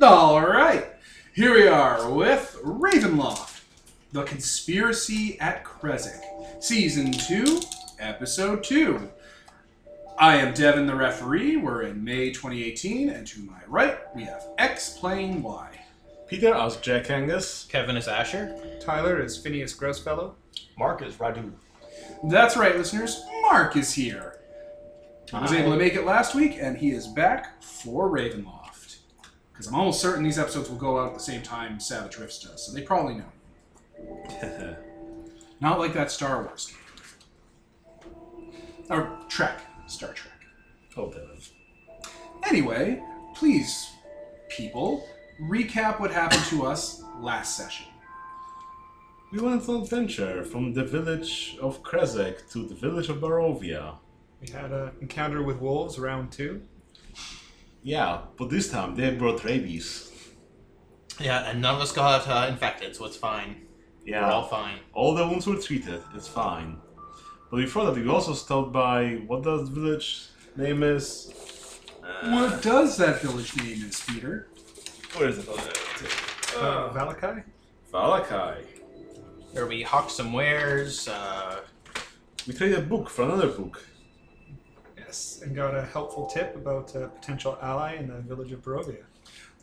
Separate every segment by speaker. Speaker 1: All right, here we are with Ravenloft, The Conspiracy at Kresik, Season 2, Episode 2. I am Devin the referee. We're in May 2018, and to my right, we have X playing Y.
Speaker 2: Peter as Jack Angus.
Speaker 3: Kevin is Asher.
Speaker 4: Tyler is Phineas Grossfellow.
Speaker 5: Mark is Radu.
Speaker 1: That's right, listeners, Mark is here. He was able to make it last week, and he is back for Ravenloft. Because I'm almost certain these episodes will go out at the same time Savage Rifts does, so they probably know. Not like that Star Wars game. Or Trek, Star Trek.
Speaker 5: oh, Devin.
Speaker 1: Anyway, please, people, recap what happened to us last session.
Speaker 2: We went on adventure from the village of Kresek to the village of Barovia.
Speaker 4: We had an encounter with wolves round two.
Speaker 2: Yeah, but this time they brought rabies.
Speaker 3: Yeah, and none of us got uh, infected, so it's fine. We're all fine.
Speaker 2: All the wounds were treated, it's fine. But before that, we also stopped by what the village name is?
Speaker 1: what does that village name is, Peter?
Speaker 5: Uh, Where is it? Oh,
Speaker 4: Uh, Valakai?
Speaker 2: Valakai.
Speaker 3: Or we hawked some wares. Uh,
Speaker 2: We traded a book for another book.
Speaker 4: Yes. And got a helpful tip about a potential ally in the village of Barovia.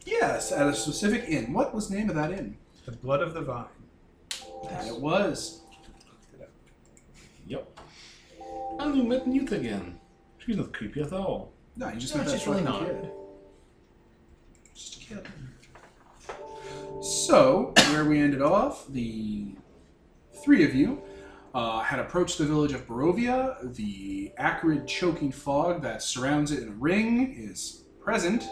Speaker 1: Yes, at a specific inn. What was the name of that inn?
Speaker 4: The blood of the vine.
Speaker 1: That it was.
Speaker 2: Yep. And we met Newt again. She's not creepy at all.
Speaker 1: No, you just
Speaker 3: No,
Speaker 1: met that
Speaker 3: she's really
Speaker 1: fucking
Speaker 3: not.
Speaker 1: kid. Just a kid. So, where we ended off, the three of you uh, had approached the village of Barovia. The acrid, choking fog that surrounds it in a ring is present.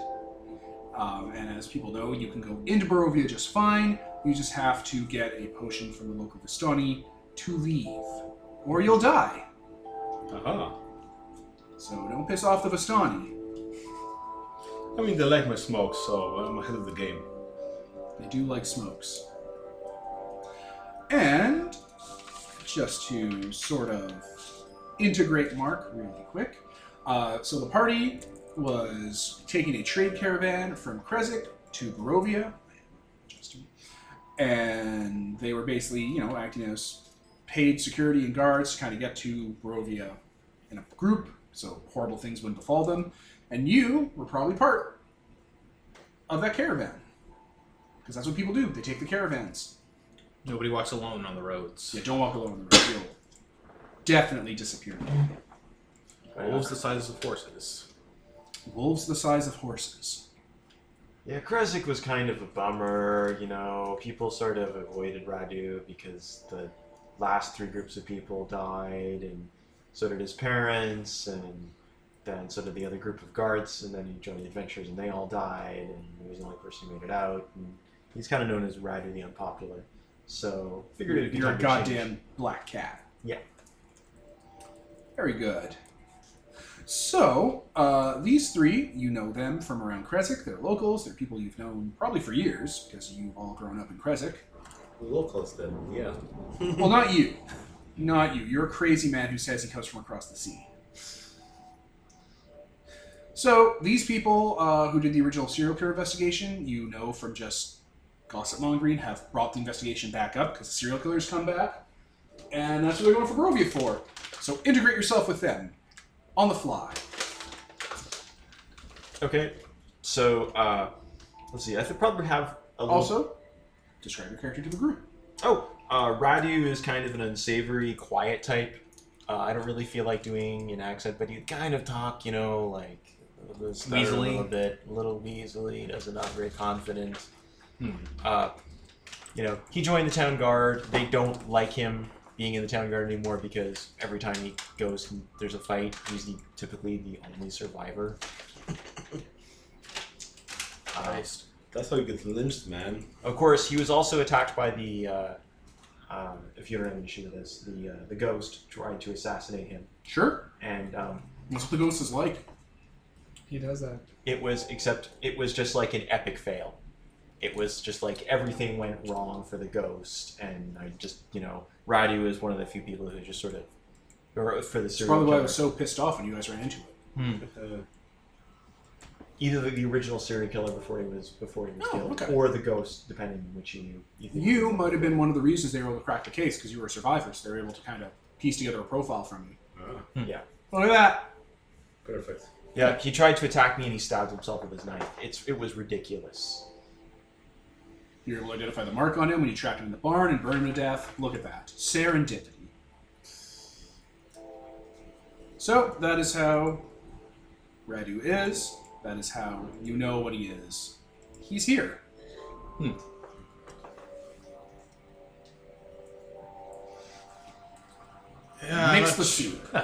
Speaker 1: Um, and as people know, you can go into Barovia just fine. You just have to get a potion from the local Vistani to leave, or you'll die.
Speaker 2: Aha.
Speaker 1: So don't piss off the Vistani.
Speaker 2: I mean, they like my smoke, so I'm ahead of the game.
Speaker 1: They do like smokes. And just to sort of integrate Mark really quick, uh, so the party was taking a trade caravan from Kresik to Barovia, Justin. and they were basically, you know, acting as paid security and guards to kind of get to Barovia in a group, so horrible things wouldn't befall them. And you were probably part of that caravan. Because that's what people do. They take the caravans.
Speaker 3: nobody walks alone on the roads.
Speaker 1: Yeah, don't walk alone on the road. You'll definitely disappear.
Speaker 3: Wolves the size of horses.
Speaker 1: Wolves the size of horses.
Speaker 5: Yeah, Kresik was kind of a bummer. You know, people sort of avoided Radu because the last three groups of people died, and so did his parents, and then so did the other group of guards, and then he joined the adventurers, and they all died, and he was the only person who made it out. And he's kind of known as Radu the Unpopular. So figured it'd be
Speaker 1: You're a
Speaker 5: time to change.
Speaker 1: goddamn black cat.
Speaker 5: Yeah.
Speaker 1: Very good. So, uh, these three, you know them from around Kresik. They're locals. They're people you've known probably for years because you've all grown up in Kresik.
Speaker 2: Locals then, yeah.
Speaker 1: well, not you. Not you. You're a crazy man who says he comes from across the sea. So, these people uh, who did the original serial killer investigation, you know from just gossip mongering, have brought the investigation back up because the serial killers come back. And that's what they're going for Barovia for. So, integrate yourself with them on the fly.
Speaker 5: Okay, so uh, let's see. I should probably have a little
Speaker 1: Also, describe your character to the group.
Speaker 5: Oh, uh, Radu is kind of an unsavory, quiet type. Uh, I don't really feel like doing an accent, but he kind of talk, you know, like the stutter a
Speaker 3: Weaselly.
Speaker 5: little bit, a little weaselly. Doesn't not very confident.
Speaker 3: Hmm.
Speaker 5: Uh, you know, he joined the town guard. They don't like him being in the town guard anymore because every time he goes, there's a fight. He's the, typically the only survivor. Uh,
Speaker 3: Christ.
Speaker 2: That's how you get lynched, man.
Speaker 5: of course, he was also attacked by the. Uh, um, if you don't have an issue with this, the uh, the ghost tried to assassinate him,
Speaker 1: Sure.
Speaker 5: and um,
Speaker 1: That's what the ghost is like.
Speaker 4: He does that.
Speaker 5: it was except it was just like an epic fail. It was just like everything went wrong for the ghost, and I just you know Radu is one of the few people who just sort of or for the
Speaker 1: It's
Speaker 5: serial
Speaker 1: probably why I
Speaker 5: killer.
Speaker 1: was so pissed off when you guys ran into it.
Speaker 3: Hmm.
Speaker 2: Uh,
Speaker 5: either the, the original serial killer before he was before he was
Speaker 1: Oh,
Speaker 5: killed,
Speaker 1: okay.
Speaker 5: or the ghost, depending on which you you, think
Speaker 1: You might have been one of the reasons they were able to crack the case because you were a survivor, so they were able to kind of piece together a profile from you.
Speaker 6: Ah.
Speaker 1: Look at that.
Speaker 6: Perfect.
Speaker 5: Yeah, he tried to attack me and he stabbed himself with his knife. It's it was ridiculous.
Speaker 1: You're able to identify the mark on him when you trapped him in the barn and burned him to death. Look at that. Serendipity. So, that is how Radu is. That is how you know what he is. He's here.
Speaker 3: Yeah, I'm
Speaker 1: Mix
Speaker 3: not
Speaker 1: the
Speaker 3: su-
Speaker 1: soup.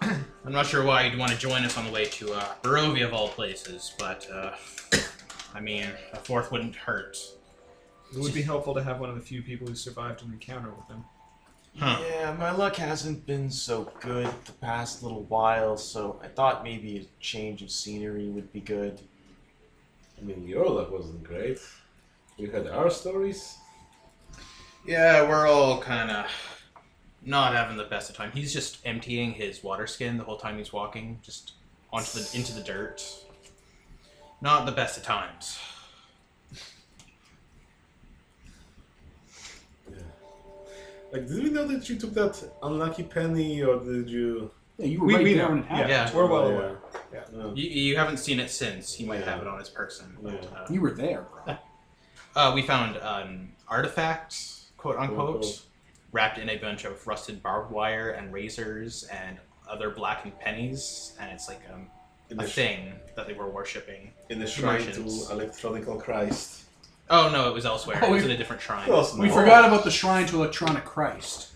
Speaker 3: I'm not sure why you'd want to join us on the way to uh, Barovia of all places, but uh, I mean, a fourth wouldn't hurt.
Speaker 4: It would be helpful to have one of the few people who survived an encounter with him.
Speaker 3: Huh.
Speaker 5: Yeah, my luck hasn't been so good the past little while, so I thought maybe a change of scenery would be good.
Speaker 6: I mean, your luck wasn't great. You had our stories.
Speaker 3: Yeah, we're all kind of not having the best of time. He's just emptying his water skin the whole time he's walking, just onto the into the dirt. Not the best of times.
Speaker 6: Like, did we know that you took that unlucky penny, or did you? Oh,
Speaker 1: Yeah, you were
Speaker 4: We-
Speaker 1: right
Speaker 4: we
Speaker 1: there
Speaker 4: know.
Speaker 1: when it happened.
Speaker 3: Yeah.
Speaker 4: We're well aware.
Speaker 6: No.
Speaker 3: You, you haven't seen it since. He might
Speaker 6: Yeah.
Speaker 3: have it on his person. But,
Speaker 6: Yeah.
Speaker 3: uh,
Speaker 1: You were there, bro.
Speaker 3: Uh, we found an artifact, quote unquote,
Speaker 6: Quote,
Speaker 3: wrapped in a bunch of rusted barbed wire and razors and other blackened pennies, and it's like um,
Speaker 6: In
Speaker 3: a
Speaker 6: the,
Speaker 3: thing that they were worshipping.
Speaker 6: in the shrine
Speaker 3: Emotions.
Speaker 6: to Electronical Christ.
Speaker 3: Oh no, it was elsewhere.
Speaker 1: Oh,
Speaker 3: it was
Speaker 1: we-
Speaker 3: in a different shrine.
Speaker 6: Close
Speaker 1: We
Speaker 6: enough.
Speaker 1: forgot about the shrine to electronic Christ.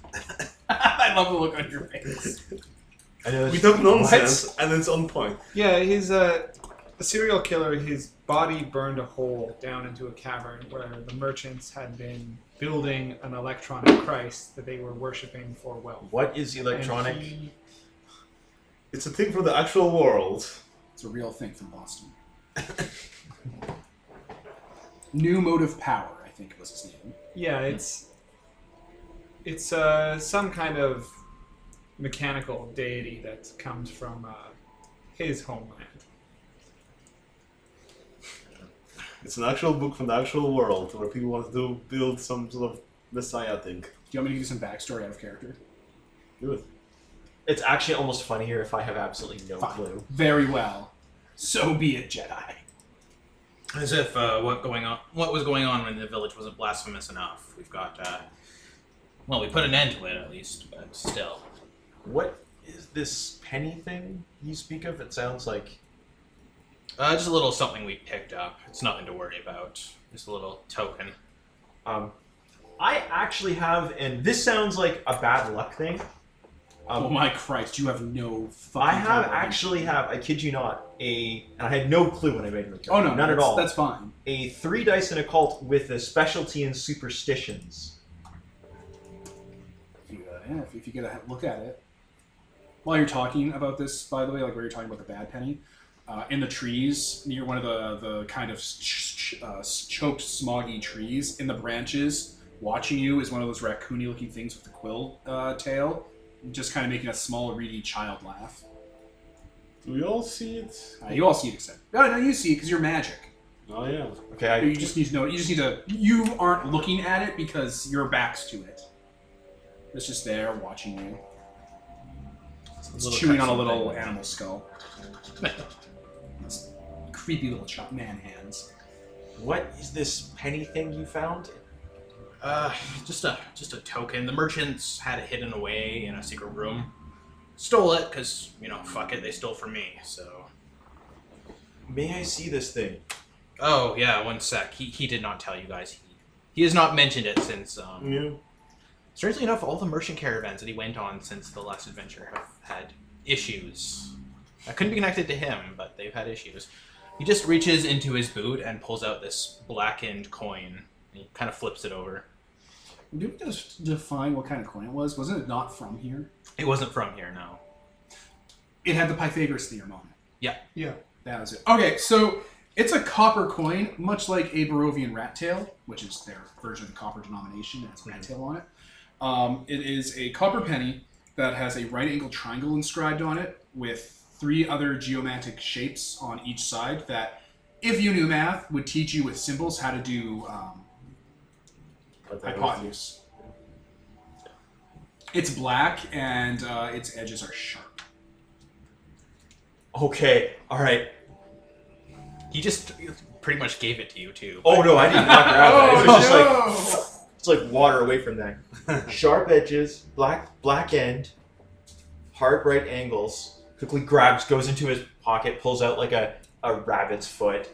Speaker 1: I love the look on your face.
Speaker 5: I know
Speaker 6: We
Speaker 5: it's-
Speaker 6: talk nonsense, and it's on point.
Speaker 4: Yeah, he's a, a serial killer. His body burned a hole down into a cavern where the merchants had been building an electronic Christ that they were worshiping for wealth.
Speaker 5: What is
Speaker 4: And
Speaker 5: electronic?
Speaker 4: he-
Speaker 6: It's a thing from the actual world.
Speaker 1: It's a real thing from Boston. New motive power, I think was his name.
Speaker 4: yeah, it's it's uh, some kind of mechanical deity that comes from uh, his homeland.
Speaker 6: It's an actual book from the actual world where people want to do, build some sort of messiah thing.
Speaker 1: Do you want me to give you some backstory out of character?
Speaker 6: Do it.
Speaker 5: It's actually almost funnier if I have absolutely no
Speaker 1: Fine.
Speaker 5: clue.
Speaker 1: Very well. So be it, Jedi.
Speaker 3: As if uh, what going on, what was going on in the village wasn't blasphemous enough. We've got, uh, well, we put an end to it at least, but still.
Speaker 5: What is this penny thing you speak of? It sounds like
Speaker 3: Uh, just a little something we picked up. It's nothing to worry about. Just a little token.
Speaker 5: um, I actually have, and this sounds like a bad luck thing. Um,
Speaker 1: oh my Christ, you have no fucking
Speaker 5: I have
Speaker 1: clue.
Speaker 5: actually have, I kid you not, a and I had no clue when I made the character.
Speaker 1: Oh no,
Speaker 5: none at
Speaker 1: that's-
Speaker 5: all.
Speaker 1: That's fine.
Speaker 5: a three dice in occult with a specialty in superstitions.
Speaker 1: If you, uh, yeah, if, if you get a look at it. While you're talking about this, by the way, like where you're talking about the bad penny, uh, in the trees near one of the, the kind of ch- ch- uh, choked, smoggy trees, in the branches, watching you is one of those raccoony looking things with the quill uh, tail, just kind of making a small, reedy child laugh.
Speaker 6: Do we all see it?
Speaker 1: Uh, you all see it, except. No, no, you see it because you're magic.
Speaker 6: Oh yeah.
Speaker 5: Okay,
Speaker 1: But
Speaker 5: I,
Speaker 1: You just need to know. You just need to. You aren't looking at it because your back's to it. It's just there watching you. It's
Speaker 3: Little
Speaker 1: chewing on a
Speaker 3: Texan
Speaker 1: little
Speaker 3: thing.
Speaker 1: animal skull. It's creepy little chop man hands.
Speaker 5: what is this penny thing you found?
Speaker 3: Uh, just a just a token. The merchants had it hidden away in a secret room. Stole it because you know, fuck it, they stole from me. So.
Speaker 5: May I see this thing?
Speaker 3: Oh yeah, one sec. He he did not tell you guys. He he has not mentioned it since. Um,
Speaker 6: Yeah.
Speaker 3: Strangely enough, all the merchant caravans that he went on since the last adventure have had issues. I couldn't be connected to him, but they've had issues. He just reaches into his boot and pulls out this blackened coin. He kind of flips it over.
Speaker 1: Do we just define what kind of coin it was? Wasn't it not from here?
Speaker 3: It wasn't from here, no.
Speaker 1: It had the Pythagoras theorem on it.
Speaker 4: Yeah,
Speaker 1: That was it. Okay, so it's a copper coin, much like a Barovian rat tail, which is their version of the copper denomination that has rat
Speaker 2: Mm-hmm.
Speaker 1: tail on it. Um, it is a copper penny that has a right angle triangle inscribed on it with three other geomantic shapes on each side that, if you knew math, would teach you with symbols how to do um,
Speaker 2: But that was-
Speaker 1: hypotenuse. It's black and uh, its edges are sharp.
Speaker 5: Okay, all right.
Speaker 3: He just pretty much gave it to you too.
Speaker 5: Oh no, I did not grab that. It was just like
Speaker 1: Oh, no!
Speaker 5: it's like water away from that. Sharp edges, black black end, hard right angles. Quickly grabs, goes into his pocket, pulls out like a, a rabbit's foot,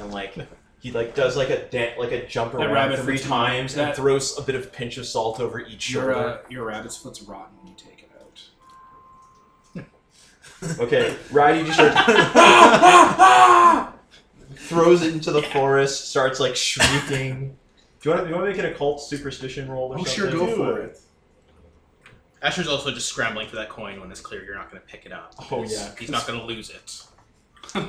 Speaker 5: and like he like does like a da- like a jump
Speaker 1: That
Speaker 5: around
Speaker 1: rabbit
Speaker 5: three
Speaker 1: foot's-
Speaker 5: times
Speaker 1: that-
Speaker 5: and throws a bit of pinch of salt over each
Speaker 1: your,
Speaker 5: shoulder.
Speaker 1: uh, your rabbit's foot's rotten when you take it out.
Speaker 5: Okay, Rowdy just starts, throws it into the forest, starts like shrieking. Do you want to you want to make an occult superstition roll or
Speaker 1: Oh, sure,
Speaker 5: something?
Speaker 1: go for it.
Speaker 3: Asher's also just scrambling for that coin when it's clear you're not going to pick it up.
Speaker 5: Oh,
Speaker 3: He's-
Speaker 5: yeah.
Speaker 3: He's not going to lose it.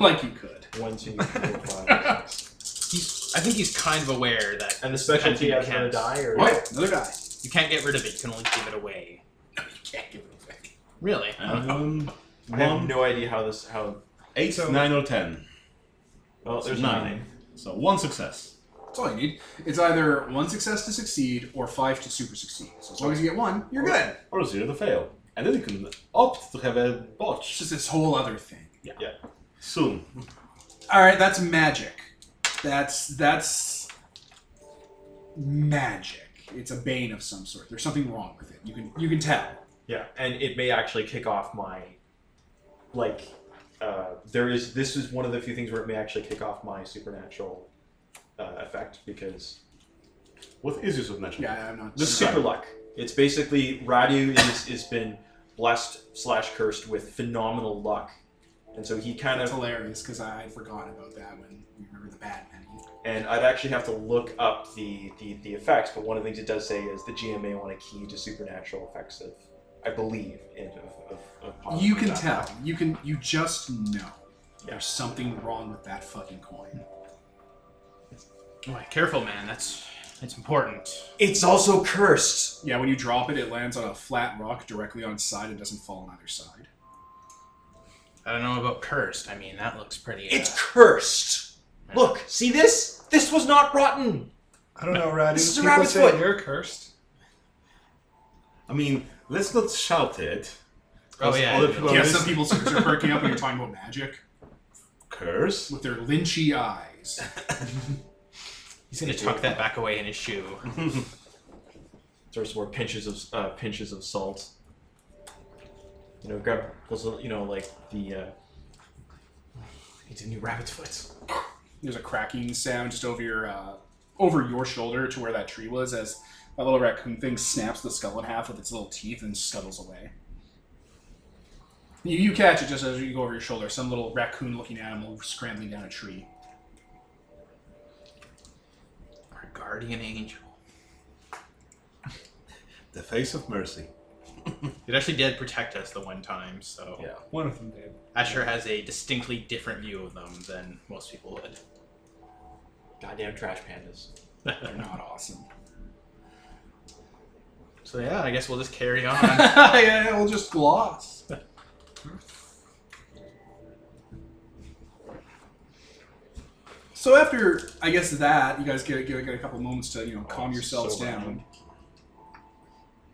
Speaker 1: like you could.
Speaker 5: One, two, three, four, five.
Speaker 3: He's, I think he's kind of aware that
Speaker 5: And the
Speaker 3: specialty
Speaker 5: specialty
Speaker 3: has
Speaker 5: has
Speaker 3: another
Speaker 5: to die, or
Speaker 1: What? Another die.
Speaker 3: you can't get rid of it. You can only give it away. Uh-huh.
Speaker 1: You can't give it away.
Speaker 3: Really?
Speaker 2: Um,
Speaker 5: I have
Speaker 2: one,
Speaker 5: no idea how this how.
Speaker 2: eight,
Speaker 4: So-
Speaker 2: nine, or ten.
Speaker 5: Well, there's
Speaker 2: Nine.
Speaker 5: nine.
Speaker 2: So one success.
Speaker 1: That's all you need. It's either one success to succeed or five to super succeed. So as long as you get one, you're good.
Speaker 2: Or zero to fail. And then you can opt to have a botch
Speaker 1: It's just this whole other thing.
Speaker 2: soon.
Speaker 1: All right, that's magic. That's that's magic. It's a bane of some sort. There's something wrong with it. You can you can tell.
Speaker 5: Yeah, and it may actually kick off my, like, uh, there is this is one of the few things where it may actually kick off my supernatural uh, effect because
Speaker 2: What is your supernatural?
Speaker 1: Yeah, I'm not.
Speaker 5: the super luck. It's basically Radu is is been blessed slash cursed with phenomenal luck, and so he kind
Speaker 1: That's
Speaker 5: of
Speaker 1: hilarious because I forgot about that when you remember the Batman.
Speaker 5: and I'd actually have to look up the, the the effects, but one of the things it does say is the GM may want a key to supernatural effects of, I believe, and of, of, of positive
Speaker 1: You can
Speaker 5: effects.
Speaker 1: tell. You can. You just know.
Speaker 5: Yeah.
Speaker 1: There's something wrong with that fucking coin.
Speaker 3: Oh, Boy, careful, man. That's it's important.
Speaker 5: It's also cursed.
Speaker 1: Yeah, when you drop it, it lands on a flat rock directly on its side and doesn't fall on either side.
Speaker 3: I don't know about cursed. I mean, that looks pretty. Uh,
Speaker 5: It's cursed.
Speaker 3: Yeah.
Speaker 5: Look, see this? This was not rotten.
Speaker 4: I don't know, Radu.
Speaker 5: This is a
Speaker 4: People
Speaker 5: rabbit's
Speaker 4: say
Speaker 5: foot.
Speaker 4: You're cursed.
Speaker 2: I mean, let's not shout it.
Speaker 3: oh yeah.
Speaker 2: Other people
Speaker 1: yeah,
Speaker 2: are
Speaker 1: some people's ears are perking up when you're talking about magic
Speaker 2: curse.
Speaker 1: with their lynchy eyes.
Speaker 3: He's gonna tuck that back away in his shoe.
Speaker 5: Throw some more pinches of uh, pinches of salt. You know, grab pulls a- you know like the. Uh, it's a new rabbit's foot.
Speaker 1: There's a cracking sound just over your uh, over your shoulder to where that tree was as that little raccoon thing snaps the skull in half with its little teeth and scuttles away. You, you catch it just as you go over your shoulder. Some little raccoon-looking animal scrambling down a tree.
Speaker 3: Our guardian angel.
Speaker 2: The face of mercy.
Speaker 3: It actually did protect us the one time, so
Speaker 2: Yeah.
Speaker 4: One of them did.
Speaker 3: Asher has a distinctly different view of them than most people would.
Speaker 5: Goddamn trash pandas.
Speaker 1: They're not awesome.
Speaker 3: So yeah, I guess we'll just carry on.
Speaker 1: yeah, we'll just gloss. So after, I guess that you guys get, get, get a couple moments to you know calm
Speaker 5: it's
Speaker 1: yourselves
Speaker 5: so
Speaker 1: down,
Speaker 5: random.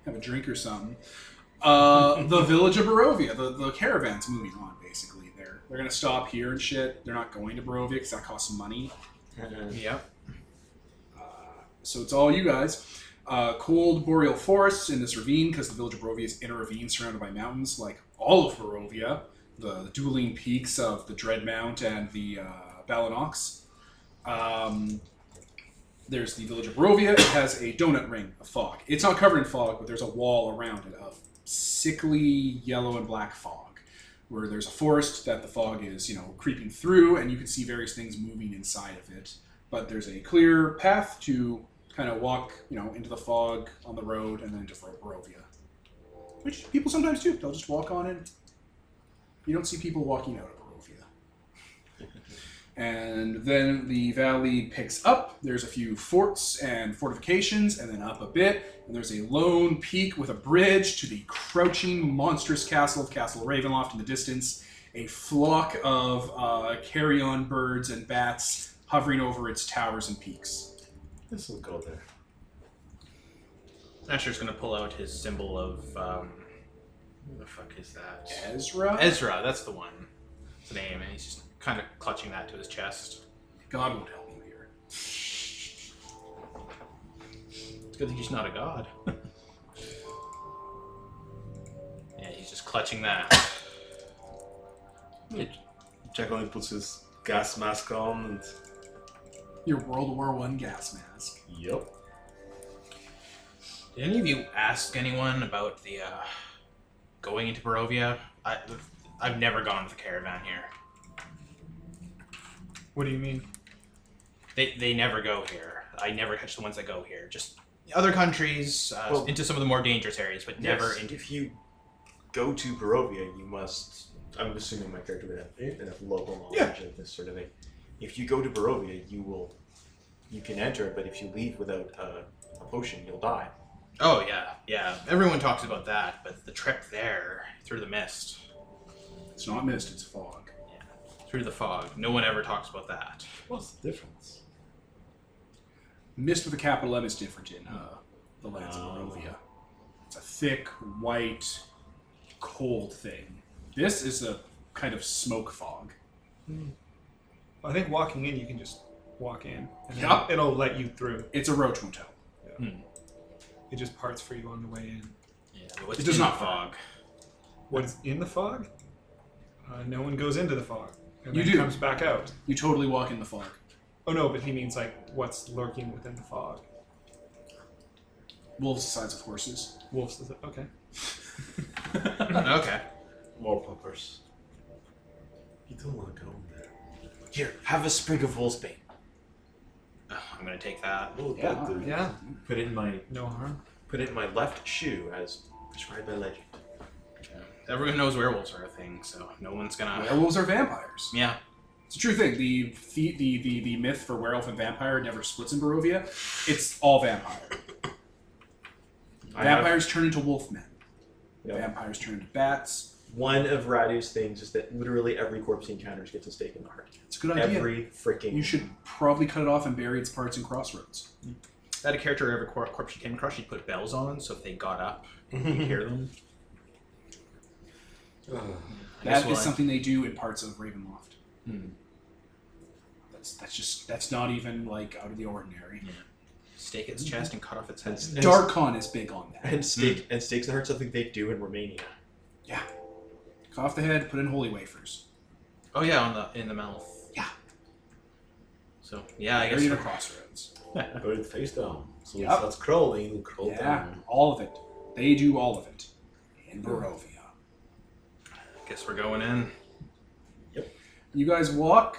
Speaker 1: have a drink or something. Uh, the village of Barovia, the, the caravan's moving on. Basically, they're they're gonna stop here and shit. They're not going to Barovia because that costs some money.
Speaker 2: Mm-hmm.
Speaker 3: yep.
Speaker 1: So it's all you guys. Uh, cold boreal forests in this ravine because the village of Barovia is in a ravine surrounded by mountains, like all of Barovia, the dueling peaks of the Dread Mount and the uh, Balinox. Um, there's the village of Barovia. It has a donut ring of fog. It's not covered in fog, but there's a wall around it of sickly yellow and black fog, where there's a forest that the fog is, you know, creeping through, and you can see various things moving inside of it. But there's a clear path to kind of walk, you know, into the fog on the road and then into Bar- Barovia. Which people sometimes do. They'll just walk on it. You don't see people walking out of Barovia. and then the valley picks up. There's a few forts and fortifications, and then up a bit. And there's a lone peak with a bridge to the crouching, monstrous castle of Castle Ravenloft in the distance. a flock of uh, carrion birds and bats hovering over its towers and peaks.
Speaker 2: This will go there.
Speaker 3: Asher's gonna pull out his symbol of um, what the fuck is that?
Speaker 1: Ezra?
Speaker 3: Ezra, that's the one. It's the name, and he's just kind of clutching that to his chest.
Speaker 1: God won't help you here.
Speaker 3: It's good that he's not a god. yeah, he's just clutching that.
Speaker 2: Jack only puts his gas mask on and.
Speaker 1: Your World War One gas mask.
Speaker 2: Yep.
Speaker 3: Did any of you ask anyone about the uh, going into Barovia? I, I've never gone with a caravan here.
Speaker 4: What do you mean?
Speaker 3: They, they never go here. I never catch the ones that go here. Just other countries, uh,
Speaker 5: Well-
Speaker 3: into some of the more dangerous areas, but never
Speaker 5: Yes,
Speaker 3: into.
Speaker 5: If you go to Barovia, you must. I'm assuming my character would have enough local knowledge of this sort of thing. If you go to Barovia, you will. You can enter, but if you leave without uh, a potion, you'll die.
Speaker 3: Oh yeah, yeah. Everyone talks about that, but the trip there through the mist,
Speaker 1: It's not mist, it's fog.
Speaker 3: through the fog, no one ever talks about that.
Speaker 2: What's the difference?
Speaker 1: Mist with a capital M is different in uh, the lands of
Speaker 2: Oh.
Speaker 1: Barovia. It's a thick, white, cold thing. This is a kind of smoke fog.
Speaker 4: I think walking in, you can just walk in. And then
Speaker 1: Yeah.
Speaker 4: It'll let you through.
Speaker 1: It's a roach motel.
Speaker 4: It just parts for you on the way in.
Speaker 3: Yeah, but what's
Speaker 1: It does
Speaker 3: in
Speaker 1: not
Speaker 3: the fog?
Speaker 4: What's in the fog? Uh, no one goes into the fog. And
Speaker 1: You
Speaker 4: then
Speaker 1: do.
Speaker 4: comes back out.
Speaker 1: You totally walk in the fog.
Speaker 4: Oh no, but he means like what's lurking within the fog.
Speaker 1: Wolves the size of horses.
Speaker 4: Wolves. Is okay.
Speaker 3: okay.
Speaker 2: More puppers. You don't want to go in there.
Speaker 5: Here, have a sprig of wolf's bane.
Speaker 3: Ugh, I'm gonna take that.
Speaker 2: Oh,
Speaker 1: Yeah.
Speaker 2: that dude.
Speaker 4: Yeah.
Speaker 5: Put it in my
Speaker 4: No harm.
Speaker 5: put it in my left shoe, as prescribed by legend.
Speaker 3: Everyone knows werewolves are a thing, so no one's gonna.
Speaker 1: Werewolves are vampires.
Speaker 3: Yeah.
Speaker 1: It's a true thing. The the, the, the the myth for werewolf and vampire never splits in Barovia. It's all vampire.
Speaker 5: I have
Speaker 1: Vampires turn into wolfmen.
Speaker 5: Yeah.
Speaker 1: Vampires turn into bats.
Speaker 5: one of Radu's things is that literally every corpse he encounters gets a stake in the heart.
Speaker 1: It's a good idea.
Speaker 5: Every freaking
Speaker 1: You should probably cut it off and bury its parts in crossroads.
Speaker 3: That a character every cor- corpse you came across, you put bells on, so if they got up, you could hear them. I guess
Speaker 1: That
Speaker 3: we'll-
Speaker 1: is something they do in parts of Ravenloft.
Speaker 3: Hmm.
Speaker 1: That's that's just that's not even like out of the ordinary.
Speaker 3: Hmm. Stake its chest and cut off its head.
Speaker 5: and, and,
Speaker 1: Darkon is big on that.
Speaker 5: and stake and stakes in the heart something they do in Romania.
Speaker 1: Cut off the head, put in holy wafers.
Speaker 3: Oh yeah, on the in the mouth.
Speaker 1: Yeah.
Speaker 3: So yeah, I guess
Speaker 1: Bury it in
Speaker 3: we're-
Speaker 1: crossroads.
Speaker 2: Buried face down. So
Speaker 1: Yep.
Speaker 2: it starts crawling and crawl
Speaker 1: Yeah,
Speaker 2: down.
Speaker 1: all of it. They do all of it in Barovia.
Speaker 3: guess we're going in.
Speaker 1: You guys walk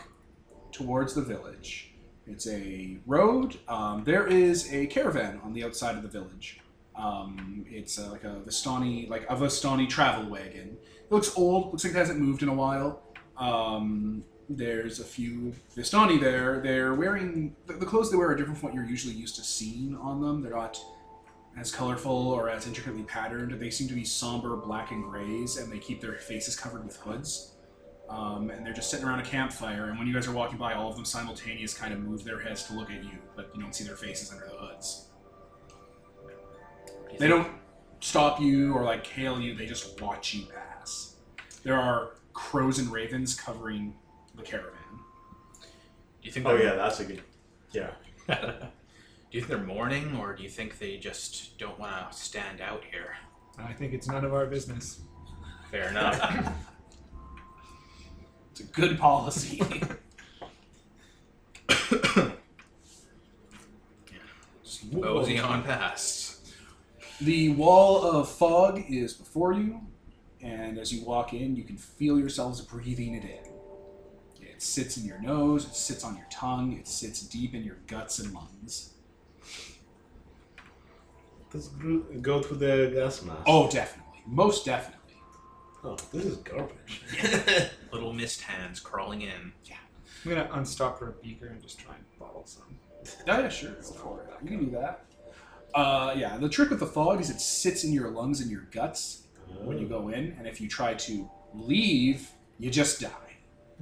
Speaker 1: towards the village. It's a road. Um, there is a caravan on the outside of the village. Um, it's uh, like a Vistani, like a Vistani travel wagon. It looks old. Looks like it hasn't moved in a while. Um, there's a few Vistani there. They're wearing the, the clothes they wear are different from what you're usually used to seeing on them. They're not as colorful or as intricately patterned. They seem to be somber black and grays, and they keep their faces covered with hoods um, and they're just sitting around a campfire. And when you guys are walking by, all of them simultaneous kind of move their heads to look at you, but you don't see their faces under the hoods. They don't stop you or like hail you; they just watch you pass. There are crows and ravens covering the caravan.
Speaker 3: Do you think?
Speaker 5: Oh
Speaker 3: they're-
Speaker 5: yeah, that's a good. Yeah,
Speaker 3: do you think they're mourning, or do you think they just don't want to stand out here?
Speaker 4: I think it's none of our business.
Speaker 3: Fair enough.
Speaker 1: It's a good policy.
Speaker 3: Just mosey on past.
Speaker 1: the wall of fog is before you, and as you walk in, you can feel yourselves breathing it in. It sits in your nose, it sits on your tongue, it sits deep in your guts and lungs.
Speaker 2: Let's gr- go through the gas mask.
Speaker 1: Oh, definitely. Most definitely.
Speaker 2: Oh, this is garbage.
Speaker 3: Little mist hands crawling in.
Speaker 4: I'm gonna unstop her beaker and just try and bottle some.
Speaker 1: Yeah, sure. Go for it. You can do that. Uh, yeah, the trick with the fog is it sits in your lungs and your guts when you go in, and if you try to leave, You just die.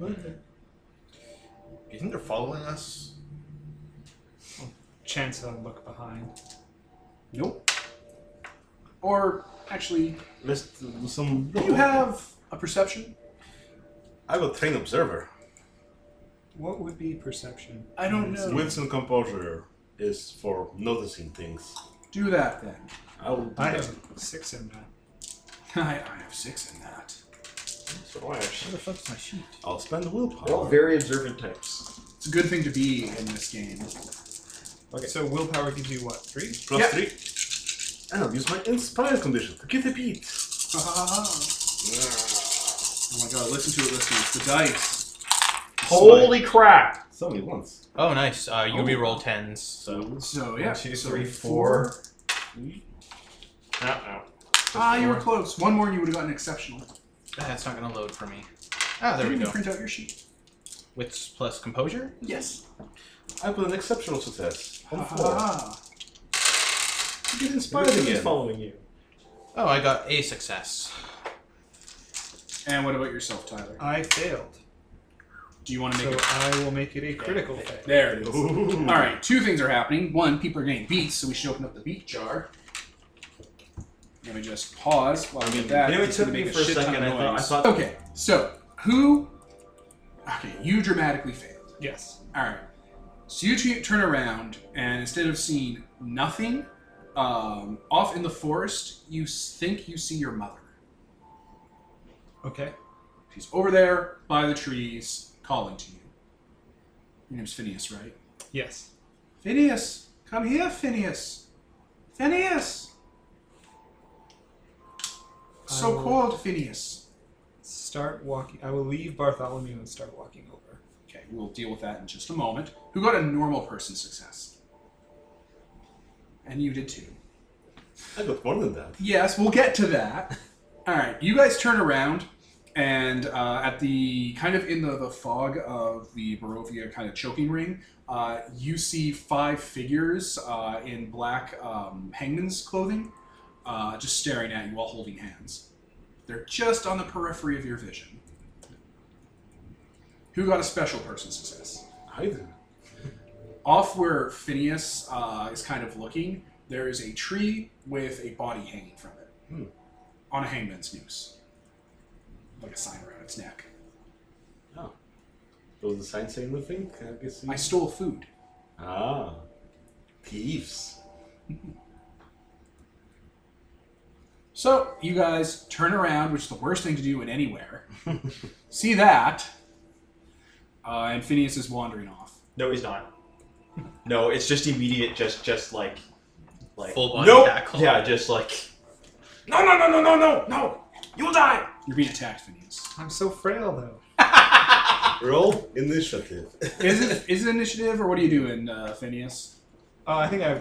Speaker 3: Do you think they're following us?
Speaker 4: Chance to look behind.
Speaker 1: Nope. Or actually,
Speaker 2: Missed some.
Speaker 1: you have a perception.
Speaker 2: I will train observer.
Speaker 4: What would be perception?
Speaker 1: I don't know.
Speaker 2: Winston composure is for noticing things.
Speaker 1: Do that then.
Speaker 2: I will. do
Speaker 4: I
Speaker 2: that.
Speaker 4: have six in that.
Speaker 1: I, I have six in that.
Speaker 5: So I
Speaker 3: Where
Speaker 5: actually.
Speaker 3: the fuck's my sheet?
Speaker 2: I'll spend
Speaker 5: They're all
Speaker 2: willpower.
Speaker 5: very observant types.
Speaker 1: It's a good thing to be in this game.
Speaker 4: Okay. So willpower gives you what? Three?
Speaker 2: Plus
Speaker 1: Yeah.
Speaker 2: three. And I'll use my inspire condition to get a beat.
Speaker 1: oh my god, listen to it, listeners. The dice.
Speaker 5: Holy crap!
Speaker 2: It's only once.
Speaker 3: Oh, nice. Uh, you re-roll tens. So
Speaker 1: So, yeah.
Speaker 5: One, two,
Speaker 1: so
Speaker 5: three, four. Uh
Speaker 1: Ah, you were close. One more and you would have gotten exceptional.
Speaker 3: that's not gonna load for me. Ah, there
Speaker 1: Didn't
Speaker 3: we
Speaker 1: you
Speaker 3: go.
Speaker 1: print out your sheet?
Speaker 3: Wits plus composure.
Speaker 1: Yes.
Speaker 2: I put an exceptional success. On four.
Speaker 1: Ah,
Speaker 2: You get
Speaker 5: oh.
Speaker 2: inspired
Speaker 5: Is
Speaker 2: again.
Speaker 5: following you.
Speaker 3: Oh, I got a success.
Speaker 1: and what about yourself, Tyler?
Speaker 4: I failed.
Speaker 1: Do you want to
Speaker 4: Uh, So
Speaker 1: make it?
Speaker 4: I will make it a critical fail.
Speaker 1: There it is.
Speaker 2: Ooh.
Speaker 1: All right, two things are happening. One, people are getting beats, so we should open up the beat jar. Let me just pause while we get that.
Speaker 5: You know, it
Speaker 1: It's gonna
Speaker 5: took me
Speaker 1: make a
Speaker 5: for a
Speaker 1: shit ton of
Speaker 5: second. I thought, I
Speaker 1: noise.
Speaker 5: thought
Speaker 1: Okay, so who? Okay, you dramatically failed.
Speaker 4: Yes.
Speaker 1: All right, so you two turn around, and instead of seeing nothing, um, off in the forest, you s- think you see your mother.
Speaker 4: Okay.
Speaker 1: She's over there by the trees, calling to you. Your name's Phineas, right?
Speaker 4: Yes.
Speaker 1: Phineas, come here, Phineas. Phineas. So
Speaker 4: will-
Speaker 1: called Phineas.
Speaker 4: Start walking. I will leave Bartholomew and start walking over.
Speaker 1: Okay, we'll deal with that in just a moment. Who got a normal person success? And you did too.
Speaker 2: I got more than that.
Speaker 1: Yes, we'll get to that. All right, you guys turn around, and uh, at the kind of in the, the fog of the Barovia kind of choking ring, uh, you see five figures uh, in black um, hangman's clothing uh, just staring at you all holding hands. They're just on the periphery of your vision. Who got a special person success?
Speaker 2: I do.
Speaker 1: Off where Phineas uh, is kind of looking, there is a tree with a body hanging from it
Speaker 2: Hmm.
Speaker 1: on a hangman's noose, like a sign around its neck.
Speaker 2: Does the sign say anything? I guess you-
Speaker 1: I stole food.
Speaker 2: Ah. Thieves.
Speaker 1: So you guys turn around, which is the worst thing to do in anywhere. See that, uh, and Phineas is wandering off.
Speaker 5: No, he's not. No, it's just immediate. Just, just like, like
Speaker 3: Full body
Speaker 5: nope!
Speaker 3: tackle.
Speaker 5: Yeah, just like. No, no, no, no, no, no, no! You'll die.
Speaker 1: You're being attacked, Phineas.
Speaker 4: I'm so frail though.
Speaker 2: Roll initiative.
Speaker 1: Is it is it initiative or what are you doing, uh, Phineas?
Speaker 4: Uh, I think I.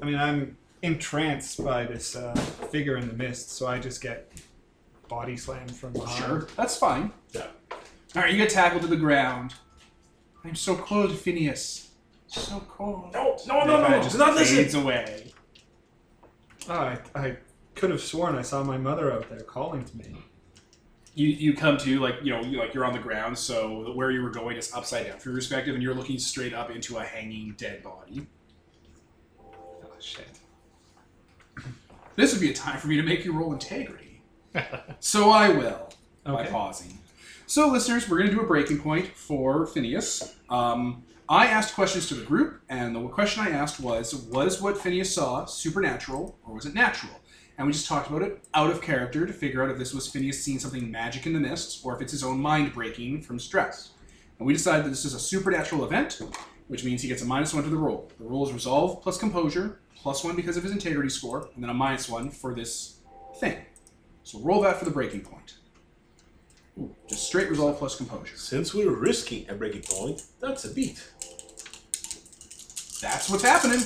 Speaker 4: I mean, I'm entranced by this uh, figure in the mist, so I just get body slammed from behind.
Speaker 1: Sure, Um, that's fine.
Speaker 2: Yeah.
Speaker 1: All right, you get tackled to the ground. I'm so cold, Phineas. So cold.
Speaker 5: No, no,
Speaker 1: And
Speaker 5: no,
Speaker 1: it
Speaker 5: no,
Speaker 1: kinda
Speaker 5: no.
Speaker 1: Just
Speaker 5: Do not
Speaker 1: fades
Speaker 5: listen.
Speaker 1: away.
Speaker 4: Oh, I, I could have sworn I saw my mother out there calling to me.
Speaker 1: You, you come to like you know you- like you're on the ground, so where you were going is upside down from your perspective, and you're looking straight up into a hanging dead body.
Speaker 4: Oh shit.
Speaker 1: This would be a time for me to make you roll integrity. so I will. by
Speaker 4: Okay.
Speaker 1: pausing. So, listeners, we're going to do a breaking point for Phineas. Um, I asked questions to the group, and the question I asked was Was what Phineas saw supernatural or was it natural? And we just talked about it out of character to figure out if this was Phineas seeing something magic in the mists or if it's his own mind breaking from stress. And we decided that this is a supernatural event, which means he gets a minus one to the roll. The roll is resolve plus composure, plus one because of his integrity score, and then a minus one for this thing. So roll that for the breaking point. Ooh, just straight resolve plus composure.
Speaker 2: Since we're risking a breaking point, that's a beat.
Speaker 1: That's what's happening.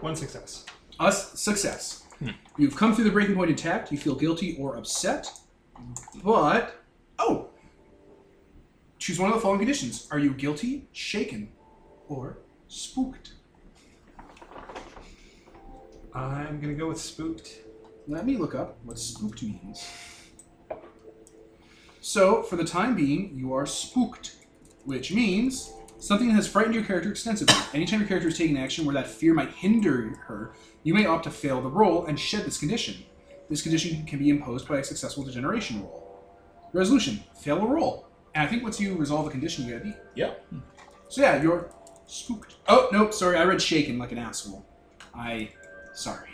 Speaker 4: One success.
Speaker 1: Us success. You've come through the breaking point intact. You feel guilty or upset, but oh, choose one of the following conditions: Are you guilty, shaken, or spooked?
Speaker 4: I'm gonna go with spooked.
Speaker 1: Let me look up what spooked means. So, for the time being, you are spooked, which means something that has frightened your character extensively. Anytime your character is taking action where that fear might hinder her, you may opt to fail the roll and shed this condition. This condition can be imposed by a successful degeneration roll. Resolution: fail a roll. And I think once you resolve a condition, you gotta beat.
Speaker 2: Yeah.
Speaker 1: So yeah, you're spooked. Oh nope, sorry, I read shaken like an asshole. I, sorry.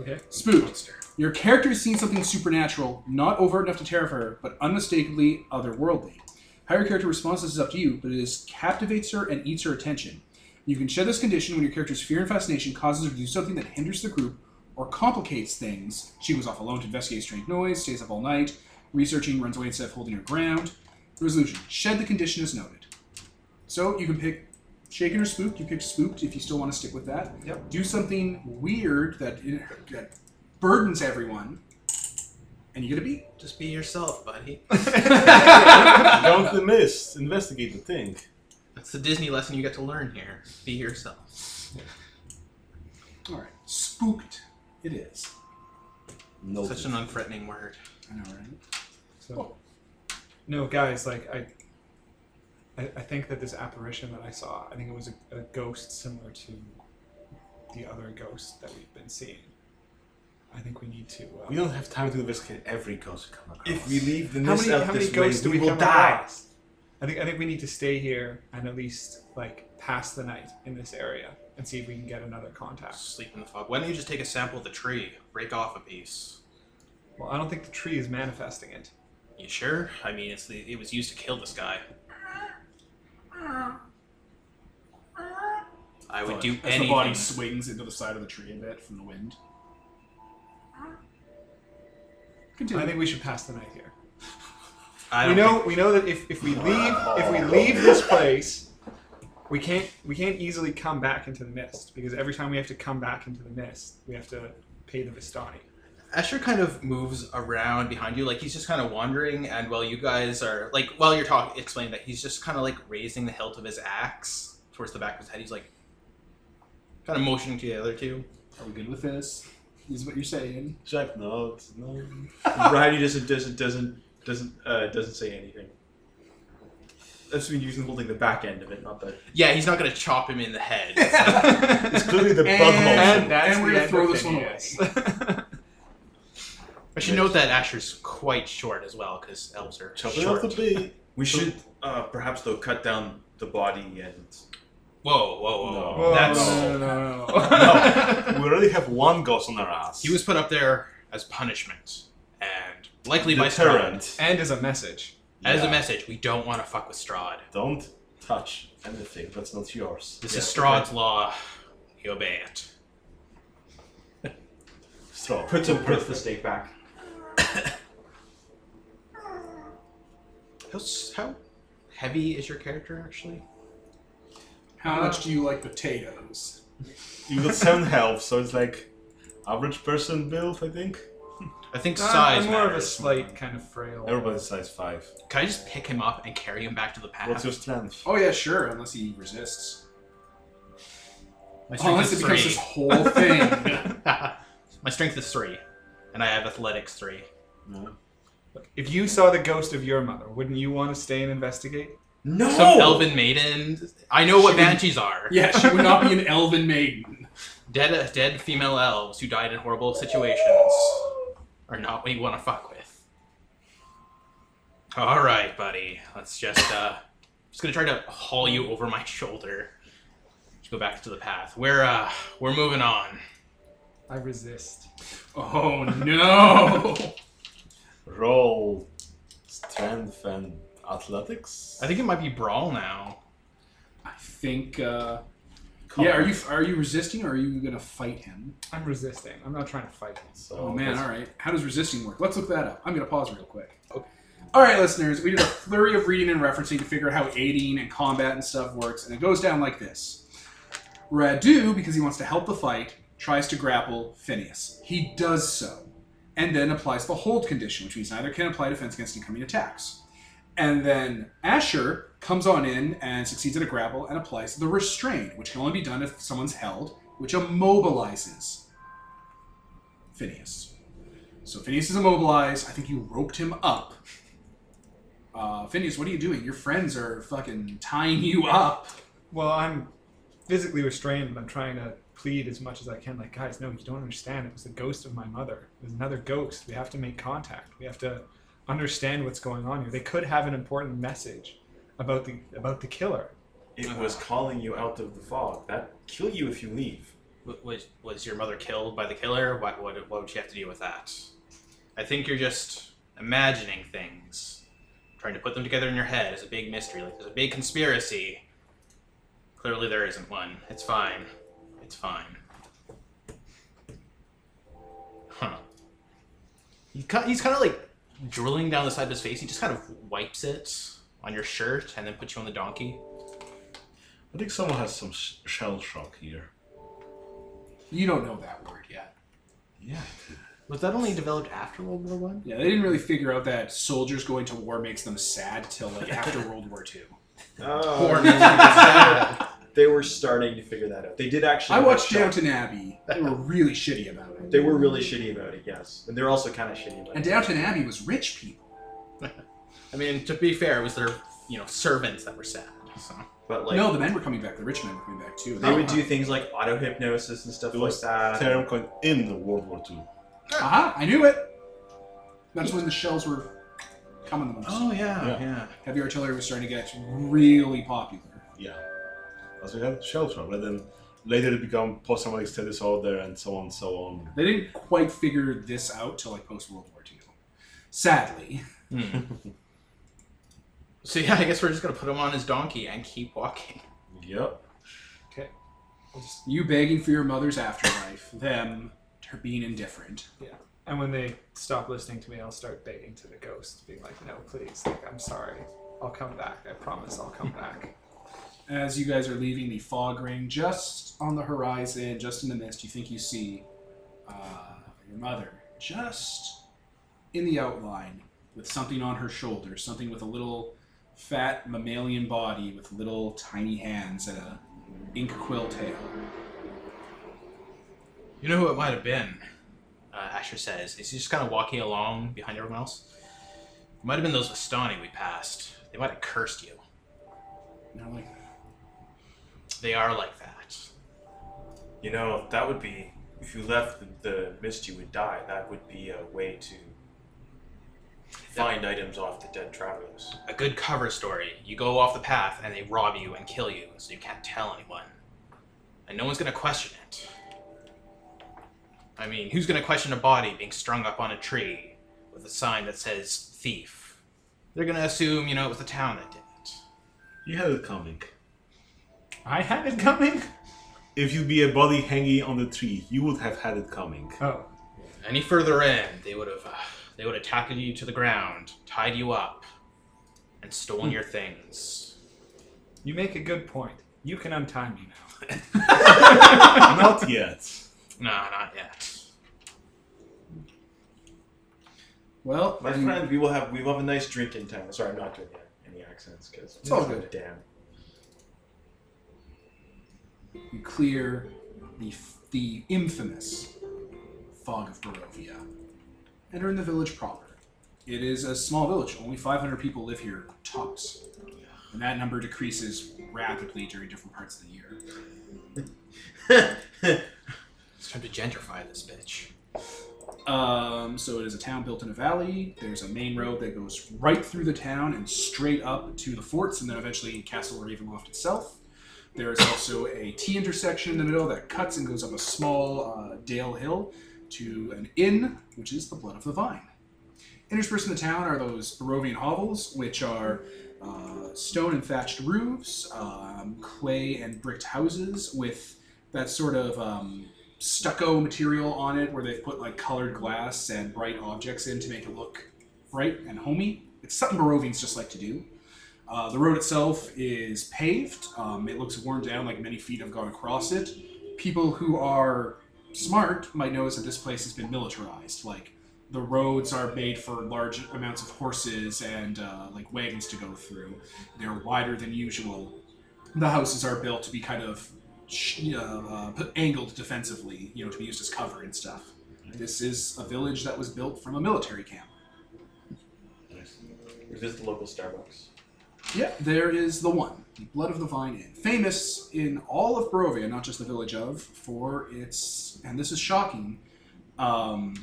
Speaker 4: Okay.
Speaker 1: Spooked. Your character has seen something supernatural, not overt enough to terrify her, but unmistakably otherworldly. How your character responds to this is up to you, but it is captivates her and eats her attention. You can shed this condition when your character's fear and fascination causes her to do something that hinders the group or complicates things. She goes off alone to investigate strange noise, stays up all night, researching, runs away instead of holding her ground. Resolution: Shed the condition as noted. So you can pick shaken or spooked. You pick spooked if you still want to stick with that.
Speaker 4: Yep.
Speaker 1: Do something weird that that burdens everyone, and you get a beat.
Speaker 3: Just be yourself, buddy.
Speaker 2: Go into the mist, investigate the thing.
Speaker 3: That's the Disney lesson you get to learn here. Be yourself.
Speaker 1: All right, spooked it is.
Speaker 2: No.
Speaker 3: Such an unthreatening word.
Speaker 1: I know, right?
Speaker 4: So, no, guys, like I, I, I think that this apparition that I saw, I think it was a, a ghost similar to the other ghost that we've been seeing. I think we need to.
Speaker 2: we
Speaker 4: Uh,
Speaker 2: don't have time to investigate every ghost we come across.
Speaker 5: If we leave the
Speaker 4: how
Speaker 5: mist
Speaker 4: many,
Speaker 5: out
Speaker 4: how many
Speaker 5: this
Speaker 4: ghosts
Speaker 5: way,
Speaker 4: do we,
Speaker 5: will
Speaker 4: come
Speaker 5: die.
Speaker 4: across? I think I think we need to stay here and at least like pass the night in this area and see if we can get another contact.
Speaker 3: Sleep in the fog. Why don't you just take a sample of the tree? Break off a piece.
Speaker 4: Well, I don't think the tree is manifesting it.
Speaker 3: You sure? I mean, it's the, it was used to kill this guy. I would do
Speaker 1: As the body
Speaker 3: anything.
Speaker 1: swings into the side of the tree a bit from the wind. Continue.
Speaker 4: I think we should pass the night here.
Speaker 3: I
Speaker 4: we
Speaker 3: don't
Speaker 4: know we know that if, if we leave if we leave this place we can't we can't easily come back into the mist because every time we have to come back into the mist we have to pay the Vistani.
Speaker 3: Asher kind of moves around behind you, like he's just kind of wandering, and while you guys are like while you're talking, explaining that he's just kind of like raising the hilt of his axe towards the back of his head. He's like kind of motioning to the other two.
Speaker 1: Are we good with this? Is what you're saying?
Speaker 2: Jack, no, it's- no.
Speaker 5: Variety doesn't doesn't doesn't doesn't uh, doesn't say anything. That's been using holding the back end of it, not the.
Speaker 3: Yeah, he's not gonna chop him in the head.
Speaker 2: It's clearly the bug motion.
Speaker 1: that's the end of
Speaker 4: away.
Speaker 3: I should note that Asher's quite short as well, because elves are
Speaker 2: Chop it
Speaker 3: short.
Speaker 2: off the bee.
Speaker 5: We should uh, perhaps though cut down the body and.
Speaker 3: Whoa, whoa, whoa!
Speaker 2: No.
Speaker 3: That's
Speaker 4: no, no, no,
Speaker 2: No, we already have one ghost on our ass.
Speaker 3: he was put up there as punishment, and likely by Strahd
Speaker 2: deterrent.
Speaker 4: and as a message.
Speaker 3: as a
Speaker 2: Yeah.
Speaker 3: message. We don't want to fuck with Strahd.
Speaker 2: Don't touch anything that's not yours.
Speaker 3: This is Strahd's law. You obey it.
Speaker 2: Straw.
Speaker 5: Puts a puts the stake back.
Speaker 3: How, s- how heavy is your character actually?
Speaker 1: How much do you like potatoes?
Speaker 2: You got seven health, so it's like average person build, I think.
Speaker 3: I think
Speaker 4: I'm-
Speaker 3: size
Speaker 4: I'm more of a
Speaker 3: matters.
Speaker 4: slight kind of frail.
Speaker 2: Everybody's size five.
Speaker 3: Can I just pick him up and carry him back to the path?
Speaker 2: What's your strength?
Speaker 1: Oh yeah, sure. Unless he resists.
Speaker 4: Oh,
Speaker 1: Oh,
Speaker 3: My strength
Speaker 1: Unless it
Speaker 3: is
Speaker 1: becomes
Speaker 3: three.
Speaker 1: this whole thing.
Speaker 3: My strength is three, and I have athletics three.
Speaker 2: No.
Speaker 4: Look, If you saw the ghost of your mother, wouldn't you want to stay and investigate?
Speaker 5: No.
Speaker 3: Some elven maiden. I know what
Speaker 1: She would-
Speaker 3: banshees are.
Speaker 1: yeah, she would not be an elven maiden.
Speaker 3: Dead, uh, dead female elves who died in horrible situations are not what you want to fuck with. All right, buddy. Let's just uh, just gonna try to haul you over my shoulder. Let's go back to the path. We're uh, we're moving on.
Speaker 4: I resist.
Speaker 1: Oh no!
Speaker 2: Roll strength and athletics.
Speaker 3: I think it might be brawl now.
Speaker 1: I think. Uh, yeah, are you are you resisting or are you gonna fight him?
Speaker 4: I'm resisting. I'm not trying to fight him.
Speaker 2: So
Speaker 1: Oh man,
Speaker 2: that's-
Speaker 1: all right. How does resisting work? Let's look that up. I'm gonna pause real quick. Okay. All right, listeners, we did a flurry of reading and referencing to figure out how aiding and combat and stuff works, and it goes down like this: Radu, because he wants to help the fight, tries to grapple Phineas. He does so, and then applies the hold condition, which means neither can apply defense against incoming attacks. And then Asher comes on in and succeeds at a grapple and applies the restrain, which can only be done if someone's held, which immobilizes Phineas. So Phineas is immobilized. I think you roped him up. Uh, Phineas, what are you doing? Your friends are fucking tying you up.
Speaker 4: Well, I'm physically restrained, but I'm trying to plead as much as I can. Like, guys, no, you don't understand. It was the ghost of my mother. It was another ghost. We have to make contact. We have to understand what's going on here. They could have an important message about the about the killer.
Speaker 5: It was calling you out of the fog. That kill you if you leave.
Speaker 3: W- Was was your mother killed by the killer? What what what would she have to do with that? I think you're just imagining things, trying to put them together in your head as a big mystery. Like there's a big conspiracy. Clearly there isn't one. It's fine. It's fine. Huh. He ki- he's kind of like drilling down the side of his face. He just kind of wipes it on your shirt and then puts you on the donkey.
Speaker 2: I think someone has some sh- shell shock here.
Speaker 1: You don't know that word yet.
Speaker 2: Yeah.
Speaker 3: Was that only developed after World War One?
Speaker 1: Yeah, they didn't really figure out that soldiers going to war makes them sad till like after World War II.
Speaker 5: Oh, they were starting to figure that out. They did actually.
Speaker 1: I watched
Speaker 5: have shock.
Speaker 1: Downton Abbey. They were really shitty about it.
Speaker 5: They were really shitty about it, yes, and they're also kind of shitty about
Speaker 1: And
Speaker 5: it.
Speaker 1: Downton Abbey was rich people.
Speaker 3: I mean, to be fair, it was their you know servants that were sad. So
Speaker 5: But like,
Speaker 1: no, the men were coming back. The rich men were coming back too.
Speaker 5: they would do things like auto hypnosis and stuff
Speaker 2: It
Speaker 5: like
Speaker 2: was
Speaker 5: that.
Speaker 2: Term coined in the World War II.
Speaker 1: Aha! Uh-huh. I knew it. That's when the shells were coming the most.
Speaker 5: Oh.
Speaker 2: Yeah.
Speaker 3: Oh, yeah.
Speaker 1: Heavy artillery was starting to get really popular.
Speaker 2: Yeah. As we had shell shock, but then later it become post traumatic stress disorder and so on and so on.
Speaker 1: They didn't quite figure this out till like post World War II. Sadly.
Speaker 3: Hmm. So yeah, I guess we're just gonna put him on his donkey and keep walking.
Speaker 2: Yep.
Speaker 4: Okay. I'll just,
Speaker 1: You begging for your mother's afterlife, them her being indifferent.
Speaker 4: and when they stop listening to me, I'll start begging to the ghost, being like, "No, please. Like, I'm sorry. I'll come back. I promise. I'll come back."
Speaker 1: As you guys are leaving the fog ring, just on the horizon, just in the mist, you think you see uh, your mother just in the outline with something on her shoulder, something with a little fat mammalian body with little tiny hands and a ink quill tail.
Speaker 3: You know who it might have been? Uh, Asher says. He's just kind of walking along behind everyone else. It might have been those Vistani we passed. They might have cursed you.
Speaker 1: And I'm like,
Speaker 3: They are like that.
Speaker 5: You know, that would be if you left the, the mist, you would die. That would be a way to find items off the dead travelers.
Speaker 3: A good cover story. You go off the path and they rob you and kill you, so you can't tell anyone. And no one's gonna question it. I mean, who's gonna question a body being strung up on a tree with a sign that says thief? They're gonna assume, you know, it was the town that did it.
Speaker 2: You had it coming.
Speaker 4: I had it coming.
Speaker 2: If you be a body hanging on the tree, you would have had it coming.
Speaker 4: Oh,
Speaker 3: Any further in, they would have, uh, they would have tackled you to the ground, tied you up, and stolen your things.
Speaker 4: you make a good point. You can untie me now.
Speaker 2: Not yet.
Speaker 3: No, not yet.
Speaker 1: well,
Speaker 5: My
Speaker 1: and-
Speaker 5: friend, we will have we will have a nice drink in town. Sorry, I'm not doing any accents because
Speaker 1: It's all good.
Speaker 5: Damn.
Speaker 1: you clear the, the infamous fog of Barovia and are in the village proper. It is a small village. Only 500 people live here, tops. And that number decreases rapidly during different parts of the year.
Speaker 3: It's time to gentrify this bitch.
Speaker 1: Um, so it is a town built in a valley. There's a main road that goes right through the town and straight up to the forts, and then eventually Castle Ravenloft itself. There is also a T intersection in the middle that cuts and goes up a small uh, dale hill to an inn, which is the Blood of the Vine. Interspersed in the town are those Barovian hovels, which are uh, stone and thatched roofs, um, clay and bricked houses with that sort of um, stucco material on it where they've put like colored glass and bright objects in to make it look bright and homey. It's something Barovians just like to do. Uh, the road itself is paved. Um, it looks worn down, like many feet have gone across it. People who are smart might notice that this place has been militarized. Like the roads are made for large amounts of horses and uh, like wagons to go through. They're wider than usual. The houses are built to be kind of sh- uh, uh, put- angled defensively, you know, to be used as cover and stuff. This is a village that was built from a military camp.
Speaker 5: Nice. Is this the local Starbucks?
Speaker 1: Yep, there is the one, the Blood of the Vine Inn, famous in all of Barovia, not just the village of, for its, and this is shocking, um,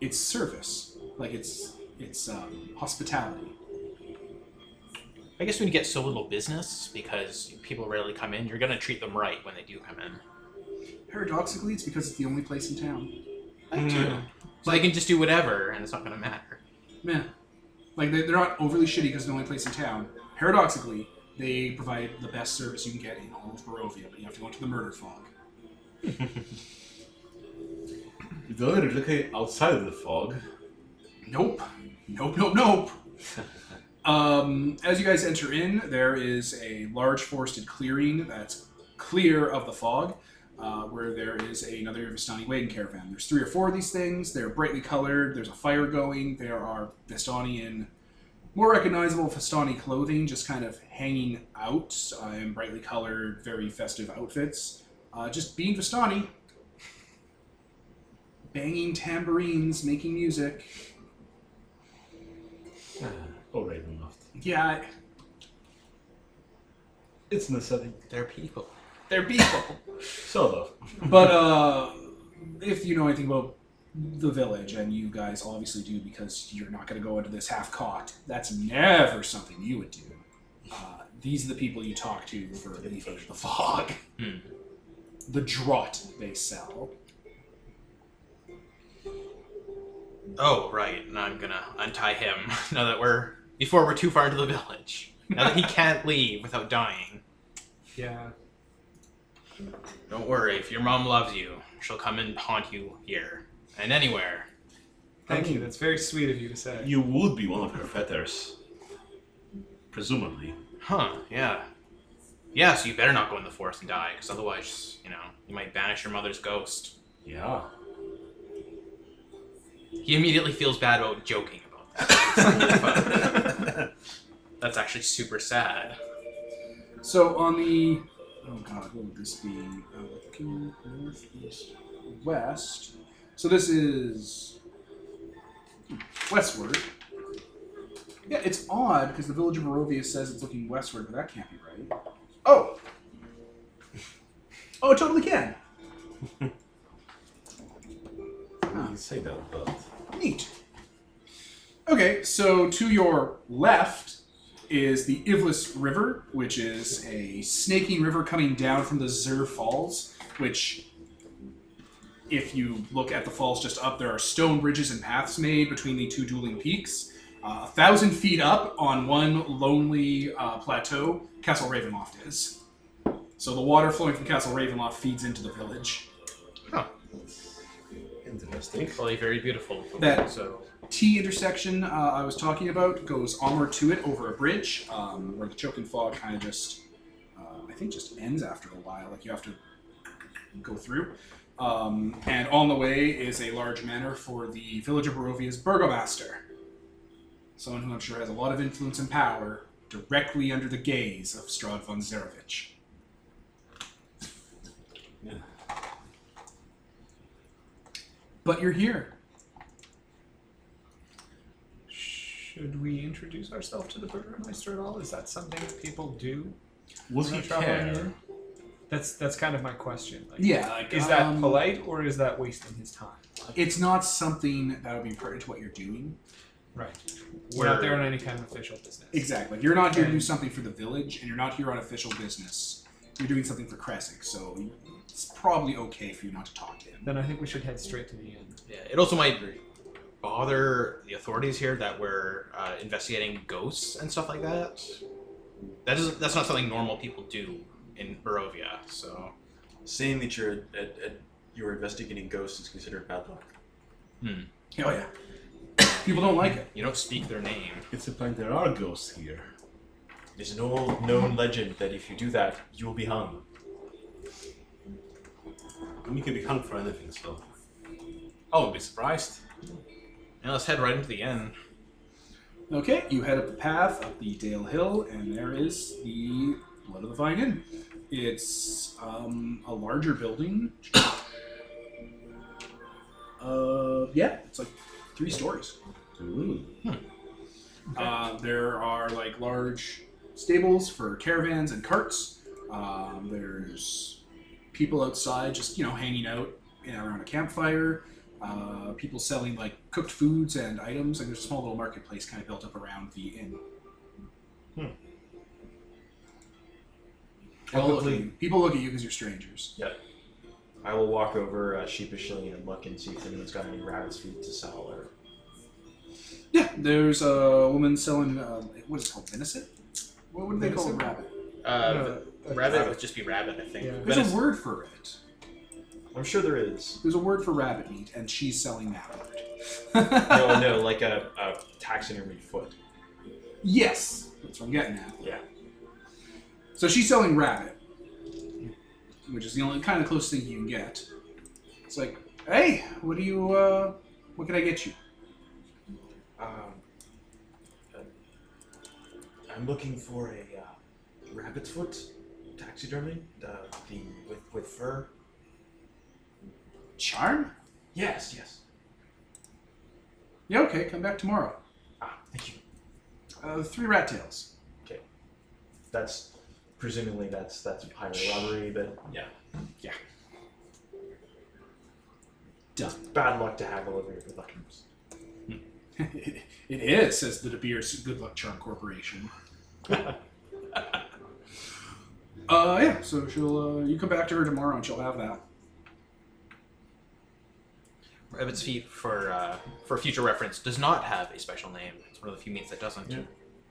Speaker 1: its service, like its its um, hospitality.
Speaker 3: I guess when you get so little business because people rarely come in, you're gonna treat them right when they do come in.
Speaker 1: Paradoxically, it's because it's the only place in town.
Speaker 2: Hmm.
Speaker 3: Hmm. So they can just do whatever, and it's not gonna matter.
Speaker 1: Man, like they, they're not overly shitty because it's the only place in town. Paradoxically, they provide the best service you can get in all of Barovia, but you have to go into the murder fog.
Speaker 2: You don't really locate outside of the fog.
Speaker 1: Nope. Nope, nope, nope. um, as you guys enter in, there is a large forested clearing that's clear of the fog, uh, where there is another Vistani wagon caravan. There's three or four of these things. They're brightly colored. There's a fire going. There are Vistani in more recognizable Vistani clothing, just kind of hanging out uh, in brightly colored, very festive outfits. Uh, just being Vistani, banging tambourines, making music.
Speaker 2: Oh, Ravenloft.
Speaker 1: Yeah, I-
Speaker 2: It's in the setting.
Speaker 3: They're people.
Speaker 1: they're people.
Speaker 2: Sort of.
Speaker 1: but uh, if you know anything about the village, and you guys obviously do because you're not going to go into this half caught, that's never something you would do. Uh, these are the people you talk to for leaving the fog.
Speaker 3: Hmm.
Speaker 1: The draught they sell.
Speaker 3: Oh, right. And I'm gonna untie him now that we're before we're too far into the village. Now that he can't leave without dying.
Speaker 4: Yeah.
Speaker 3: Don't worry. If your mom loves you, she'll come and haunt you here and anywhere.
Speaker 4: Thank you. That's very sweet of you to say.
Speaker 2: You would be one of her fetters. Presumably.
Speaker 3: Huh? Yeah. Yeah. So you better not go in the forest and die, because otherwise, you know, you might banish your mother's ghost.
Speaker 2: Yeah.
Speaker 3: He immediately feels bad about joking about that. But that's actually super sad.
Speaker 1: So on the oh god, what would this be? Uh, looking northeast, west. So this is westward. Yeah, it's odd because the village of Barovia says it's looking westward, but that can't be right. Oh. Oh, it totally can.
Speaker 2: You can say that, but.
Speaker 1: Neat. Okay, so to your left is the Ivlis River, which is a snaking river coming down from the Zer Falls, which, if you look at the falls just up, there are stone bridges and paths made between the two dueling peaks. Uh, a thousand feet up on one lonely uh, plateau, Castle Ravenloft is. So the water flowing from Castle Ravenloft feeds into the village.
Speaker 2: Interesting.
Speaker 3: Probably very beautiful.
Speaker 1: That-
Speaker 3: so
Speaker 1: T intersection uh, I was talking about goes onward to it over a bridge, um, where the choking fog kind of just, uh, I think, just ends after a while. Like you have to go through. Um, and on the way is a large manor for the village of Barovia's burgomaster, someone who I'm sure has a lot of influence and power directly under the gaze of Strad von Zarevich.
Speaker 2: Yeah.
Speaker 1: But you're here.
Speaker 4: Should we introduce ourselves to the burgermeister at all? Is that something that people do?
Speaker 2: Would
Speaker 4: when
Speaker 2: he
Speaker 4: they're traveling
Speaker 2: care?
Speaker 4: in? That's that's kind of my question. Like,
Speaker 1: Yeah, like,
Speaker 4: Is that
Speaker 1: um,
Speaker 4: polite or is that wasting his time?
Speaker 1: It's not something that would be pertinent to what you're doing.
Speaker 4: Right. We're not there on any kind of official business.
Speaker 1: Exactly. You're not here to do
Speaker 4: And-
Speaker 1: something for the village, and you're not here on official business. You're doing something for Cressic, so it's probably okay for you not to talk to him.
Speaker 4: Then I think we should head straight to the inn.
Speaker 3: Yeah, it also might bother the authorities here that we're uh, investigating ghosts and stuff like that. That is that's not something normal people do in Barovia. So
Speaker 5: Saying that you're a, a, you're investigating ghosts is considered bad luck.
Speaker 1: Oh yeah. People don't like it.
Speaker 3: you don't speak their name.
Speaker 2: It's implied there are ghosts here.
Speaker 5: There's an old known legend that if you do that, you will be hung.
Speaker 2: And you can be hung for anything, so. I wouldn't be surprised.
Speaker 3: Now let's head right into the inn.
Speaker 1: Okay, you head up the path up the Dale Hill, and there is the Blood of the Vine Inn. It's um, a larger building. Uh, yeah, it's like three stories.
Speaker 2: Ooh.
Speaker 1: Uh, there are like large stables for caravans and carts. Um, there's people outside just, you know, hanging out and around a campfire. Uh, people selling like cooked foods and items. And there's a small little marketplace kind of built up around the inn.
Speaker 2: Hmm.
Speaker 1: They all look at
Speaker 5: Probably-
Speaker 1: you- people look at you because you're strangers.
Speaker 5: I will walk over uh, sheepishly and look and see if anyone's got any rabbit's feet to sell or
Speaker 1: Yeah, there's a woman selling, um, what is it called, venison? What would they call it?
Speaker 4: Venison?
Speaker 1: Rabbit.
Speaker 3: Uh,
Speaker 4: No,
Speaker 3: rabbit
Speaker 4: uh,
Speaker 3: would just be rabbit, I think.
Speaker 4: Yeah.
Speaker 1: There's
Speaker 3: Venison.
Speaker 1: a word for it.
Speaker 5: I'm sure there is.
Speaker 1: There's a word for rabbit meat, and she's selling that word.
Speaker 5: no, no, like a, a taxidermy foot.
Speaker 1: Yes, that's what I'm getting at.
Speaker 5: Yeah.
Speaker 1: So she's selling rabbit, which is the only kind of close thing you can get. It's like, hey, what do you? Uh, what can I get you?
Speaker 5: Um, uh, I'm looking for a uh, rabbit's foot taxidermy, the, the with with fur.
Speaker 1: Charm?
Speaker 5: Yes, yes.
Speaker 1: Yeah, okay. Come back tomorrow.
Speaker 5: Ah, thank you.
Speaker 1: Uh, three rat tails.
Speaker 5: That's presumably that's that's higher robbery, but yeah,
Speaker 1: Done.
Speaker 5: bad luck to have all of your good luck. numbers.
Speaker 1: it is, says the De Beers Good Luck Charm Corporation. uh, yeah. So she'll. Uh, you come back to her tomorrow, and she'll have that.
Speaker 3: Rabbit's feet, for uh, for future reference, does not have a special name. It's one of the few meats that doesn't.
Speaker 2: Yeah.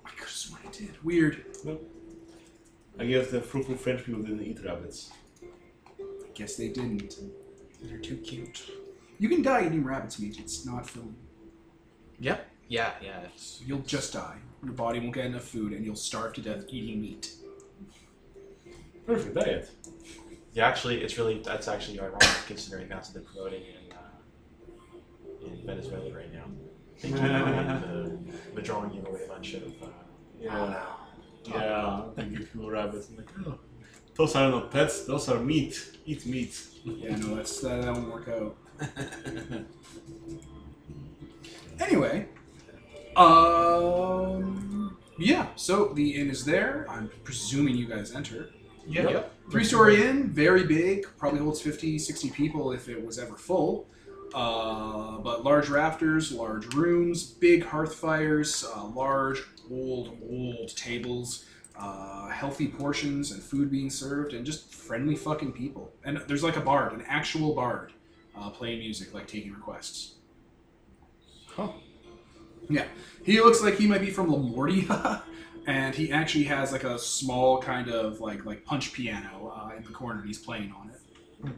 Speaker 1: I could have sworn I did. Weird.
Speaker 2: I guess the fruitful French people didn't eat rabbits.
Speaker 1: I guess they didn't. They're too cute. You can die eating rabbit's meat. It's not filling.
Speaker 3: Yep. Yeah, yeah. It's,
Speaker 1: You'll just die. Your body won't get enough food, and you'll starve to death eating meat.
Speaker 2: Perfect diet.
Speaker 5: Yeah, actually, it's really that's actually ironic considering that's what they're promoting in uh, in Venezuela right now. They keep on, uh, withdrawing you away a bunch of. Uh,
Speaker 2: Yeah. Yeah. I give people rabbits. I'm like, oh, those are not pets. Those are meat. Eat meat.
Speaker 1: Yeah, no, that's that, that won't work out. Anyway, um, yeah. So the inn is there. I'm presuming you guys enter.
Speaker 4: yeah.
Speaker 1: Three story inn, very big, probably holds 50, 60 people if it was ever full. Uh, but large rafters, large rooms, big hearth fires, uh, large old, old tables, uh, healthy portions and food being served, and just friendly fucking people. And there's like a bard, an actual bard, uh, playing music, like taking requests.
Speaker 2: Huh.
Speaker 1: Yeah. He looks like he might be from Lamortia. and he actually has like a small kind of like like punch piano uh, in the corner and he's playing on it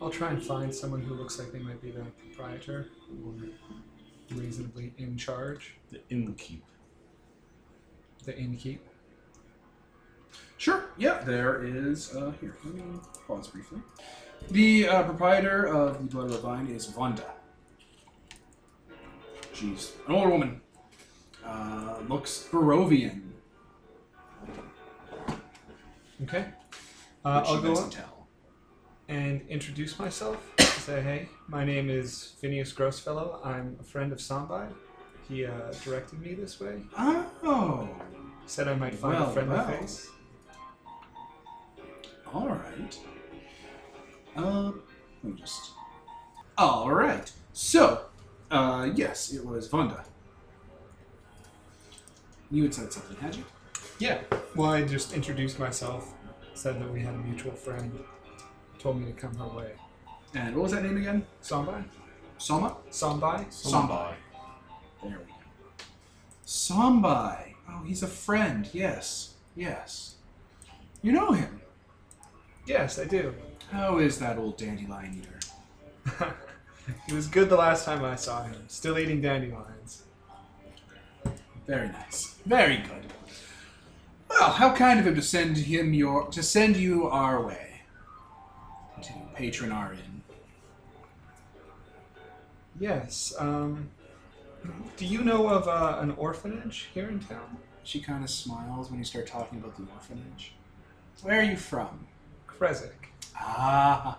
Speaker 4: I'll try and find someone who looks like they might be the proprietor or reasonably in charge.
Speaker 2: The innkeep.
Speaker 4: The innkeep.
Speaker 1: sure yeah there is uh, here let me pause briefly the uh, proprietor of the blood of the vine is vonda she's an older woman uh, looks barovian
Speaker 4: Okay. Uh,
Speaker 1: which
Speaker 4: I'll
Speaker 1: you
Speaker 4: go
Speaker 1: guys
Speaker 4: up
Speaker 1: can tell
Speaker 4: and introduce myself. Say, hey, my name is Phineas Grossfellow. I'm a friend of Sombide. He uh, directed me this way.
Speaker 1: oh
Speaker 4: Said I might find
Speaker 1: Well,
Speaker 4: a friendly
Speaker 1: well.
Speaker 4: face.
Speaker 1: All right. Um, let me just. All right. So, uh, yes, it was Vonda. You had said something, had you?
Speaker 4: Yeah. Well, I just introduced myself, said that we had a mutual friend, told me to come her way.
Speaker 1: And what was that name again?
Speaker 4: Sombide?
Speaker 1: Soma?
Speaker 4: Sombide?
Speaker 1: Sombai. There we go. Sombai. Oh, he's a friend. Yes. Yes. You know him.
Speaker 4: Yes, I do.
Speaker 1: How is that old dandelion eater?
Speaker 4: he was good the last time I saw him. Still eating dandelions.
Speaker 1: Very nice. Very good. Well, how kind of him to send him your to send you our way. To patron our inn.
Speaker 4: Yes. Um, do you know of uh, an orphanage here in town?
Speaker 1: She kind of smiles when you start talking about the orphanage. Where are you from?
Speaker 4: Kresik.
Speaker 1: Ah,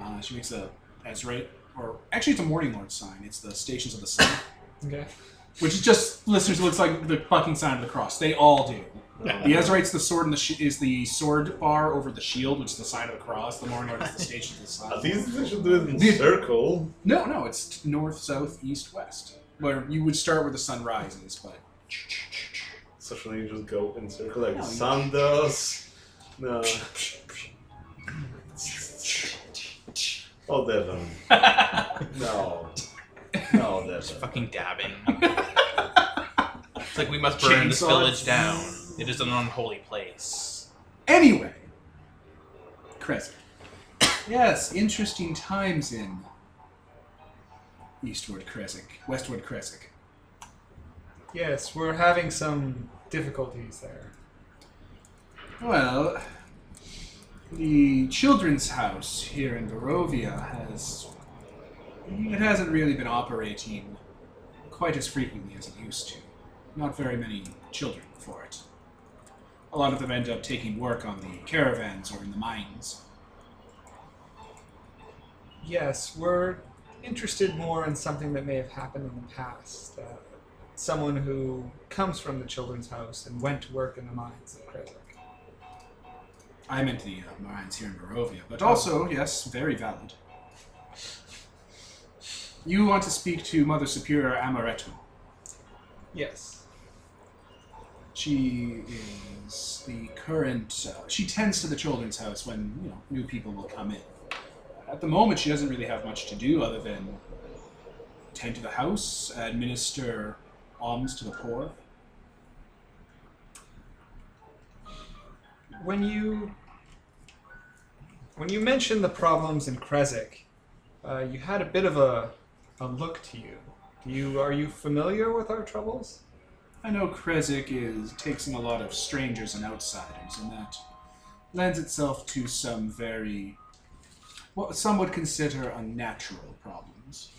Speaker 1: Uh, she makes a that's right, or actually it's a Morning Lord sign. It's the Stations of the Sun,
Speaker 4: Okay.
Speaker 1: which is just listeners looks like the fucking sign of the cross. They all do. The Ezraite's the sword and the sh- is the sword bar over the shield, which is the sign of the cross. The Morning Lord is the Stations of the Sun.
Speaker 2: At least they should do it in
Speaker 1: Dude.
Speaker 2: circle.
Speaker 1: No, no, it's t- north, south, east, west. Where you would start where the sun rises, but
Speaker 2: So should you just go in circle like
Speaker 1: No, you-
Speaker 2: sun does? No. Oh, Devon. No. No, Devon.
Speaker 3: Fucking dabbing. it's like we must burn this
Speaker 1: Chainsaw.
Speaker 3: village down. It is an unholy place.
Speaker 1: anyway, Crescent. yes, interesting times in Eastward Crescent, Westward Crescent.
Speaker 4: Yes, we're having some difficulties there.
Speaker 1: Well, the children's house here in Barovia has it hasn't really been operating quite as frequently as it used to. Not very many children for it. A lot of them end up taking work on the caravans or in the mines.
Speaker 4: Yes, we're interested more in something that may have happened in the past. Uh, someone who comes from the children's house and went to work in the mines at Kresik.
Speaker 1: I meant the uh, mines here in Barovia, but also, yes, very valid. You want to speak to Mother Superior Amaretto.
Speaker 4: Yes.
Speaker 1: She is the current. Uh, she tends to the children's house when you know new people will come in. At the moment, she doesn't really have much to do other than tend to the house, administer alms to the poor.
Speaker 4: When you when you mentioned the problems in Kresik, uh, you had a bit of a, a look to you. Do you are you familiar with our troubles?
Speaker 1: I know Kresik is takes in a lot of strangers and outsiders, and that lends itself to some very what some would consider unnatural problems.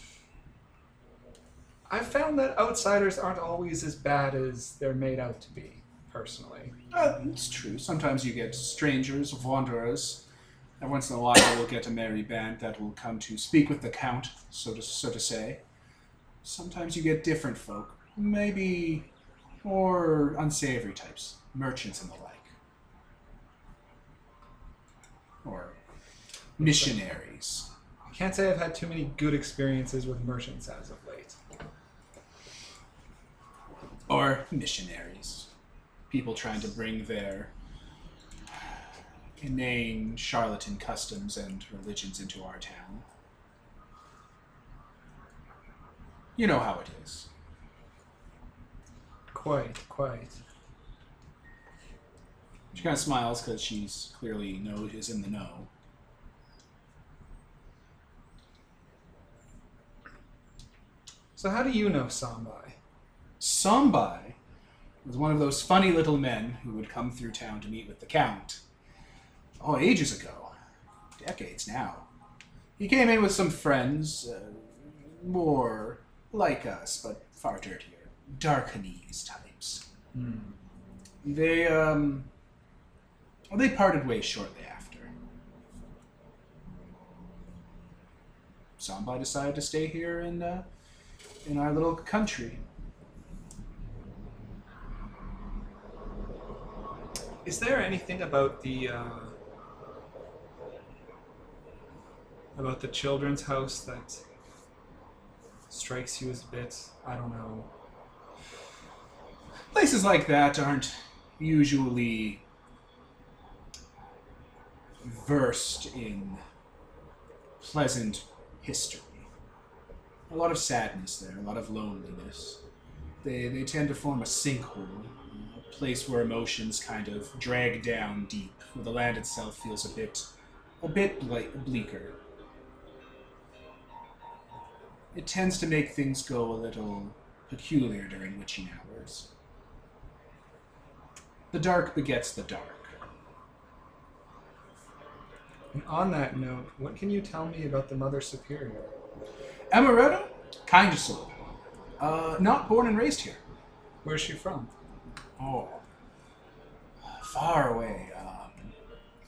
Speaker 4: I've found that outsiders aren't always as bad as they're made out to be, personally.
Speaker 1: Uh, it's true. Sometimes you get strangers, wanderers. And once in a while, you'll get a merry band that will come to speak with the count, so to so to say. Sometimes you get different folk, maybe more unsavory types, merchants and the like, or missionaries.
Speaker 4: I can't say I've had too many good experiences with merchants as of late.
Speaker 1: or missionaries. People trying to bring their inane charlatan customs and religions into our town. You know how it is.
Speaker 4: Quite, quite.
Speaker 1: She kind of smiles because she's clearly know is in the know.
Speaker 4: So how do you know Sambai?
Speaker 1: Sambai was one of those funny little men who would come through town to meet with the Count. Oh, ages ago. Decades now. He came in with some friends, uh, more like us, but far dirtier. Darkanese types. They, um. Well, they parted ways shortly after. Sambai decided to stay here in, uh, in our little country.
Speaker 4: Is there anything about the uh, about the children's house that strikes you as a bit? I don't know.
Speaker 1: places like that aren't usually versed in pleasant history. A lot of sadness there, a lot of loneliness. They, they tend to form a sinkhole, a place where emotions kind of drag down deep, where the land itself feels a bit a bit ble- bleaker. It tends to make things go a little peculiar during witching hours. The dark begets the dark.
Speaker 4: And on that note, what can you tell me about the Mother Superior?
Speaker 1: Amaretto, kind of soul. Uh, not born and raised here.
Speaker 4: Where's she from?
Speaker 1: Oh. Far away. Um,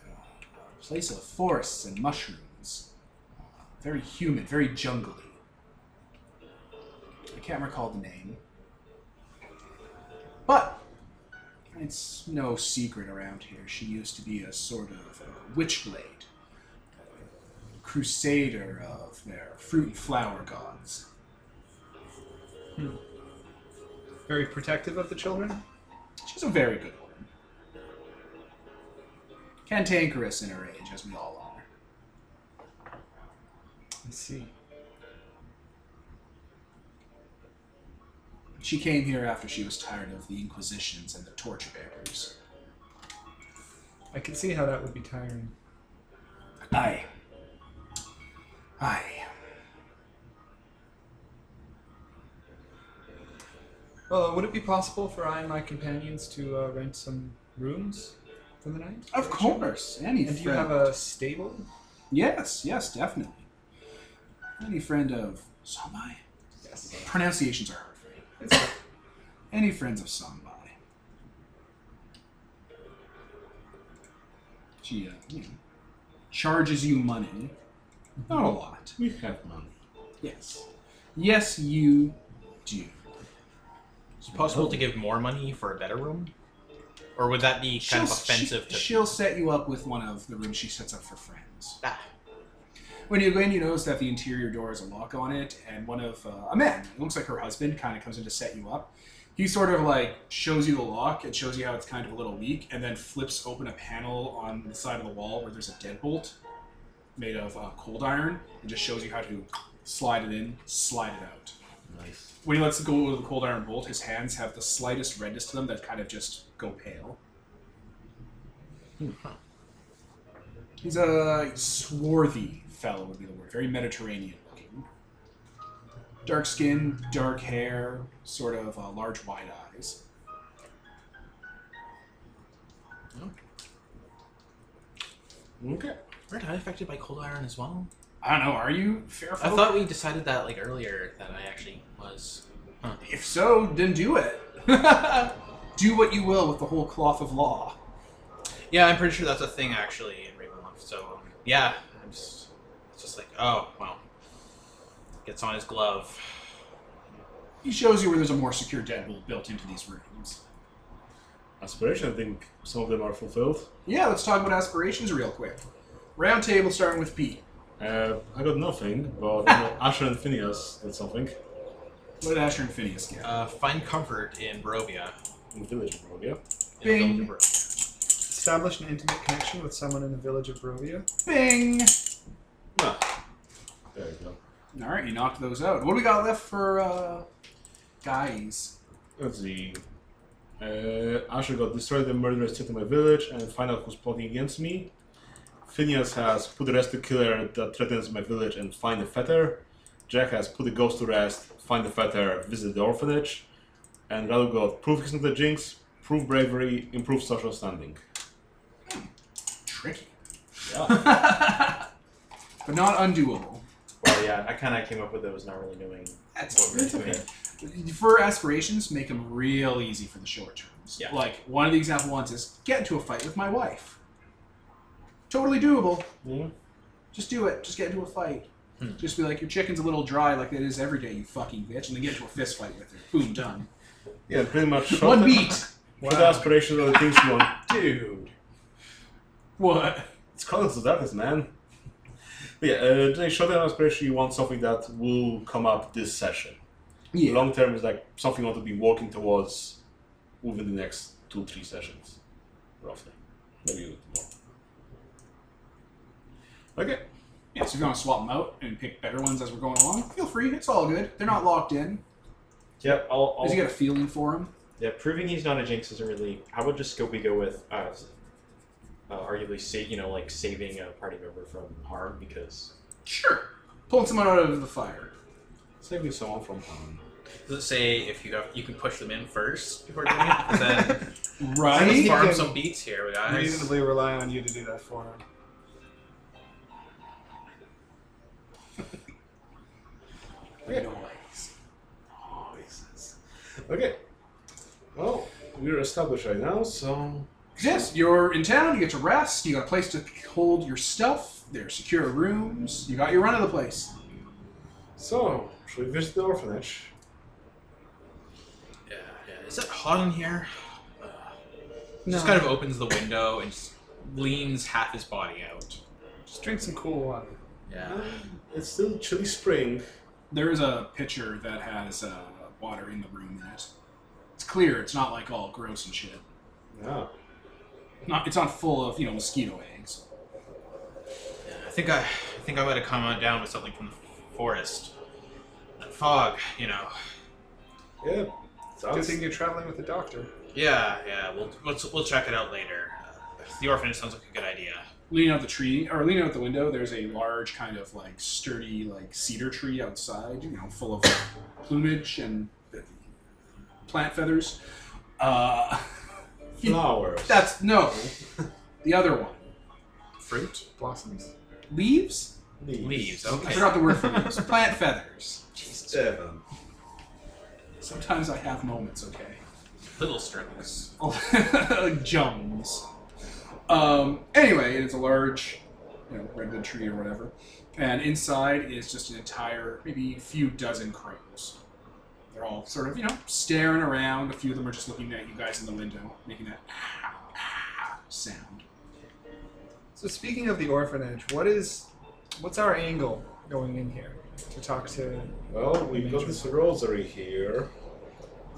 Speaker 1: a place of forests and mushrooms. very humid, very jungly. I can't recall the name. But it's no secret around here. She used to be a sort of a witchblade, crusader of their fruit and flower gods.
Speaker 4: Very protective of the children.
Speaker 1: She's a very good woman. Cantankerous in her age, as we all are.
Speaker 4: I see.
Speaker 1: She came here after she was tired of the Inquisitions and the torture bearers.
Speaker 4: I can see how that would be tiring.
Speaker 1: Aye. Aye.
Speaker 4: Well, would it be possible for I and my companions to uh, rent some rooms for the night?
Speaker 1: Of course, any
Speaker 4: And do you
Speaker 1: friend-
Speaker 4: have a stable?
Speaker 1: Yes, yes, definitely. Any friend of Samai.
Speaker 4: Yes.
Speaker 1: Pronunciations are hard for me. Any friends of Samai. She uh, you know, charges you money. Not a lot.
Speaker 2: We have money.
Speaker 1: Yes. Yes, you do.
Speaker 3: Is it possible to give more money for a better room? Or would that be kind of offensive
Speaker 1: she-
Speaker 3: to.
Speaker 1: she'll set you up with one of the rooms she sets up for friends.
Speaker 3: Ah,
Speaker 1: When you go in, you notice that the interior door has a lock on it, and one of uh, a man, it looks like her husband, kind of comes in to set you up. He sort of like shows you the lock and shows you how it's kind of a little weak, and then flips open a panel on the side of the wall where there's a deadbolt made of uh, cold iron, and just shows you how to slide it in, slide it out.
Speaker 2: Nice.
Speaker 1: When he lets go of the cold iron bolt, his hands have the slightest redness to them that kind of just go pale.
Speaker 3: Hmm.
Speaker 1: He's a swarthy fellow, would be the word. Very Mediterranean looking. Dark skin, dark hair, sort of uh, large wide eyes.
Speaker 2: Okay.
Speaker 3: Aren't I affected by cold iron as well?
Speaker 1: I don't know, are you fair
Speaker 3: I
Speaker 1: folk?
Speaker 3: thought we decided that like earlier that I actually was.
Speaker 1: If so, then do it. do what you will with the whole cloth of law.
Speaker 3: Yeah, I'm pretty sure that's a thing actually in Ravenloft. So um, yeah, I'm just, it's just like oh well. Gets on his glove.
Speaker 1: He shows you where there's a more secure deadbolt built into these rooms.
Speaker 2: Aspiration, I think some of them are fulfilled.
Speaker 1: Yeah, let's talk about aspirations real quick. Round table starting with Pete.
Speaker 2: Uh, I got nothing, but you know, Asher and Phineas did something.
Speaker 1: What did Asher and Phineas get?
Speaker 3: Uh, find comfort in Barovia.
Speaker 2: In the village, probably, yeah?
Speaker 3: In the
Speaker 1: Bing.
Speaker 3: village of Barovia.
Speaker 4: Establish an intimate connection with someone in the village of Barovia.
Speaker 1: Bing!
Speaker 2: There you
Speaker 1: Alright, you knocked those out. What do we got left for uh, guys?
Speaker 2: go. Let's see. Uh, Asher got destroyed the murderers took to my village and find out who's plotting against me. Phineas has put the rest to killer that threatens my village and find the fetter. Jack has put the ghost to rest, find the fetter, visit the orphanage. And Radu got prove he's not the jinx, prove bravery, improve social standing.
Speaker 1: Tricky.
Speaker 2: Yeah.
Speaker 1: But not undoable.
Speaker 5: Well, yeah, I kind of came up with it. Was not really knowing
Speaker 1: That's,
Speaker 5: what we were
Speaker 1: that's
Speaker 5: doing.
Speaker 1: okay. For aspirations, make them real easy for the short terms.
Speaker 3: Yeah.
Speaker 1: Like, one of the example ones is get into a fight with my wife. Totally doable.
Speaker 5: Mm-hmm.
Speaker 2: Yeah.
Speaker 1: Just do it. Just get into a fight.
Speaker 5: Hmm.
Speaker 1: Just be like, your chicken's a little dry like it is every day, you fucking bitch. And then get into a fist fight with her. Boom, done.
Speaker 2: yeah, pretty much. shot
Speaker 1: One
Speaker 2: them-
Speaker 1: beat.
Speaker 2: Wow. the aspirations are the things you want.
Speaker 5: Dude.
Speaker 1: What?
Speaker 2: It's Chronicles of Darkness, man. But yeah, uh, they showed them aspiration. You want something that will come up this session.
Speaker 1: Yeah.
Speaker 2: Long term is like something you want to be working towards within the next two, three sessions, roughly. Maybe a little more. Okay.
Speaker 1: Yeah, so if you want to swap them out and pick better ones as we're going along, feel free. It's all good. They're not locked in.
Speaker 5: Yep. I'll.
Speaker 1: Because
Speaker 5: I'll
Speaker 1: you get a feeling for them.
Speaker 5: yeah, proving he's not a jinx isn't really. How about just go? We go with. Uh, uh, arguably, save you know, like saving a party member from harm because
Speaker 1: Sure. Pulling someone out of the fire.
Speaker 2: Saving someone from harm.
Speaker 3: Does it say if you have, you can push them in first before doing it? 'Cause Then
Speaker 4: I
Speaker 3: let's
Speaker 4: think
Speaker 1: Right?
Speaker 4: Right?
Speaker 3: farm
Speaker 4: can-
Speaker 3: some beats here,
Speaker 4: I
Speaker 3: guys.
Speaker 4: reasonably rely on you to do that for him.
Speaker 1: Noise.
Speaker 2: Noises. Okay. Well, we're established right now, so
Speaker 1: Yes, you're in town. You get to rest. You got a place to hold your stuff. There's secure rooms. You got your run of the place.
Speaker 2: So, should we visit the orphanage?
Speaker 3: Yeah, yeah. Is it hot in here? Uh, Just
Speaker 4: No.
Speaker 3: kind of opens the window and just leans half his body out.
Speaker 4: Just drink some cool water.
Speaker 3: Yeah.
Speaker 2: It's still chilly spring.
Speaker 1: There is a pitcher that has uh, water in the room in it. It's clear. It's not like all gross and shit.
Speaker 2: Yeah.
Speaker 1: Not. It's not full of you know mosquito eggs.
Speaker 3: Yeah, I think I, I think I might have come on down with something from the forest. That fog, you know.
Speaker 2: Yeah.
Speaker 4: Good
Speaker 2: Sounds
Speaker 4: thing you're traveling with a doctor.
Speaker 3: Yeah, yeah. We'll we'll, we'll check it out later. Uh, the orphanage sounds like a good idea.
Speaker 1: Leaning out the tree or leaning out the window, there's a large kind of like sturdy like cedar tree outside. You know, full of plumage and plant feathers. Uh,
Speaker 2: flowers.
Speaker 1: that's no. The other one.
Speaker 3: Fruit,
Speaker 4: Blossoms.
Speaker 1: Leaves.
Speaker 3: leaves.
Speaker 1: I
Speaker 3: Okay.
Speaker 1: forgot the word for these. Plant feathers.
Speaker 2: Seven.
Speaker 1: Sometimes I have moments, okay?
Speaker 3: Little strokes.
Speaker 1: Jones. Um, anyway, it's a large, you know, redwood tree or whatever. And inside is just an entire, maybe a few dozen crows. They're all sort of, you know, staring around. A few of them are just looking at you guys in the window, making that sound.
Speaker 4: So speaking of the orphanage, what is, what's our angle going in here to talk to?
Speaker 2: Well, we've got this rosary here.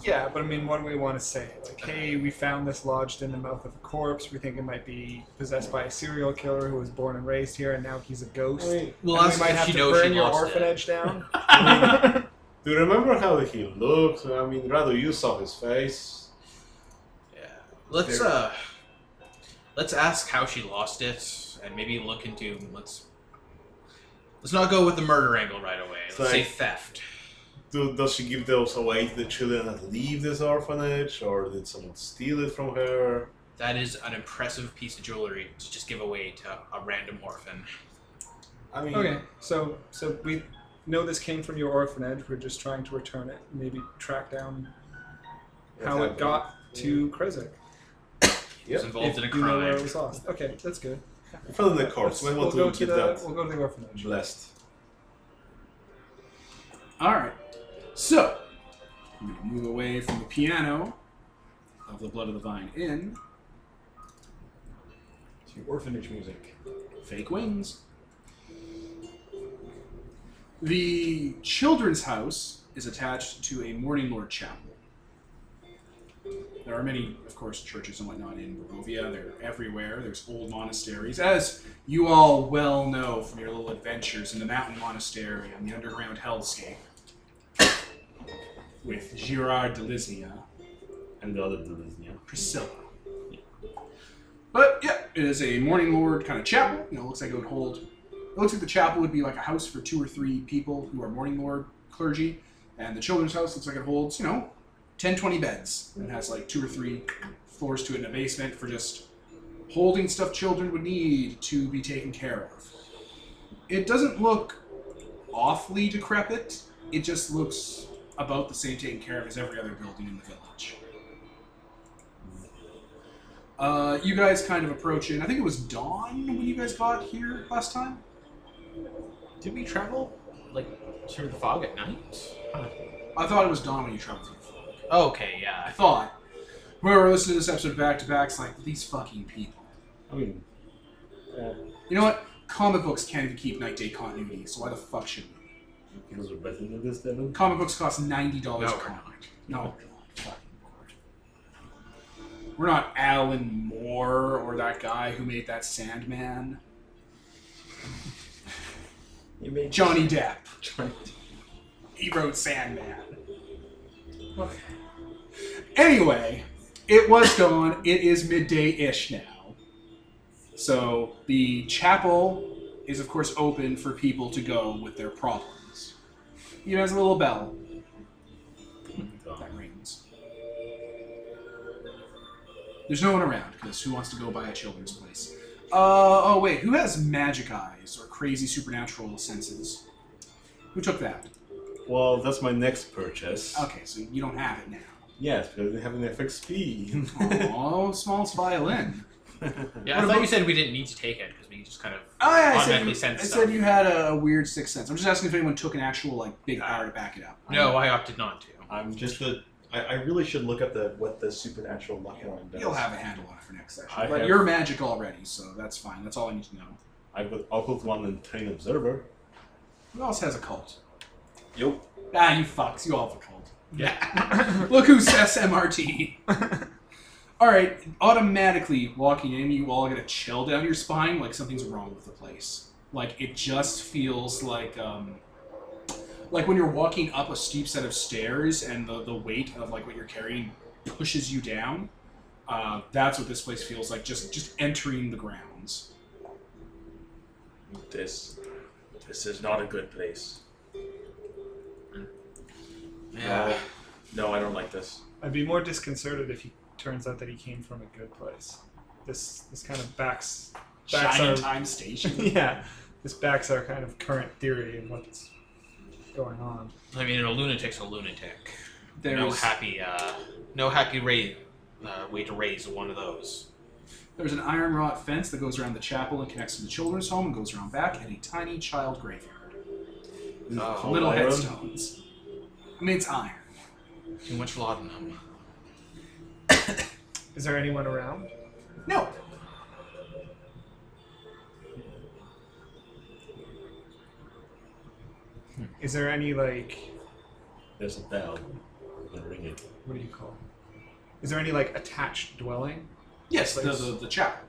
Speaker 4: Yeah, but I mean, what do we want to say? Like, hey, we found this lodged in the mouth of a corpse. We think it might be possessed by a serial killer who was born and raised here, and now he's a ghost.
Speaker 2: I mean,
Speaker 3: We'll
Speaker 4: and
Speaker 3: ask
Speaker 4: we might
Speaker 3: if
Speaker 4: have
Speaker 3: she
Speaker 4: to
Speaker 3: knows
Speaker 4: burn
Speaker 3: she
Speaker 4: your
Speaker 3: lost
Speaker 4: orphanage down.
Speaker 2: do you remember how he looked? I mean, rather you saw his face.
Speaker 3: it. Yeah. Let's
Speaker 2: There.
Speaker 3: uh, let's ask how she lost it, and maybe look into let's. Let's not go with the murder angle right away.
Speaker 2: It's
Speaker 3: Let's say
Speaker 2: like-
Speaker 3: theft.
Speaker 2: Do, does she give those away to the children that leave this orphanage, or did someone steal it from her?
Speaker 3: That is an impressive piece of jewelry to just give away to a random orphan.
Speaker 2: I mean,
Speaker 4: okay, so so we know this came from your orphanage. We're just trying to return it. Maybe track down
Speaker 2: what
Speaker 4: how it
Speaker 2: happened?
Speaker 4: got to Kresik.
Speaker 3: Who's
Speaker 2: Yep.
Speaker 3: involved
Speaker 4: if
Speaker 3: in a
Speaker 4: you know where it
Speaker 3: crime.
Speaker 4: was lost. Okay, that's good.
Speaker 2: In front of the corpse. We
Speaker 4: Let's-
Speaker 2: want
Speaker 4: we'll go
Speaker 2: to
Speaker 4: to
Speaker 2: get
Speaker 4: the
Speaker 2: that
Speaker 4: we'll go to the orphanage.
Speaker 2: blessed.
Speaker 1: All right. So, I'm going to move away from the piano of the Blood of the Vine Inn.
Speaker 5: To orphanage music.
Speaker 1: fake wings. The children's house is attached to a Morning Lord chapel. There are many, of course, churches and whatnot in Barovia. They're everywhere. There's old monasteries, as you all well know from your little adventures in the mountain monastery and the underground hellscape with Girard de Liznia
Speaker 2: And the other buildings, yeah.
Speaker 1: Priscilla. But yeah, it is a Morning Lord kind of chapel. You know, it looks like it would hold. It looks like the chapel would be like a house for two or three people who are Morning Lord clergy, and the children's house looks like it holds, you know, 10, 20 beds and has like two or three floors to it in a basement for just holding stuff children would need to be taken care of. It doesn't look awfully decrepit. It just looks about the same taken care of as every other building in the village. Uh, you guys kind of approach it. I think it was dawn when you guys got here last time.
Speaker 3: Did we travel like through the fog at night? Oh,
Speaker 1: I thought it was dawn when you traveled through. the fog.
Speaker 3: Okay,
Speaker 1: I
Speaker 3: yeah.
Speaker 1: thought. Whoever listened to this episode back to back is like these fucking people.
Speaker 2: I mean,
Speaker 1: You know what? Comic books can't even keep night day continuity, so why the fuck should we?
Speaker 2: things are better than this, Devin.
Speaker 1: Comic books cost ninety dollars
Speaker 3: No,
Speaker 1: a
Speaker 3: we're
Speaker 1: comic. No, we're not. Fucking Lord. We're not Alan Moore or that guy who made that Sandman.
Speaker 5: You made
Speaker 1: Johnny Depp.
Speaker 5: Johnny
Speaker 1: He wrote Sandman. Anyway, it was dawn. It is midday ish now. So the chapel is, of course, open for people to go with their problems. You know, there's a little bell that rings. There's no one around because who wants to go by a children's place? Uh, oh wait, who has magic eyes or crazy supernatural senses? Who took that?
Speaker 2: Well, that's my next purchase.
Speaker 1: Okay, so you don't have it now.
Speaker 2: Yes, because they have an FXP.
Speaker 1: Oh, small's violin.
Speaker 3: Yeah,
Speaker 1: What
Speaker 3: I thought
Speaker 1: about-
Speaker 3: you said we didn't need to take it because we just kind of
Speaker 1: Oh, yeah, I said,
Speaker 3: automatically
Speaker 1: you, I
Speaker 3: send stuff.
Speaker 1: said you had a, a weird sixth sense. I'm just asking if anyone took an actual like big power to back it up.
Speaker 3: No, I opted not to.
Speaker 5: I'm just a. I, I really should look up the what the supernatural luck line does.
Speaker 1: You'll have a handle on it for next session.
Speaker 2: I
Speaker 1: but
Speaker 2: have-
Speaker 1: you're magic already, so that's fine. That's all I need to know.
Speaker 2: I've got Occult One and Trained Observer.
Speaker 1: Who else has a cult?
Speaker 5: Yep.
Speaker 1: Ah, you fucks. You all have a cult.
Speaker 3: Yeah.
Speaker 1: Look who says MRT. all right, automatically walking in, you all get a chill down your spine, like something's wrong with the place. Like it just feels like um, like when you're walking up a steep set of stairs and the, the weight of like what you're carrying pushes you down. Uh, that's what this place feels like. Just just entering the grounds.
Speaker 5: This. This is not a good place.
Speaker 3: yeah.
Speaker 5: Uh, No, I don't like this.
Speaker 4: I'd be more disconcerted if he turns out that he came from a good place. This this kind of backs backs
Speaker 1: Shining
Speaker 4: our
Speaker 1: time station.
Speaker 4: yeah. This backs our kind of current theory of what's going on.
Speaker 3: I mean, a lunatic's a lunatic.
Speaker 1: There's
Speaker 3: No happy, uh, no happy raise, uh, way to raise one of those.
Speaker 1: There's an iron wrought fence that goes around the chapel and connects to the children's home and goes around back, and a tiny child graveyard.
Speaker 2: Is it
Speaker 3: Oh.
Speaker 4: Ah,
Speaker 2: called
Speaker 1: Little
Speaker 2: Iron?
Speaker 1: headstones. I mean, it's iron.
Speaker 3: Too much laudanum.
Speaker 4: Is there anyone around?
Speaker 1: No.
Speaker 4: Is there any like
Speaker 2: There's a bell. I'm gonna ring it.
Speaker 4: what do you call? it? Is there any like attached dwelling?
Speaker 1: Yes, the,
Speaker 4: Place.
Speaker 1: the, the chapel.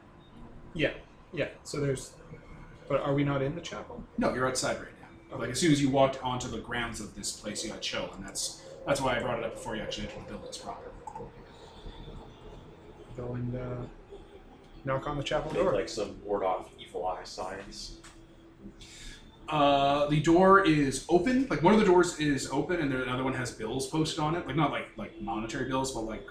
Speaker 4: Yeah, yeah. So there's, but are we not in the chapel?
Speaker 1: No, you're outside right now. Like as soon as you walked onto the grounds of this place, you got chill, and that's that's why I brought it up before you actually entered the buildings proper.
Speaker 4: Go and uh, knock on the chapel
Speaker 5: Make
Speaker 4: door.
Speaker 5: like some ward off evil eye signs.
Speaker 1: Uh, the door is open. Like one of the doors is open, and there, another one has bills posted on it. Like not like like monetary bills, but like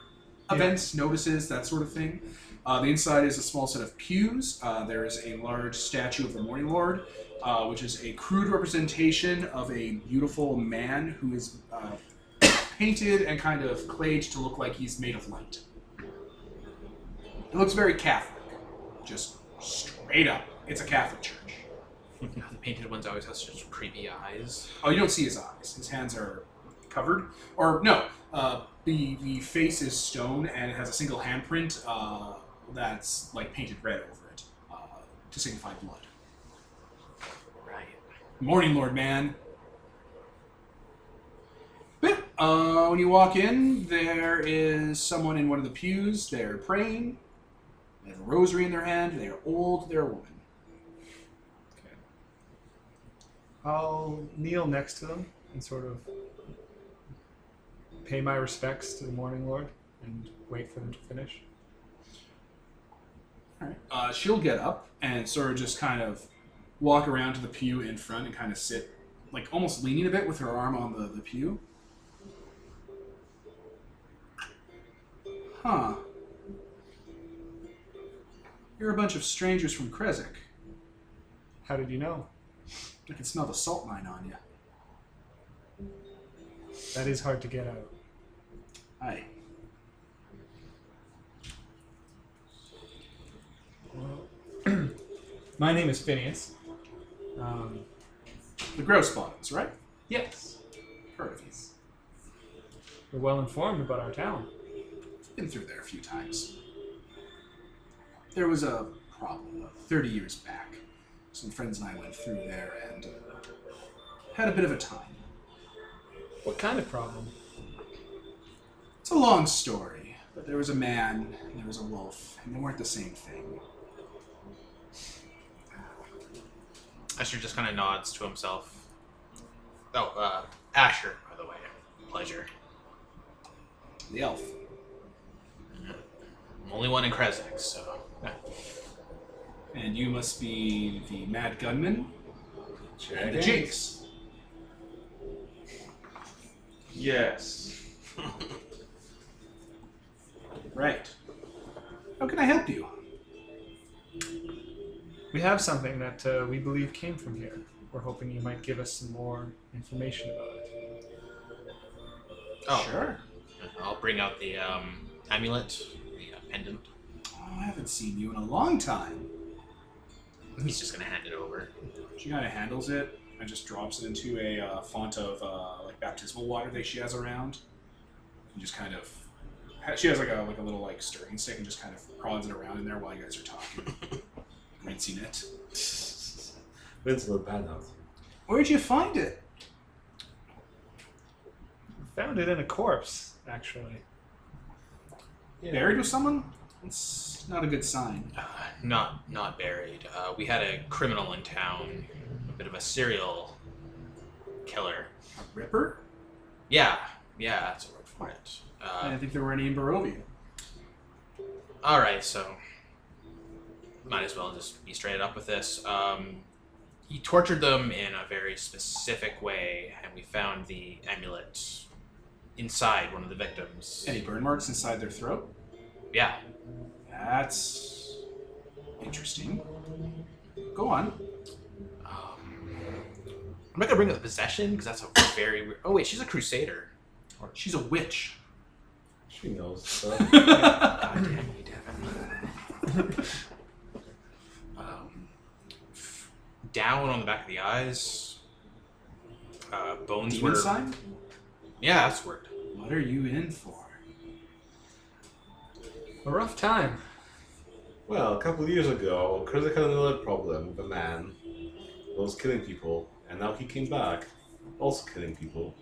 Speaker 4: Yeah.
Speaker 1: events, notices, that sort of thing. Uh, the inside is a small set of pews. Uh, there is a large statue of the Morning Lord, uh, which is a crude representation of a beautiful man who is uh, painted and kind of clayed to look like he's made of light. It looks very Catholic, just straight up. It's a Catholic church.
Speaker 3: the painted ones always have such creepy eyes.
Speaker 1: Oh, you don't see his eyes. His hands are covered, or no, uh, the the face is stone and it has a single handprint uh, that's like painted red over it uh, to signify blood.
Speaker 3: Right.
Speaker 1: Morning, Lord Man. But, uh, when you walk in, there is someone in one of the pews. They're praying. They have a rosary in their hand. They are old. They're a woman.
Speaker 4: I'll kneel next to them and sort of pay my respects to the Morning Lord and wait for them to finish.
Speaker 1: Alright. Uh, she'll get up and sort of just kind of walk around to the pew in front and kind of sit, like almost leaning a bit with her arm on the, the pew. Huh. You're a bunch of strangers from Kresik.
Speaker 4: How did you know?
Speaker 1: I can smell the salt mine on you.
Speaker 4: That is hard to get out.
Speaker 1: Hi.
Speaker 4: Well, my name is Phineas. Um,
Speaker 1: The gross bottoms, right?
Speaker 4: yes,
Speaker 1: Heard of these.
Speaker 4: you're well informed about our town.
Speaker 1: Been through there a few times. There was a problem uh, 30 years back. Some friends and I went through there and uh, had a bit of a time.
Speaker 4: What kind of problem?
Speaker 1: It's a long story, but there was a man and there was a wolf, and they weren't the same thing.
Speaker 3: Asher just kind of nods to himself. Oh, uh, Asher, by the way. Pleasure.
Speaker 1: The elf.
Speaker 3: I'm only one in Kresnik, so.
Speaker 1: And you must be the mad gunman and the
Speaker 2: Check.
Speaker 1: jinx.
Speaker 5: Yes.
Speaker 1: Right. How can I help you?
Speaker 4: We have something that uh, we believe came from here. We're hoping you might give us some more information about it.
Speaker 3: Oh,
Speaker 1: Sure.
Speaker 3: I'll bring out the um, amulet, the uh, pendant.
Speaker 1: Oh, I haven't seen you in a long time.
Speaker 3: He's just gonna hand it over.
Speaker 1: She kind of handles it and just drops it into a uh, font of uh, like baptismal water that she has around, and just kind of ha- she has like a like a little like stirring stick and just kind of prods it around in there while you guys are talking, rinsing it.
Speaker 2: Vince looked bad out.
Speaker 1: Where'd you find it?
Speaker 4: Found it in a corpse, actually.
Speaker 1: Buried with someone? That's not a good sign.
Speaker 3: Uh, not not buried. Uh, we had a criminal in town, a bit of a serial killer.
Speaker 1: A ripper?
Speaker 3: Yeah, yeah, that's a word for it.
Speaker 1: I
Speaker 3: Uh,
Speaker 1: didn't think there were any in Barovia.
Speaker 3: all right, so might as well just be straight up with this. Um, he tortured them in a very specific way, and we found the amulet inside one of the victims.
Speaker 1: Any burn marks inside their throat?
Speaker 3: Yeah,
Speaker 1: That's interesting. Go on.
Speaker 3: Um, I'm not gonna bring up the possession because that's a very weird. Oh wait, she's a crusader.
Speaker 1: She's a witch.
Speaker 2: She knows. So.
Speaker 3: God damn you, Devin. um, down on the back of the eyes. Uh, bones
Speaker 1: Demon
Speaker 3: were.
Speaker 1: sign?
Speaker 3: Yeah, that's weird.
Speaker 1: What are you in for?
Speaker 4: A rough time.
Speaker 2: Well, a couple of years ago, Kurzik had another problem with a man who was killing people, and now he came back, also killing people.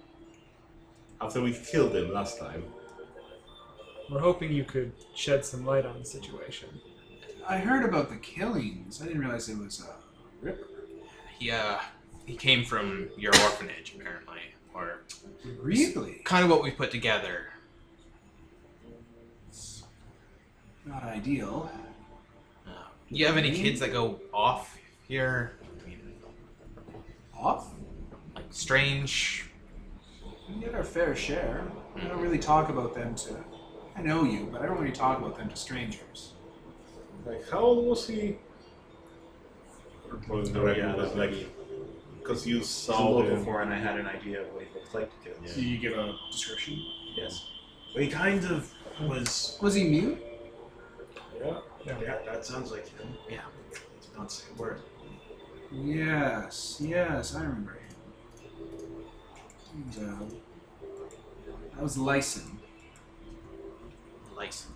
Speaker 2: After we killed him last time.
Speaker 4: We're hoping you could shed some light on the situation.
Speaker 1: I heard about the killings. I didn't realize it was a ripper.
Speaker 3: He uh, he came from your orphanage apparently, or
Speaker 1: Really?
Speaker 3: kind of what we put together.
Speaker 1: Not ideal.
Speaker 3: Uh, do you have any kids that go off here? I mean,
Speaker 1: Off?
Speaker 3: like strange
Speaker 1: We get our fair share. I don't really talk about them to. I know you, but I don't really talk about them to strangers.
Speaker 2: Like, how old was he? Probably
Speaker 5: Oh, yeah,
Speaker 2: was
Speaker 5: that
Speaker 2: like,
Speaker 5: would be-
Speaker 2: because you
Speaker 5: saw
Speaker 2: saw
Speaker 5: it
Speaker 2: him.
Speaker 5: before and I had an idea of what he looked like because
Speaker 1: Do you give a description?
Speaker 5: yes, he kind of was.
Speaker 1: Was he mute?
Speaker 2: Yeah.
Speaker 5: Yeah, that sounds like him.
Speaker 3: Yeah.
Speaker 5: Did not say a word.
Speaker 1: Yes, yes, I remember him. And, uh, that was Lyson.
Speaker 3: license.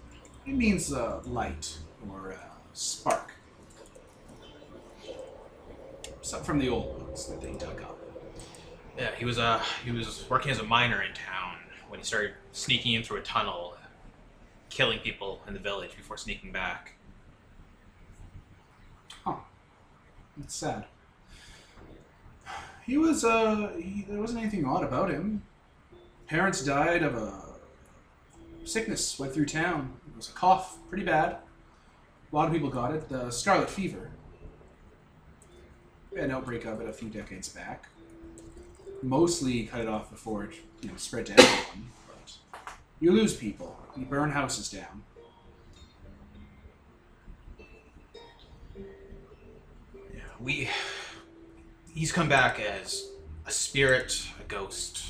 Speaker 1: It means uh, light or uh, spark. Some from the old ones that they dug up.
Speaker 3: Yeah, he was uh he was working as a miner in town when he started sneaking in through a tunnel, killing people in the village before sneaking back.
Speaker 1: It's sad. He was, uh, he, there wasn't anything odd about him. Parents died of a sickness, went through town. It was a cough, pretty bad. A lot of people got it, the scarlet fever. We had an outbreak of it a few decades back. Mostly cut it off before it you know, spread to everyone. But you lose people, you burn houses down.
Speaker 3: Yeah, we he's come back as a spirit, a ghost.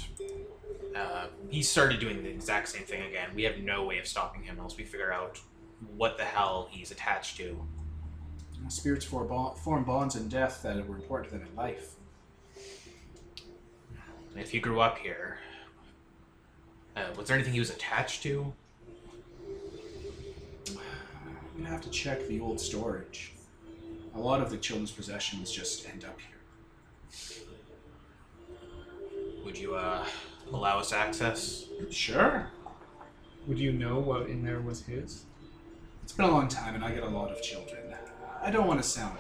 Speaker 3: Uh, he started doing the exact same thing again. We have no way of stopping him unless we figure out what the hell he's attached to.
Speaker 1: Spirits for bo- form bonds in death that were important to them in life.
Speaker 3: And if he grew up here, uh, was there anything he was attached to?
Speaker 1: I'm gonna have to check the old storage. A lot of the children's possessions just end up here.
Speaker 3: Would you uh, allow us access?
Speaker 1: Sure.
Speaker 4: Would you know what in there was his?
Speaker 1: It's been a long time and I get a lot of children. I don't want to sound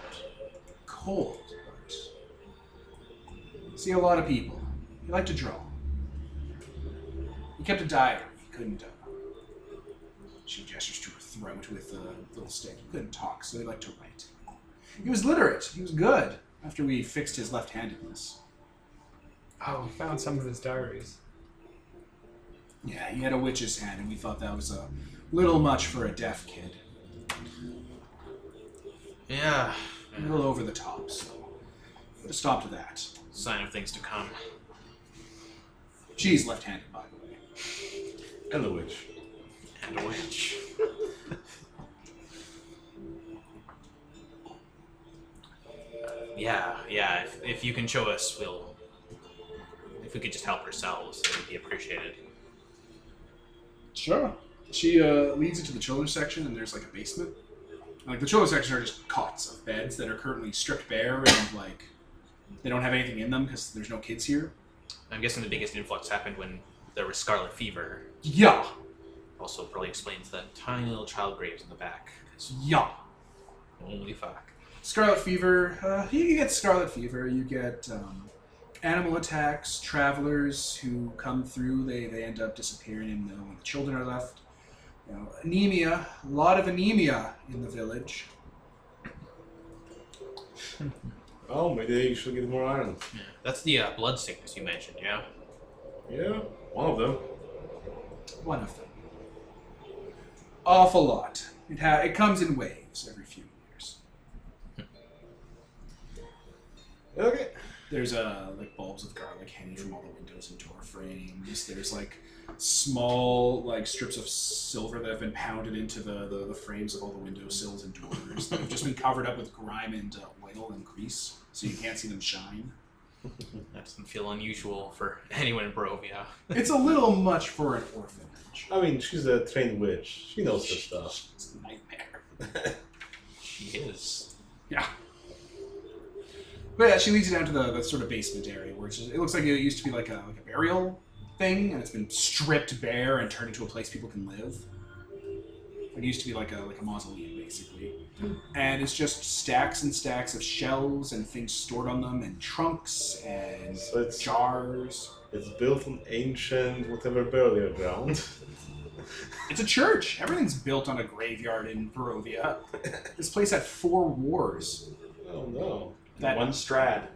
Speaker 1: cold, but. See a lot of people. He liked to draw. He kept a diary. He couldn't. Uh, she gestures to her throat with a little stick. He couldn't talk, so he liked to write. He was literate. He was good after we fixed his left handedness.
Speaker 4: Oh, we found some of his diaries.
Speaker 1: Yeah, he had a witch's hand, and we thought that was a little much for a deaf kid.
Speaker 3: Yeah.
Speaker 1: A little over the top, so put a stop to that.
Speaker 3: sign of things to come.
Speaker 1: She's left handed, by the way.
Speaker 2: And the witch.
Speaker 3: and a witch. yeah, yeah. If, if you can show us, we'll. If we could just help ourselves, it would be appreciated.
Speaker 1: Sure. She uh, leads into the children's section, and there's like a basement. Like the children's section are just cots of beds that are currently stripped bare, and like they don't have anything in them because there's no kids here.
Speaker 3: I'm guessing the biggest influx happened when there was scarlet fever.
Speaker 1: Yeah,
Speaker 3: Also, probably explains the tiny little child graves in the back. 'cause
Speaker 1: yeah.
Speaker 3: Holy fuck.
Speaker 1: Scarlet fever. Uh, you get scarlet fever. You get um, animal attacks. Travelers who come through, they, they end up disappearing, and then when the children are left. You know, anemia. A lot of anemia in the village.
Speaker 2: Oh, maybe you should get more iron.
Speaker 3: Yeah. That's the uh, blood sickness you mentioned, yeah?
Speaker 2: Yeah, one of them.
Speaker 1: One of them. Awful lot. It ha- it comes in waves every few years.
Speaker 2: Okay.
Speaker 1: There's uh, like bulbs of garlic hanging from all the windows and door frames. There's like small like strips of silver that have been pounded into the, the, the frames of all the window sills and doors that have just been covered up with grime and uh, oil and grease, so you can't see them shine.
Speaker 3: That doesn't feel unusual for anyone in Barovia.
Speaker 1: It's a little much for an orphanage.
Speaker 2: I mean, she's a trained witch. She knows her stuff.
Speaker 1: It's a nightmare.
Speaker 3: She is.
Speaker 1: But yeah, she leads you down to the, the sort of basement area where it's just, it looks like it used to be like a, like a burial thing, and it's been stripped bare and turned into a place people can live. It used to be like a like a mausoleum basically, and it's just stacks and stacks of shells and things stored on them, and trunks and
Speaker 2: So it's
Speaker 1: jars.
Speaker 2: it's built on ancient whatever burial ground.
Speaker 1: It's a church. Everything's built on a graveyard in Barovia. this place had four wars.
Speaker 2: oh no.
Speaker 1: That-
Speaker 5: One strad.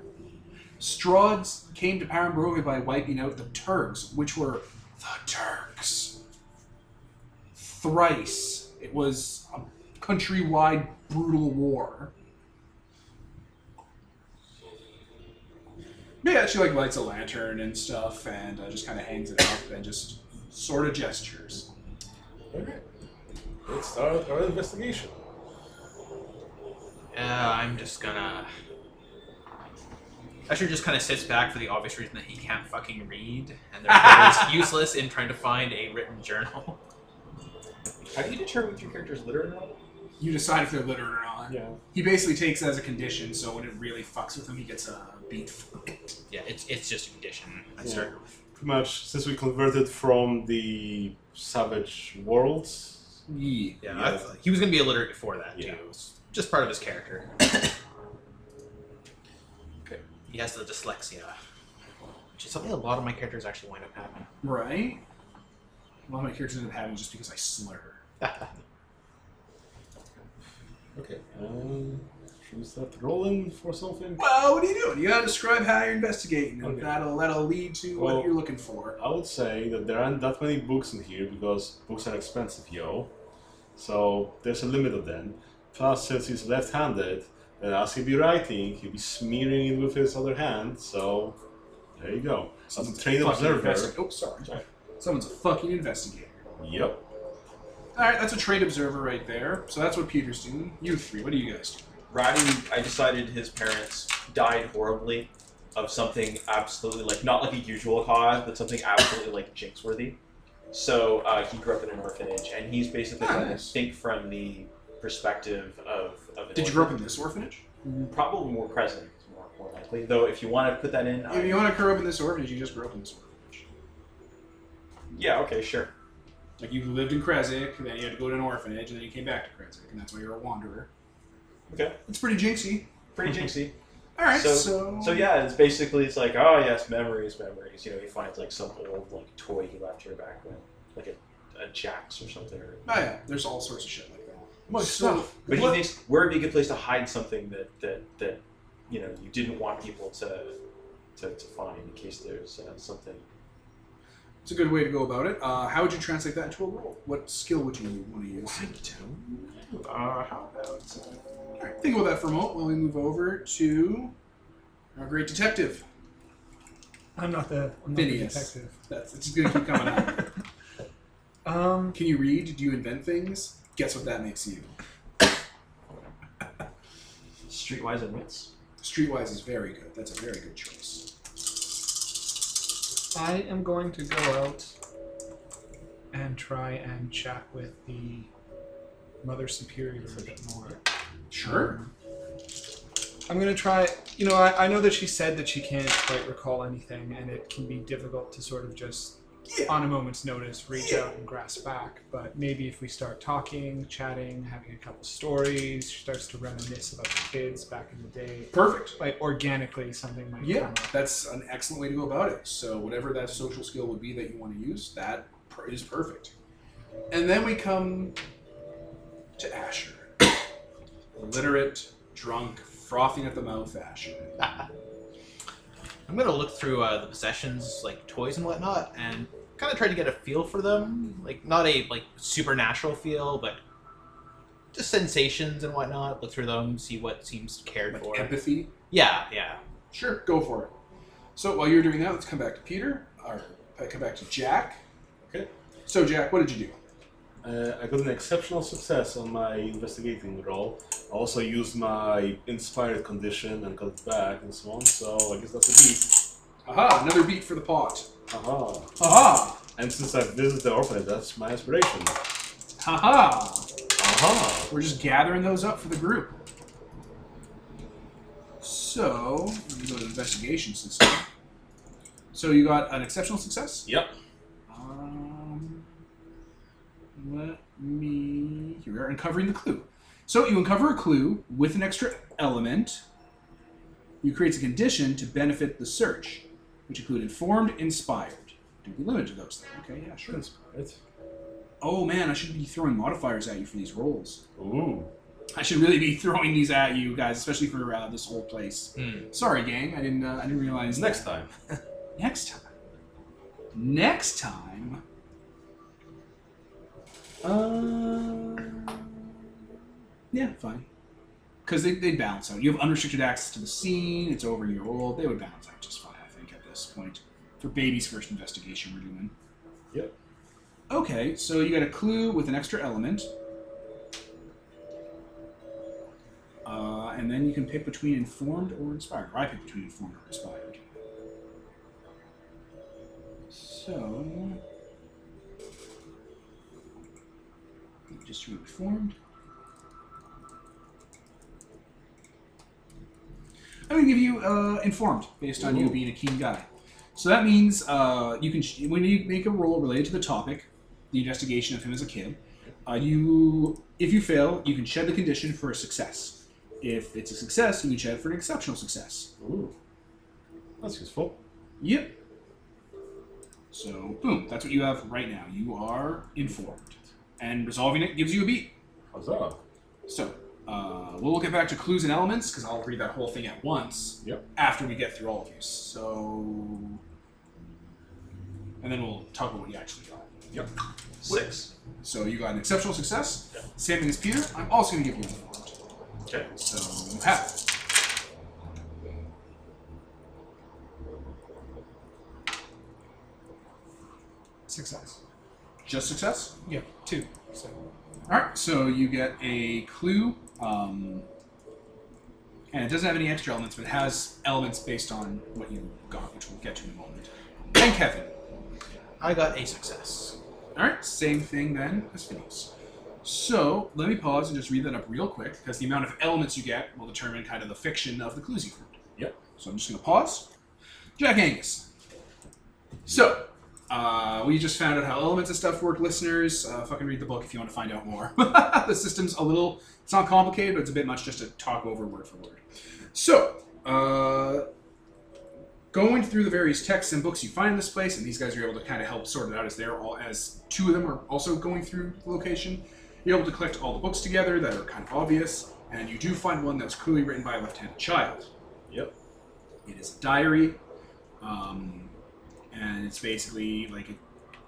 Speaker 1: Strods came to power in Barovia by wiping out the Turks, which were the Turks. Thrice. It was a countrywide brutal war. But yeah, she like lights a lantern and stuff, and uh, just kind of hangs it up and just sort of gestures.
Speaker 2: Okay. Let's start our investigation.
Speaker 3: Uh, I'm just gonna. Usher just kind of sits back for the obvious reason that he can't fucking read, and therefore is useless in trying to find a written journal.
Speaker 4: How do you determine if your character's literate or not?
Speaker 1: You decide if they're literate or not.
Speaker 4: Yeah.
Speaker 1: He basically takes it as a condition, so when it really fucks with him, he gets a beat for it.
Speaker 3: Yeah, it's it's just a condition. I
Speaker 2: Yeah.
Speaker 3: started
Speaker 2: Pretty much since we converted from the savage worlds.
Speaker 1: Yeah.
Speaker 3: Yeah,
Speaker 2: Yeah.
Speaker 3: I th- he was gonna be illiterate before that
Speaker 2: Yeah.
Speaker 3: too. It's just part of his character.
Speaker 2: Okay.
Speaker 3: He has the dyslexia, which is something a lot of my characters actually wind up having.
Speaker 1: Right? A lot of my characters end up having just because I slur.
Speaker 2: Okay. Um, should we start rolling for something?
Speaker 1: Well, what are you doing? You gotta describe how you're investigating, and
Speaker 2: Okay.
Speaker 1: that'll that'll lead to
Speaker 2: Well-
Speaker 1: what you're looking for.
Speaker 2: I would say that there aren't that many books in here because books are expensive, yo. So there's a limit of them. Plus, since he's left-handed, then as he'll be writing, he'll be smearing it with his other hand. So there you go. As a trained
Speaker 1: Fucking
Speaker 2: observer.
Speaker 1: investi- oh, sorry.
Speaker 2: Sorry.
Speaker 1: Someone's a fucking investigator.
Speaker 2: Yep.
Speaker 1: All right, that's a trade observer right there. So that's what Peter's doing. You three, what are you guys doing?
Speaker 7: Roddy, I decided his parents died horribly of something absolutely like not like a usual cause, but something absolutely like jinx worthy. So uh, he grew up in an orphanage, and he's basically
Speaker 1: Ah,
Speaker 7: trying
Speaker 1: nice.
Speaker 7: to think from the perspective of. of an
Speaker 1: Did you grow up in this orphanage?
Speaker 7: orphanage. Probably more present, is more, more likely. Though, if you want to put that in,
Speaker 1: If
Speaker 7: I-
Speaker 1: you want to grow up in this orphanage, you just grew up in this orphanage.
Speaker 7: yeah, okay, sure.
Speaker 1: Like you lived in Kresik, and then you had to go to an orphanage, and then you came back to Kresik, and that's why you're a wanderer.
Speaker 7: Okay.
Speaker 1: It's pretty jinxy.
Speaker 7: Pretty jinxy.
Speaker 1: All right, so
Speaker 7: So-
Speaker 1: so,
Speaker 7: So yeah, it's basically it's like oh yes, memories, memories. You know, he finds like some old like toy he left here back when, like a, a Jax or something. Or,
Speaker 1: Oh yeah, there's all sorts of shit like that.
Speaker 2: My
Speaker 1: So-
Speaker 2: stuff.
Speaker 7: but
Speaker 1: What-
Speaker 7: he thinks where would be a good place to hide something that that that you know you didn't want people to to, to find in case there's uh, something.
Speaker 1: It's a good way to go about it. Uh, how would you translate that into a role? What skill would you want to use?
Speaker 4: Uh, how about
Speaker 1: All right, think about that for a moment while we move over to our great detective.
Speaker 4: I'm not the I'm not the
Speaker 1: Phineas.
Speaker 4: detective.
Speaker 1: That's it's gonna keep coming up.
Speaker 4: Um,
Speaker 1: Can you read? Do you invent things? Guess what that makes you.
Speaker 5: Streetwise and wits.
Speaker 1: Streetwise is very good. That's a very good choice.
Speaker 4: I am going to go out and try and chat with the Mother Superior a bit more.
Speaker 1: Sure.
Speaker 4: Um, I'm gonna try. You know, I, I know that she said that she can't quite recall anything, and it can be difficult to sort of just
Speaker 1: Yeah.
Speaker 4: on a moment's notice reach out and grasp back. But maybe if we start talking, chatting, having a couple stories, she starts to reminisce about the kids back in the day.
Speaker 1: Perfect.
Speaker 4: Like organically, something might come
Speaker 1: Yeah,
Speaker 4: up.
Speaker 1: that's an excellent way to go about it. So whatever that social skill would be that you want to use, that per- is perfect. And then we come to Asher, illiterate, drunk, frothing at the mouth. Asher.
Speaker 3: I'm gonna look through uh, the possessions, like toys and whatnot, and kind of try to get a feel for them. Like not a like supernatural feel, but just sensations and whatnot. Look through them, see what seems cared
Speaker 1: Like
Speaker 3: for.
Speaker 1: empathy.
Speaker 3: yeah, yeah.
Speaker 1: Sure, go for it. So while you're doing that, let's come back to Peter. Or uh, come back to Jack.
Speaker 2: Okay.
Speaker 1: So Jack, what did you do?
Speaker 2: Uh, I got an exceptional success on my investigating role. I also used my inspired condition and got it back and so on, so I guess that's
Speaker 1: Aha! Another beat for the pot.
Speaker 2: a beat. Aha.
Speaker 1: Aha!
Speaker 2: Uh-huh. And since I visited the orphanage, that's my inspiration. Uh-huh.
Speaker 1: Haha!
Speaker 2: Aha.
Speaker 1: We're just gathering those up for the group. So, let me go to investigation system. So you got an exceptional success?
Speaker 2: Yep.
Speaker 1: Um, let me. Here we are, uncovering the clue. So you uncover a clue with an extra element. You create a condition to benefit the search, which include informed, inspired. Do be limited to those things. Okay, yeah, sure.
Speaker 2: Inspired.
Speaker 1: Oh man, I should be throwing modifiers at you for these rolls.
Speaker 2: Ooh.
Speaker 1: I should really be throwing these at you guys, especially for uh, this whole place.
Speaker 3: Hmm.
Speaker 1: Sorry, gang. I didn't. Uh, I didn't realize.
Speaker 2: It's next time.
Speaker 1: Next time. Next time. Uh, yeah, fine. Because they they balance out. You have unrestricted access to the scene. It's over a year old. They would balance out just fine, I think, at this point. For baby's first investigation, we're doing.
Speaker 2: Yep.
Speaker 1: Okay, so you got a clue with an extra element. Uh, and then you can pick between informed or inspired. Or I pick between informed or inspired. So, let me just reformed. I'm gonna give you uh, informed based on you
Speaker 2: Ooh.
Speaker 1: being a keen guy. So that means uh, you can sh- when you make a roll related to the topic, the investigation of him as a kid. Uh, you, if you fail, you can shed the condition for a success. If it's a success, you can shed for an exceptional success.
Speaker 2: Ooh. That's useful.
Speaker 1: Yep. So, boom, that's what you have right now. You are informed. And resolving it gives you a beat.
Speaker 2: Huzzah.
Speaker 1: So, uh, we'll get back to clues and elements because I'll read that whole thing at once
Speaker 2: Yep.
Speaker 1: after we get through all of these. So, and then we'll talk about what you actually got.
Speaker 7: Six.
Speaker 1: So, you got an exceptional success. Same thing as Peter. I'm also going to give you informed.
Speaker 7: Okay.
Speaker 1: So, you have it.
Speaker 4: Success.
Speaker 1: just success.
Speaker 4: Yeah, two. So
Speaker 1: All right, so you get a clue, um, and it doesn't have any extra elements, but it has elements based on what you got, which we'll get to in a moment. Then Kevin.
Speaker 3: I got a success.
Speaker 1: All right, same thing then as Phineas. So let me pause and just read that up real quick, because the amount of elements you get will determine kind of the fiction of the clues you found.
Speaker 2: Yep.
Speaker 1: So I'm just going to pause. Jack Angus. So uh, we just found out how elements and stuff work, listeners. Uh, fucking read the book if you want to find out more. the system's a little, it's not complicated, but it's a bit much just to talk over word for word. So, uh, going through the various texts and books you find in this place, and these guys are able to kind of help sort it out as they're all, as two of them are also going through the location. You're able to collect all the books together that are kind of obvious, and you do find one that was clearly written by a left-handed child.
Speaker 2: Yep.
Speaker 1: It is a diary, um, and it's basically like it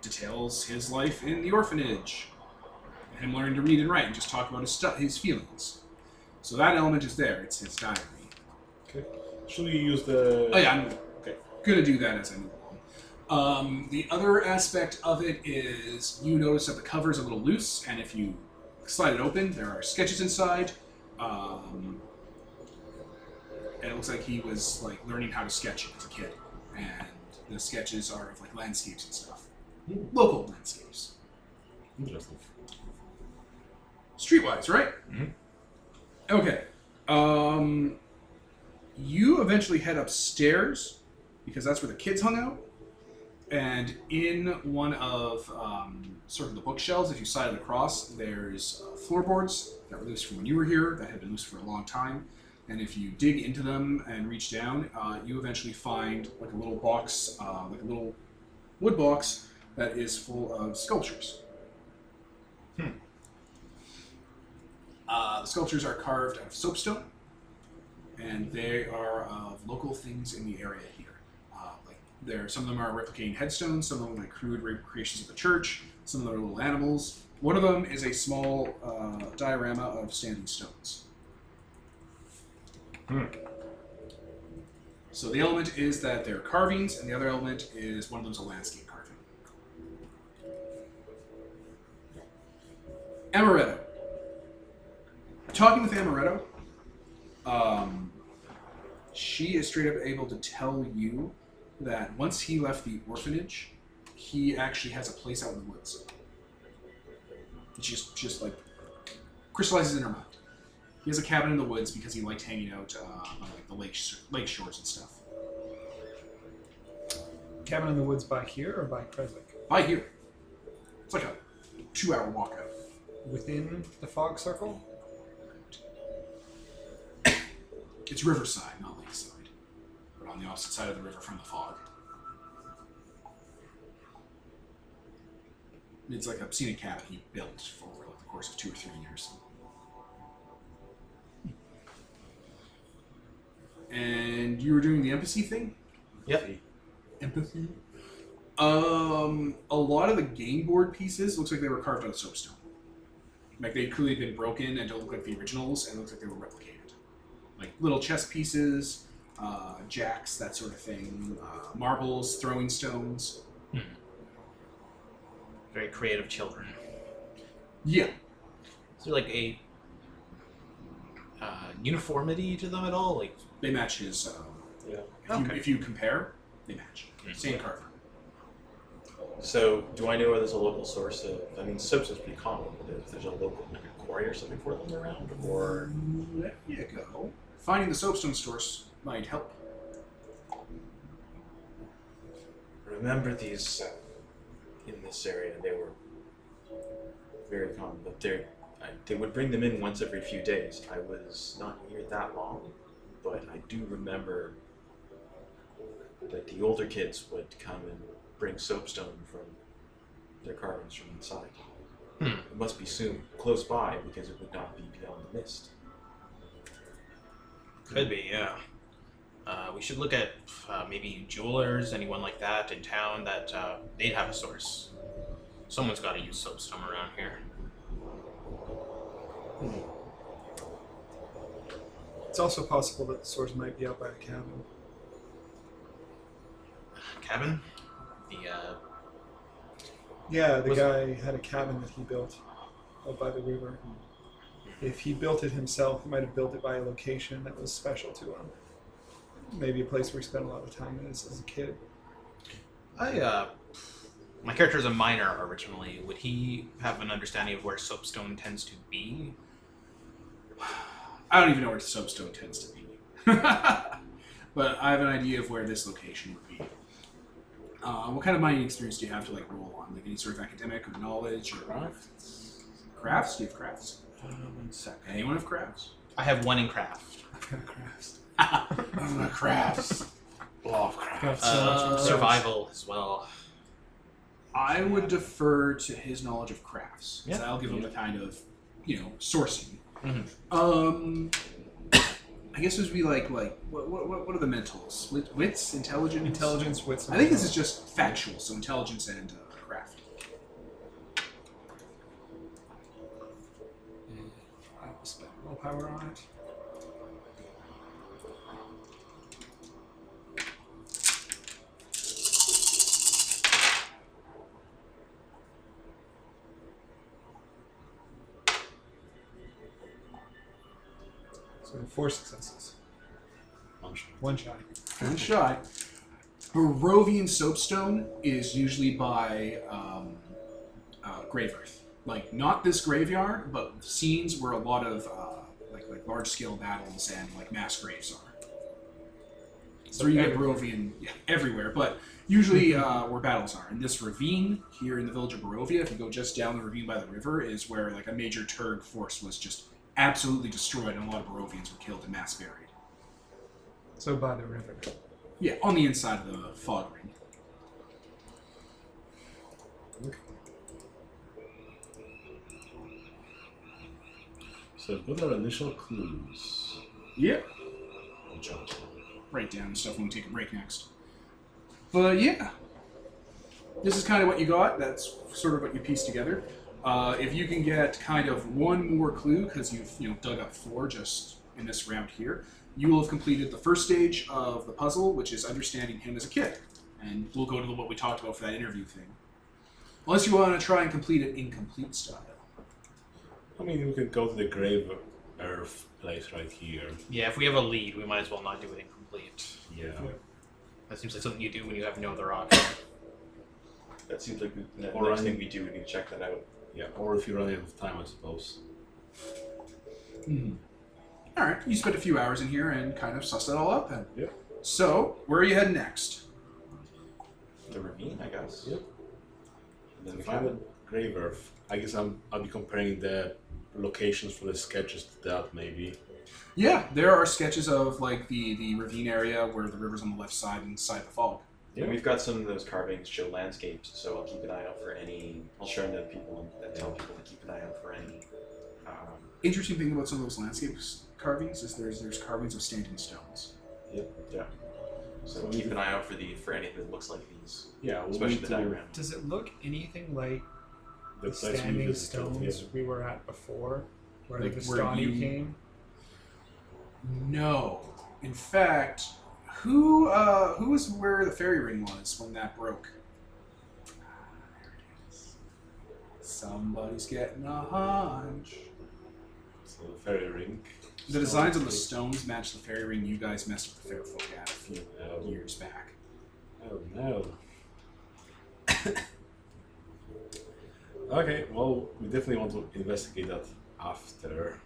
Speaker 1: details his life in the orphanage, him learning to read and write, and just talk about his stuff, his feelings. So that element is there. It's his diary.
Speaker 2: Should we use the
Speaker 1: Oh yeah, I'm
Speaker 2: Okay.
Speaker 1: gonna do that as I move along. Um, the other aspect of it is you notice that the cover is a little loose, and if you slide it open, there are sketches inside. Um, and it looks like he was like learning how to sketch as a kid, and the sketches are of like landscapes and stuff, local landscapes.
Speaker 2: Interesting.
Speaker 1: Streetwise, right?
Speaker 3: Mhm.
Speaker 1: Okay. Um, you eventually head upstairs because that's where the kids hung out. And in one of um, sort of the bookshelves, if you slide it across, there's uh, floorboards that were loose from when you were here, that had been loose for a long time. And if you dig into them and reach down, uh, you eventually find like a little box, uh, like a little wood box that is full of sculptures. Uh, the sculptures are carved out of soapstone, and they are of local things in the area here. Uh, like there, some of them are replicating headstones, some of them are like crude recreations of the church, some of them are little animals. One of them is a small uh, diorama of standing stones.
Speaker 2: Hmm.
Speaker 1: So the element is that they're carvings, and the other element is one of them's a landscape carving. Amaretto talking with Amaretto, um, she is straight up able to tell you that once he left the orphanage, he actually has a place out in the woods. It just, just like crystallizes in her mind. He has a cabin in the woods because he liked hanging out uh, on like the lake, sh- lake shores and stuff.
Speaker 4: Cabin in the woods by here or by Kreslik?
Speaker 1: By here, it's like a two-hour walk out.
Speaker 4: Within the fog circle?
Speaker 1: It's riverside, not lakeside, but on the opposite side of the river from the fog. It's like a scenic cabin he built for like the course of two or three years. And you were doing the empathy thing.
Speaker 3: Yep.
Speaker 1: Empathy. Um, a lot of the game board pieces looks like they were carved out of soapstone. Like they clearly been broken and don't look like the originals, and it looks like they were replicated like little chess pieces, uh, jacks, that sort of thing, uh, marbles, throwing stones.
Speaker 3: Very creative children.
Speaker 1: Yeah,
Speaker 3: Is there like a uh, uniformity to them at all? Like
Speaker 1: they match his. Um,
Speaker 7: Yeah.
Speaker 1: If, you,
Speaker 3: Okay.
Speaker 1: if you compare, they match.
Speaker 3: Mhm.
Speaker 1: Same carver.
Speaker 7: So, do I know where there's a local source of? I mean, soaps is pretty common. But there's, there's a local like a quarry or something for them around, or
Speaker 1: There you go. Finding the soapstone source might help.
Speaker 7: remember these in this area. They were very common, but they I, they would bring them in once every few days. I was not here that long, but I do remember that the older kids would come and bring soapstone from their carvings from inside.
Speaker 3: Hmm.
Speaker 7: It must be soon, close by, because it would not be beyond the mist.
Speaker 3: could be, yeah. Uh, we should look at uh, maybe jewelers, anyone like that in town that uh, they'd have a source. Someone's got to use soapstone around here.
Speaker 4: It's also possible that the source might be out by the cabin.
Speaker 3: Cabin, the uh,
Speaker 4: Yeah, the
Speaker 3: Was-
Speaker 4: guy had a cabin that he built out by the river. If he built it himself, he might have built it by a location that was special to him. Maybe a place where he spent a lot of time as, as a kid.
Speaker 3: I uh, my character is a miner originally. Would he have an understanding of where soapstone tends to be?
Speaker 1: I don't even know where soapstone tends to be, but I have an idea of where this location would be. Uh, what kind of mining experience do you have to like roll on? Like any sort of academic or knowledge or crafts? Do you have crafts? Anyone have crafts?
Speaker 3: I have one in craft.
Speaker 4: Crafts.
Speaker 1: I'm the crafts. Love crafts.
Speaker 4: Crafts so much
Speaker 3: Uh,
Speaker 4: crafts.
Speaker 3: survival as well.
Speaker 1: I would defer to his knowledge of crafts. 'cause I'll give him the kind of, you know, sourcing.
Speaker 3: Mhm.
Speaker 4: Mm-hmm.
Speaker 1: Um, I guess this would be like like what what, what what are the mentals? Wit, wits, intelligence,
Speaker 4: Intelligence, wits. and
Speaker 1: I think this is just factual, so intelligence and uh, craft.
Speaker 4: Mm, I will spend willpower on it. Four successes. One shot.
Speaker 1: One shot. Barovian soapstone is usually by um, uh, Grave Earth. Like, not this graveyard, but scenes where a lot of, uh, like, like large scale battles and, like, mass graves are. So you get Barovian yeah, everywhere, but usually uh, where battles are. And this ravine here in the village of Barovia, if you go just down the ravine by the river, is where, like, a major Turg force was just absolutely destroyed, and a lot of Barovians were killed and mass buried.
Speaker 4: So by the river.
Speaker 1: Yeah, on the inside of the fog ring.
Speaker 2: So what are initial clues?
Speaker 1: Yeah.
Speaker 2: I'll jot them.
Speaker 1: Write down stuff when we take a break next. But yeah, this is kind of what you got. That's sort of what you pieced together. Uh, if you can get kind of one more clue, because you've you know dug up four just in this round here, you will have completed the first stage of the puzzle, which is understanding him as a kid. And we'll go to the, what we talked about for that interview thing. Unless you want to try and complete it incomplete style.
Speaker 2: I mean, we could go to the grave earth place right here.
Speaker 3: Yeah, if we have a lead, we might as well not do it incomplete.
Speaker 2: Yeah.
Speaker 3: That seems like something you do when you have no other option.
Speaker 7: That seems like we, the
Speaker 2: Or
Speaker 7: next
Speaker 2: I-
Speaker 7: thing we do, we need to check that out.
Speaker 2: Yeah, or if you run out of time, I suppose.
Speaker 1: Mhm. All right, you spent a few hours in here and kind of sussed that all up. And
Speaker 2: Yeah.
Speaker 1: So, where are you heading next?
Speaker 7: The ravine, I guess.
Speaker 2: Yep.
Speaker 7: And then we
Speaker 2: If I'm
Speaker 7: find
Speaker 2: a grave earth, I guess I'm, I'll be comparing the locations for the sketches to that, maybe.
Speaker 1: Yeah, there are sketches of like the the ravine area where the river's on the left side and side the fog.
Speaker 7: And we've got some of those carvings show landscapes, so I'll keep an eye out for any. I'll show them to people and tell people to keep an eye out for any. Um,
Speaker 1: Interesting thing about some of those landscapes carvings is there's there's carvings of Stanton stones.
Speaker 7: so keep an eye out for the for anything that looks like these,
Speaker 2: Yeah, we'll
Speaker 7: especially
Speaker 2: need
Speaker 7: the
Speaker 2: to-
Speaker 7: diagram.
Speaker 4: Does it look anything like
Speaker 2: The
Speaker 4: the
Speaker 2: place we
Speaker 4: standing
Speaker 2: visited, yeah.
Speaker 4: stones we were at before, where
Speaker 1: Like
Speaker 4: the
Speaker 1: where
Speaker 4: Vistani
Speaker 1: you-
Speaker 4: came?
Speaker 1: No, in fact, who uh, who was where the fairy ring was when that broke? Somebody's getting a hunch.
Speaker 2: So the fairy ring.
Speaker 1: The designs on the stones match the fairy ring you guys messed with the Fairfolk at a few
Speaker 2: Oh,
Speaker 1: years back.
Speaker 2: oh no. okay, well, we definitely want to investigate that after.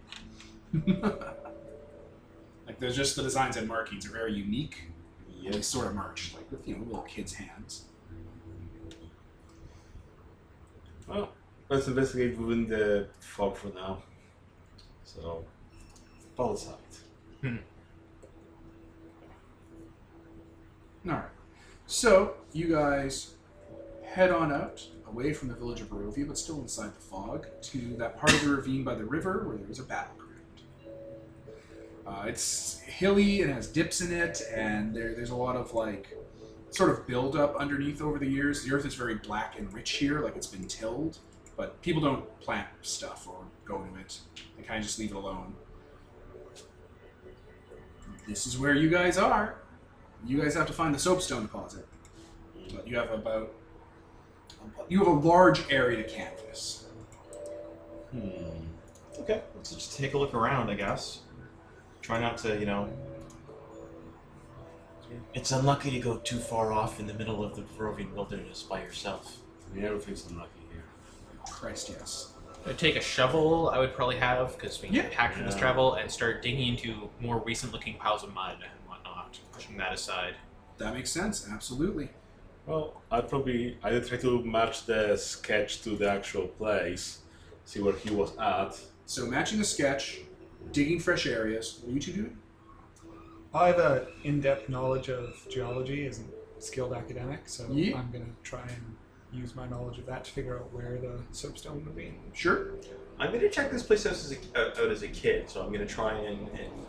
Speaker 1: Like there's just the designs and markings are very unique. Yeah.
Speaker 2: Yes.
Speaker 1: They sort of march like with you know little kids' hands.
Speaker 2: Well, let's investigate within the fog for now. So, pulse out.
Speaker 1: All right. So you guys head on out, away from the village of Barovia, but still inside the fog, to that part of the ravine by the river where there is a battleground. Uh, it's hilly and has dips in it, and there, there's a lot of like sort of buildup underneath over the years. The earth is very black and rich here, like it's been tilled, but people don't plant stuff or go to it. They kind of just leave it alone. This is where you guys are. You guys have to find the soapstone deposit. But you have about you have a large area to canvas.
Speaker 2: Hmm.
Speaker 5: Okay, let's just take a look around, I guess. Try not to, you know. It's unlucky to go too far off in the middle of the Peruvian wilderness by yourself.
Speaker 2: Yeah, everything's unlucky here.
Speaker 1: Christ, yes.
Speaker 3: I'd take a shovel, I would probably have, because we
Speaker 1: Yeah.
Speaker 3: get hacked in this
Speaker 2: Yeah.
Speaker 3: travel, and start digging into more recent looking piles of mud and whatnot, pushing that aside.
Speaker 1: That makes sense. Absolutely.
Speaker 2: Well, I'd probably I'd try to match the sketch to the actual place, see where he was at.
Speaker 1: So matching the sketch, digging fresh areas. What are you two doing?
Speaker 4: I have an in-depth knowledge of geology as a skilled academic, so
Speaker 1: Yeah.
Speaker 4: I'm gonna try and use my knowledge of that to figure out where the soapstone would be.
Speaker 1: Sure.
Speaker 7: I'm gonna check this place out as a, out out as a kid, so I'm gonna try and, and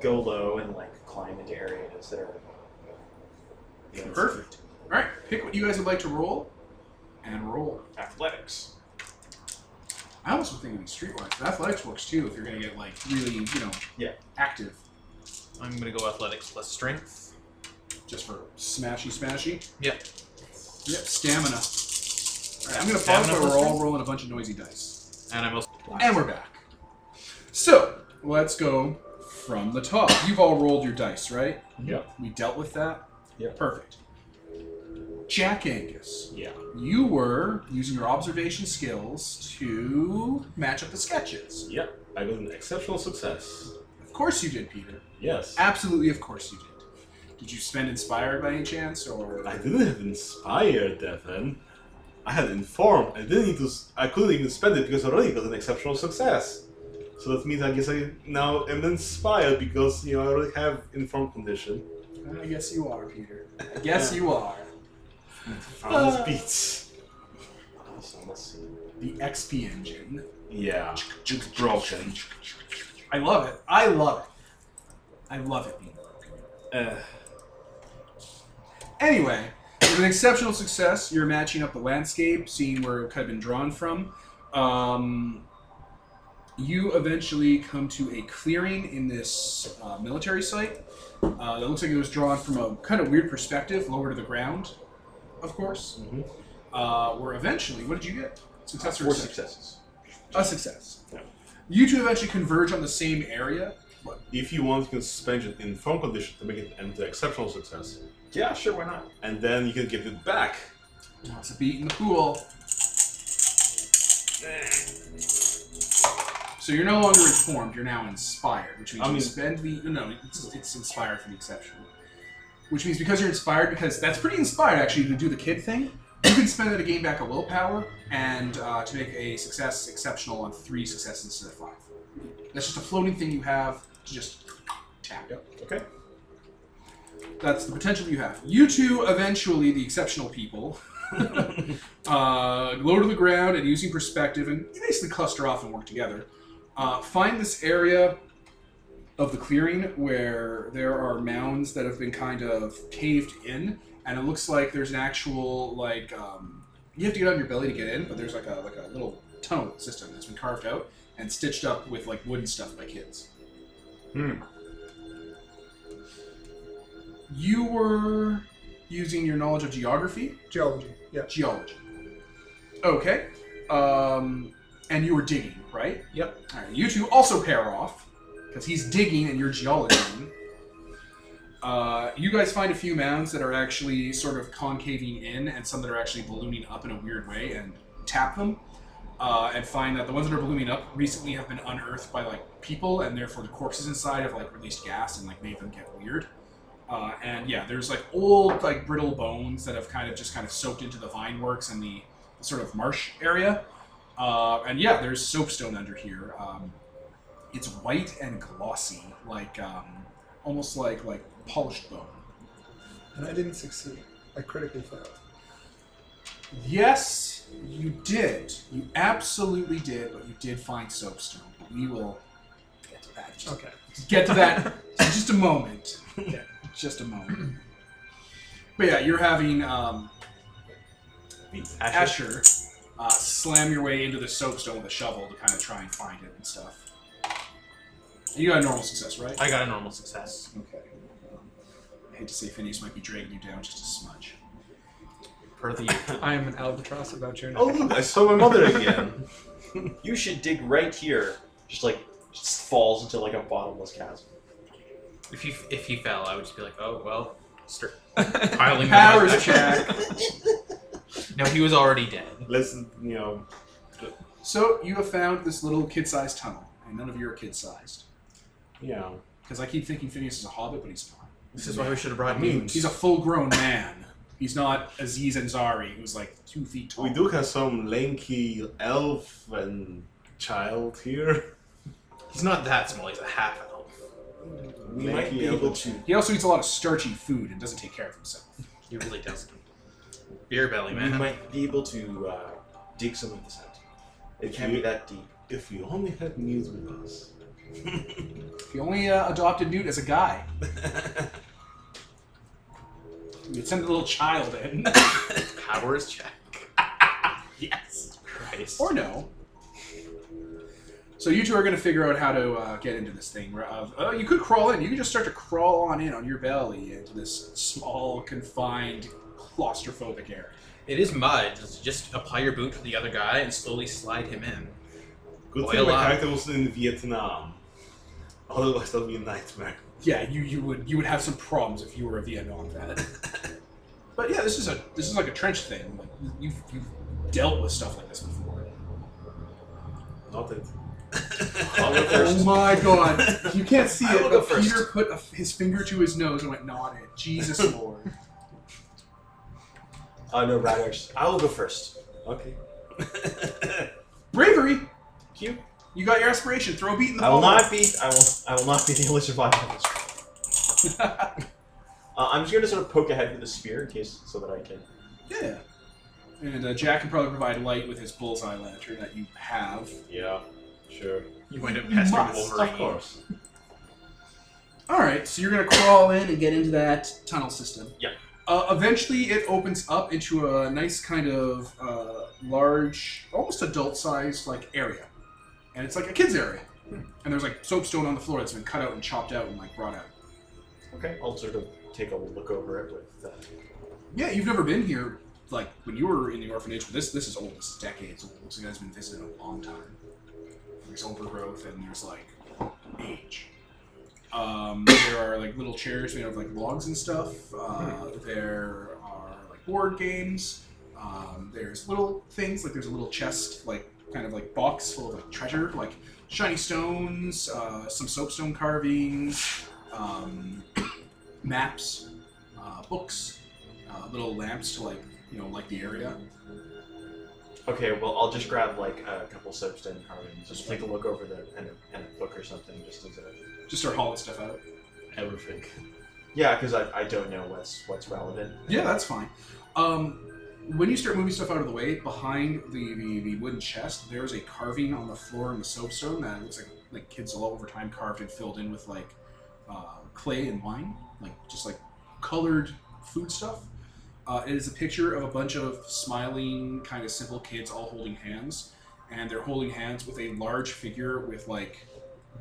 Speaker 7: go low and like climb into areas that are. you know,
Speaker 1: Perfect. All right. Pick what you guys would like to roll, and roll.
Speaker 7: Athletics.
Speaker 1: I almost was thinking streetwise. But athletics works too if you're gonna get like really you know
Speaker 7: Yeah.
Speaker 1: active
Speaker 3: I'm gonna go athletics plus strength.
Speaker 1: just for smashy smashy.
Speaker 3: Yep.
Speaker 1: Yep. Stamina. All right. I'm gonna pause
Speaker 3: Stamina
Speaker 1: while we're
Speaker 3: plus
Speaker 1: all rolling a bunch of noisy dice.
Speaker 3: And I'm also
Speaker 1: And we're back. So let's go from the top. You've all rolled your dice, right?
Speaker 2: Yeah.
Speaker 1: We dealt with that?
Speaker 2: Yeah.
Speaker 1: Perfect. Jack Angus,
Speaker 2: Yeah.
Speaker 1: you were using your observation skills to match up the sketches.
Speaker 2: Yep. I got an exceptional success.
Speaker 1: Of course you did, Peter.
Speaker 2: Yes.
Speaker 1: Absolutely, of course you did. Did you spend inspired by any chance, or
Speaker 2: I didn't have inspired Devin. I had informed. I didn't need to. s- I couldn't even spend it because I already got an exceptional success. So that means I guess I now am inspired because you know I already have informed condition.
Speaker 1: I guess you are, Peter. I guess you are.
Speaker 2: Found his beats.
Speaker 7: Awesome. Let's see.
Speaker 1: The XP engine.
Speaker 2: Yeah, it's broken.
Speaker 1: I love it. I love it. I love it being broken.
Speaker 2: Uh,
Speaker 1: Anyway, with an exceptional success, you're matching up the landscape, seeing where it could have been drawn from. Um, you eventually come to a clearing in this uh, military site uh, that looks like it was drawn from a kind of weird perspective, lower to the ground, of course.
Speaker 2: Mhm.
Speaker 1: Uh, where eventually, what did you get? Success or
Speaker 7: Mm-hmm. Four
Speaker 1: success?
Speaker 7: successes.
Speaker 1: A success.
Speaker 2: Yeah.
Speaker 1: You two eventually converge on the same area.
Speaker 2: if you want, you can suspend an informed condition to make it an exceptional success,
Speaker 7: Yeah, sure. Why not?
Speaker 2: and then you can give it back.
Speaker 1: It's a beat in the pool. So you're no longer informed. You're now inspired, which means
Speaker 2: I
Speaker 1: you
Speaker 2: mean-
Speaker 1: spend the no. It's, it's inspired for the exception, which means because you're inspired, because that's pretty inspired actually to do the kid thing. You can spend it to gain back a willpower and uh, to make a success exceptional on three successes instead of five. That's just a floating thing you have to just tap.
Speaker 2: Okay.
Speaker 1: That's the potential you have. You two, eventually, the exceptional people, uh, low to the ground and using perspective, and you basically cluster off and work together. Uh, find this area of the clearing where there are mounds that have been kind of caved in, and it looks like there's an actual like um, you have to get on your belly to get in, but there's like a like a little tunnel system that's been carved out and stitched up with like wooden stuff by kids. You were using your knowledge of geography,
Speaker 4: Geology. Yeah.
Speaker 1: geology. Okay. Um, and you were digging, right?
Speaker 3: Yep.
Speaker 1: All right. You two also pair off because he's digging and you're geologizing. Uh, you guys find a few mounds that are actually sort of concaving in, and some that are actually ballooning up in a weird way, and tap them, uh, and find that the ones that are ballooning up recently have been unearthed by like people, and therefore the corpses inside have like released gas and like made them get weird. Uh, and yeah, there's like old, like brittle bones that have kind of just kind of soaked into the vine works and the sort of marsh area. Uh, and yeah, there's soapstone under here. Um, it's white and glossy, like um, almost like like polished bone.
Speaker 4: And I didn't succeed. I critically failed.
Speaker 1: Yes, you did. You absolutely did, but you did find soapstone. But we will get to that.
Speaker 4: Okay.
Speaker 1: get to that in just a moment. Just a moment. But yeah, you're having um,
Speaker 7: Asher.
Speaker 1: Asher uh, slam your way into the soapstone with a shovel to kind of try and find it and stuff. You got a normal success, right?
Speaker 3: I got a normal success.
Speaker 1: Okay. Um, I hate to say Phineas might be dragging you down just a smudge.
Speaker 3: Per the
Speaker 4: I am an albatross about your neck.
Speaker 2: Oh look, I saw my mother again.
Speaker 7: You should dig right here. Just like just falls into like a bottomless chasm.
Speaker 3: if he if he fell, I would just be like, oh well, start piling them up.
Speaker 1: Powers check.
Speaker 3: No, he was already dead.
Speaker 2: Let's you know.
Speaker 1: So you have found this little kid-sized tunnel, and none of you are kid-sized
Speaker 2: Yeah.
Speaker 1: because I keep thinking Phineas is a hobbit, but he's not.
Speaker 3: This is why we should have brought
Speaker 2: I mean,
Speaker 3: him.
Speaker 1: He's a full-grown man. He's not Aziz Ansari, who's like two feet tall.
Speaker 2: We do have some lanky elf and child here.
Speaker 3: He's not that small. He's a half elf.
Speaker 2: We might be able to.
Speaker 1: He also eats a lot of starchy food and doesn't take care of himself.
Speaker 3: He really doesn't. Beer belly,
Speaker 7: We
Speaker 3: man.
Speaker 7: might be able to uh, dig some of this out. It can't be that deep.
Speaker 2: If we only had news with us.
Speaker 1: If you only uh, adopted Newt as a guy, you'd send a little child in.
Speaker 3: Powers check. yes. Christ.
Speaker 1: or no. So you two are going to figure out how to uh, get into this thing. right, Of uh, you could crawl in. You could just start to crawl on in on your belly into this small, confined, claustrophobic area.
Speaker 3: It is mud. Just- Just apply your boot to the other guy and slowly slide him in.
Speaker 2: Good
Speaker 3: Boy
Speaker 2: thing my
Speaker 3: alive.
Speaker 2: character was in Vietnam. Otherwise, that'll be a nightmare.
Speaker 1: yeah, you, you would you would have some problems if you were a Vienna on that. but yeah, this is a this is like a trench thing. Like you've you've dealt with stuff like this before.
Speaker 2: Not that.
Speaker 5: I'll go first.
Speaker 1: Oh my god, you can't see
Speaker 5: I
Speaker 1: it,
Speaker 5: will go
Speaker 1: but
Speaker 5: first.
Speaker 1: Peter put a, his finger to his nose and went nodded. Jesus Lord.
Speaker 5: Uh, no, rather, just- I will go first.
Speaker 2: Okay.
Speaker 1: Bravery.
Speaker 5: Cute.
Speaker 1: You got your aspiration. Throw a beat in the
Speaker 5: I will
Speaker 1: ball.
Speaker 5: not be. I will. I will not be the only survivor of this. Uh, I'm just gonna sort of poke ahead with a spear in case, so that I can.
Speaker 1: yeah. And uh, Jack can probably provide light with his bullseye lantern that you have.
Speaker 2: Yeah. Sure.
Speaker 3: You wind up
Speaker 1: You
Speaker 3: pestering
Speaker 1: Mm, must, of
Speaker 3: Wolverine.
Speaker 2: Of course.
Speaker 1: All right, so you're gonna crawl in and get into that tunnel system.
Speaker 5: Yeah.
Speaker 1: Uh, eventually, it opens up into a nice kind of uh, large, almost adult-sized like area, and it's like a kids area. And there's like soapstone on the floor that's been cut out and chopped out and like brought out.
Speaker 5: Okay. I'll sort of take a look over it with. Uh,
Speaker 1: Yeah, you've never been here. Like when you were in the orphanage, but this this is old. This is decades old. This guy's been visited a long time. There's overgrowth and there's like age. Um, there are like little chairs made of like logs and stuff. Uh, there are like board games. Um, there's little things like there's a little chest, like kind of like box full of like treasure, like shiny stones, uh, some soapstone carvings, um, maps, uh, books, uh, little lamps to like you know like the area.
Speaker 5: okay. Well, I'll just grab like a couple soapstone carvings, just take a look over the and a, and a book or something, just as a.
Speaker 1: Just start hauling stuff out.
Speaker 2: Everything.
Speaker 5: Yeah, because I, I don't know what's what's relevant.
Speaker 1: Yeah, that's fine. Um, when you start moving stuff out of the way, behind the, the, the wooden chest, there's a carving on the floor in the soapstone that looks like like kids all over time carved and filled in with like uh, clay and wine, like just like colored food stuff. Uh, it is a picture of a bunch of smiling, kind of simple kids all holding hands, and they're holding hands with a large figure with like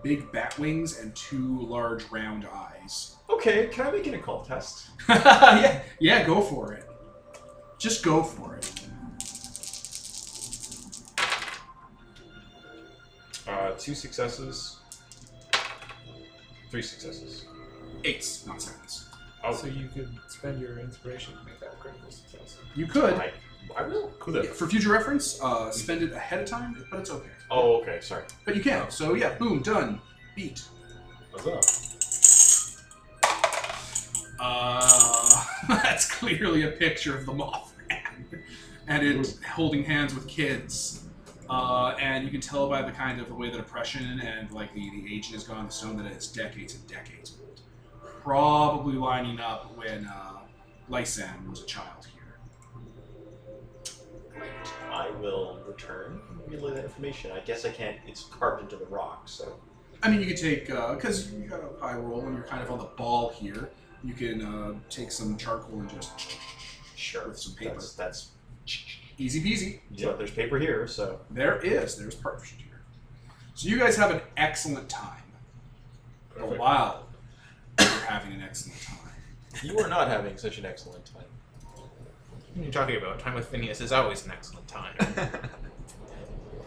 Speaker 1: big bat wings and two large round eyes.
Speaker 5: Okay. Can I make an occult test?
Speaker 1: yeah, yeah, go for it. Just go for it.
Speaker 5: Uh, two successes. Three successes.
Speaker 1: Eights, not sevens.
Speaker 5: Oh.
Speaker 4: So you could spend your inspiration to make that a critical success.
Speaker 1: You could,
Speaker 5: I, I will.
Speaker 2: Could have.
Speaker 1: for future reference, uh, spend it ahead of time, but it's okay.
Speaker 5: Oh, okay. Sorry.
Speaker 1: But you can. So yeah, boom, done, beat.
Speaker 2: Huzzah.
Speaker 1: Uh, that's clearly a picture of the Mothman, and it's holding hands with kids. Uh, and you can tell by the kind of the way that oppression and like the, the age it has gone, the stone that it's decades and decades old. Probably lining up when uh, Lysan was a child here.
Speaker 5: Great. I will return and relay that information. I guess I can't. It's carved into the rock, so.
Speaker 1: I mean, you could take because you got a high roll and you're kind of on the ball here. You can uh, take some charcoal and just
Speaker 5: Sure.
Speaker 1: With some paper.
Speaker 5: That's, that's
Speaker 1: easy peasy.
Speaker 5: so there's paper here, so
Speaker 1: There is there's parchment here. So you guys have an excellent time. But
Speaker 2: Perfect.
Speaker 1: wow, you're having an excellent time.
Speaker 5: you are not having such an excellent time.
Speaker 3: What are you talking about? Time with Phineas is always an excellent time.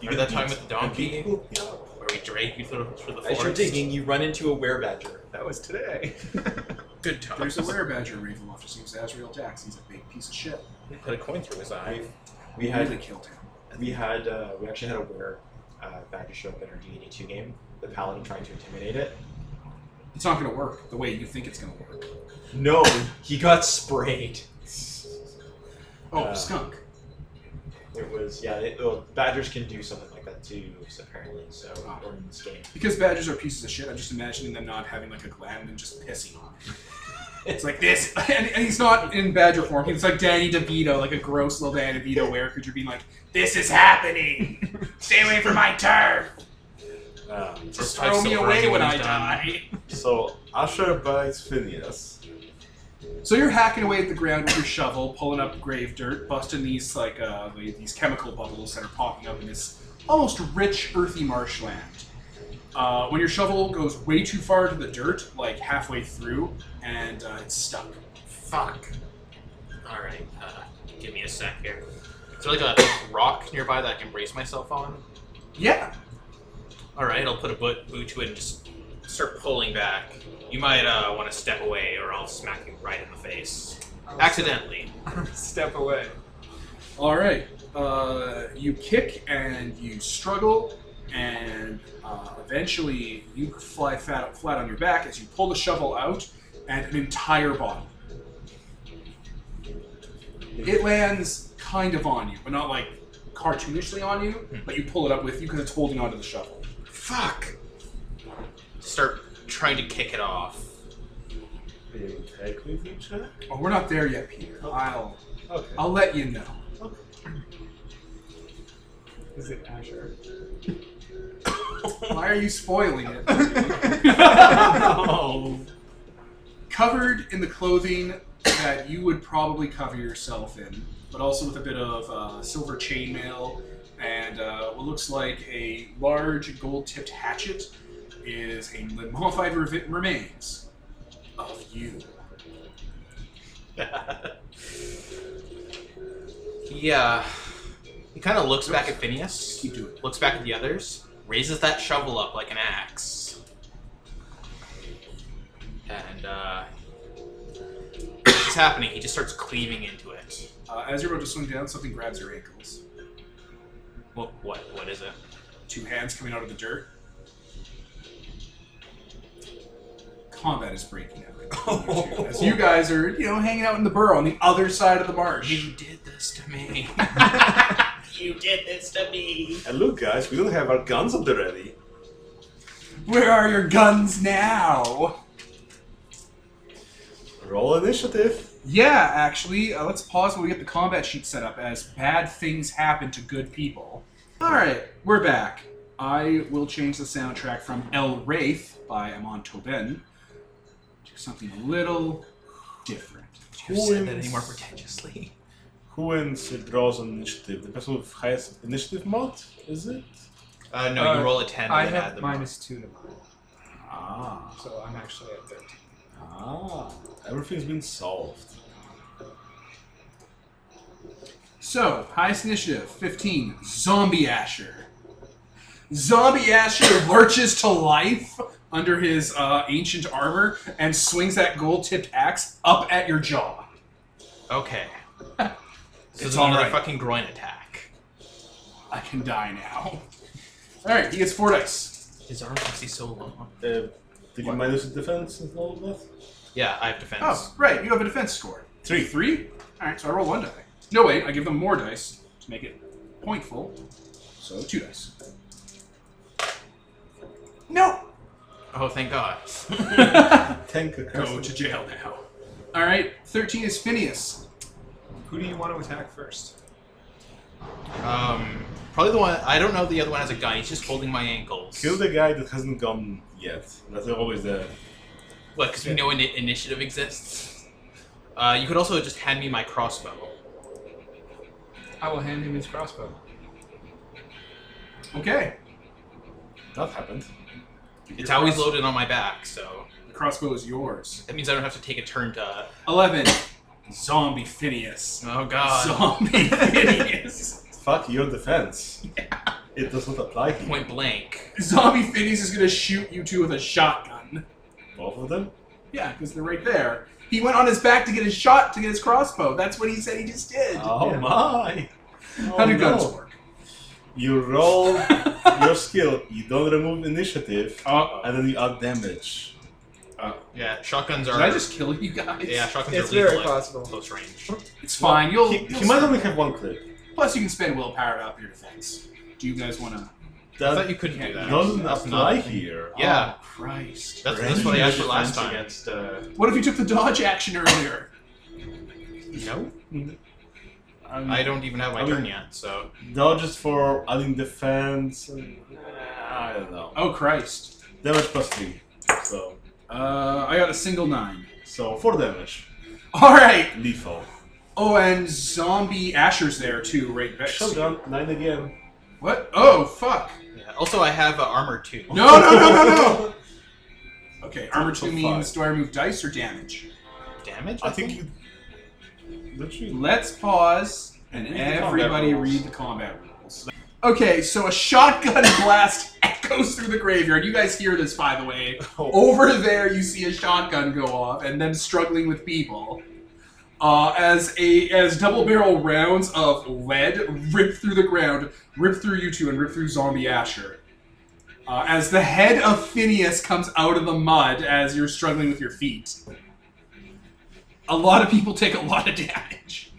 Speaker 3: Remember that time with the donkey? Where we dragged you through, through the
Speaker 5: As
Speaker 3: forest?
Speaker 5: you're digging, you run into a werebadger.
Speaker 4: That was today.
Speaker 3: Good times.
Speaker 1: There's a werebadger Ravenloft. His name's Azrael Dax. He's a big piece of shit.
Speaker 3: Put a coin through his eye.
Speaker 5: We, we
Speaker 1: Really
Speaker 5: had
Speaker 1: killed him.
Speaker 5: we had uh, we actually had a were uh, badger show up in our D and D two game. The paladin tried to intimidate it.
Speaker 1: It's not gonna work the way you think it's gonna work.
Speaker 5: No, he got sprayed.
Speaker 1: Oh,
Speaker 5: Uh,
Speaker 1: skunk.
Speaker 5: It was yeah. It, well, badgers can do something like that too, apparently. So
Speaker 1: Ah.
Speaker 5: in this game.
Speaker 1: Because badgers are pieces of shit, I'm just imagining them not having like a gland and just pissing on it. It's like this, and, and he's not in badger form. He's like Danny DeVito, like a gross little Danny DeVito, where creature being like, "This is happening. Stay away from my turf.
Speaker 2: Um,
Speaker 1: Just
Speaker 3: Type
Speaker 1: throw me
Speaker 3: silver
Speaker 1: away when I
Speaker 3: anyone's
Speaker 1: die."
Speaker 2: so Asher bites Phineas.
Speaker 1: So you're hacking away at the ground with your shovel, pulling up grave dirt, busting these like uh, the- these chemical bubbles that are popping up in this almost rich, earthy marshland. Uh, when your shovel goes way too far to the dirt, like halfway through, and uh, it's stuck.
Speaker 3: Fuck. Alright, uh, give me a sec here. Is there like a rock nearby that I can brace myself on?
Speaker 1: Yeah,
Speaker 3: Alright, I'll put a boot, boot to it and just start pulling back. You might uh, want to step away, or I'll smack you right in the face. Accidentally.
Speaker 4: Step away.
Speaker 1: All right. Uh, you kick and you struggle, and uh, eventually you fly flat, flat on your back as you pull the shovel out and an entire body. It lands kind of on you, but not like cartoonishly on you, but you pull it up with you because it's holding onto the shovel.
Speaker 3: Fuck! Start trying to kick it off.
Speaker 2: Integrity check?
Speaker 1: Oh, we're not there yet, Peter. I'll,
Speaker 2: Okay.
Speaker 1: I'll let you know.
Speaker 4: Is it Asher?
Speaker 1: Why are you spoiling it?
Speaker 2: Oh.
Speaker 1: covered in the clothing that you would probably cover yourself in, but also with a bit of uh, silver chainmail and uh, what looks like a large gold-tipped hatchet is a the mummified re- remains of you.
Speaker 3: Yeah. uh, He kind of looks back at Phineas,
Speaker 1: Keep doing it.
Speaker 3: looks back at the others, raises that shovel up like an axe. And, uh. What's happening? He just starts cleaving into it.
Speaker 1: Uh, as you're about to swing down, something grabs your ankles.
Speaker 3: What, what, what is it?
Speaker 1: Two hands coming out of the dirt. Combat is breaking out. between you two, As you guys are, you know, hanging out in the burrow on the other side of the marsh.
Speaker 3: You did this to me. you did this to me.
Speaker 2: And look, guys, we don't have our guns up there ready.
Speaker 1: Where are your guns now?
Speaker 2: Roll initiative.
Speaker 1: Yeah, actually, uh, let's pause when we get the combat sheet set up as bad things happen to good people. Alright, we're back. I will change the soundtrack from El Wraith by Amon Tobin to something a little different.
Speaker 3: Could you have said that any more pretentiously?
Speaker 2: Who wins uh, draws on initiative? The person with highest initiative mod, is it?
Speaker 3: Uh, no,
Speaker 4: Uh,
Speaker 3: you roll a 10 and
Speaker 4: I
Speaker 3: then add
Speaker 4: have
Speaker 3: them.
Speaker 4: minus two to mine,
Speaker 2: Ah.
Speaker 4: so I'm actually at thirteen.
Speaker 2: Ah. Everything's been solved.
Speaker 1: So, highest initiative 15, Zombie Asher. Zombie Asher lurches to life under his uh, ancient armor and swings that gold tipped axe up at your jaw.
Speaker 3: Okay. So
Speaker 1: It's
Speaker 3: it's another
Speaker 1: alright.
Speaker 3: fucking groin attack.
Speaker 1: I can die now. Alright, he gets four dice.
Speaker 3: His arm must be so long.
Speaker 2: Uh, did you minus the defense and all of that?
Speaker 3: Yeah, I have defense.
Speaker 1: Oh, right, you have a defense score.
Speaker 2: Three.
Speaker 1: Three? Alright, so I roll one die. No, wait, I give them more dice to make it pointful. So two dice. No!
Speaker 3: Oh, thank God.
Speaker 2: Thank you.
Speaker 1: Go to jail now. Alright, 13 is Phineas.
Speaker 4: Who do you want to attack first?
Speaker 3: um, probably the one. I don't know if the other one has a gun. He's just holding my ankles.
Speaker 2: Kill the guy that hasn't gone yet. That's always the.
Speaker 3: What? Because we know an initiative exists. Uh, you could also just hand me my crossbow.
Speaker 4: I will hand him his crossbow.
Speaker 1: Okay.
Speaker 2: That happened.
Speaker 3: It's always loaded on my back, so
Speaker 1: The crossbow is yours.
Speaker 3: that means I don't have to take a turn to.
Speaker 1: 11. Zombie Phineas.
Speaker 3: Oh
Speaker 2: Uh,
Speaker 3: God.
Speaker 1: Zombie Phineas.
Speaker 2: Fuck your defense. It does not apply here.
Speaker 3: Point blank.
Speaker 1: Zombie Phineas is gonna shoot you two with a shotgun.
Speaker 2: Both of them?
Speaker 1: Yeah, because they're right there. He went on his back to get his shot to get his crossbow. That's what he said he just did.
Speaker 2: Oh
Speaker 4: Yeah.
Speaker 2: my!
Speaker 1: How do
Speaker 2: Oh,
Speaker 1: guns
Speaker 2: no.
Speaker 1: work?
Speaker 2: You roll your skill, you don't remove initiative,
Speaker 1: Uh,
Speaker 2: and then you add damage.
Speaker 3: Yeah, shotguns are.
Speaker 1: did I just kill you guys?
Speaker 3: Yeah, shotguns
Speaker 4: It's
Speaker 3: are lethal
Speaker 4: very
Speaker 3: at
Speaker 4: possible.
Speaker 3: close range.
Speaker 1: It's fine. You'll.
Speaker 2: He,
Speaker 1: you'll
Speaker 2: he might only have one clip.
Speaker 1: Plus, you can spend willpower to up your defense. Do you guys want to?
Speaker 3: I
Speaker 2: That
Speaker 3: thought you couldn't do that.
Speaker 2: doesn't
Speaker 3: That's
Speaker 2: apply
Speaker 3: not-
Speaker 2: here.
Speaker 3: Yeah,
Speaker 1: Oh, Christ.
Speaker 3: that's, that's what I asked for last
Speaker 7: Defense
Speaker 3: time.
Speaker 7: Against, uh,
Speaker 1: What if you took the dodge action earlier?
Speaker 3: No,
Speaker 2: Um,
Speaker 3: I don't even have my
Speaker 2: I mean-
Speaker 3: turn yet. So
Speaker 2: No, just for adding defense. And, I don't know.
Speaker 1: Oh Christ.
Speaker 2: Damage plus three. So,
Speaker 1: Uh, I got a single nine.
Speaker 2: so four damage.
Speaker 1: All right.
Speaker 2: Lethal.
Speaker 1: Oh, and zombie Asher's there too, right next. to you.
Speaker 2: Shotgun nine again.
Speaker 1: What? Oh fuck.
Speaker 3: yeah. also I have uh, armor too.
Speaker 1: No, no, no, no, no. Okay, armor two
Speaker 2: Five.
Speaker 1: means do I remove dice or damage?
Speaker 3: damage.
Speaker 2: I think you. Don't you?
Speaker 1: Let's pause and
Speaker 2: Read the combat
Speaker 1: everybody
Speaker 2: rules.
Speaker 1: read the combat rules. Okay, so a shotgun blast echoes through the graveyard. You guys hear this, by the way.
Speaker 2: Oh.
Speaker 1: Over there, you see a shotgun go off, and them struggling with people. Uh, as a as double barrel rounds of lead rip through the ground, rip through you two, and rip through Zombie Asher. Uh, as the head of Phineas comes out of the mud as you're struggling with your feet. A lot of people take a lot of damage.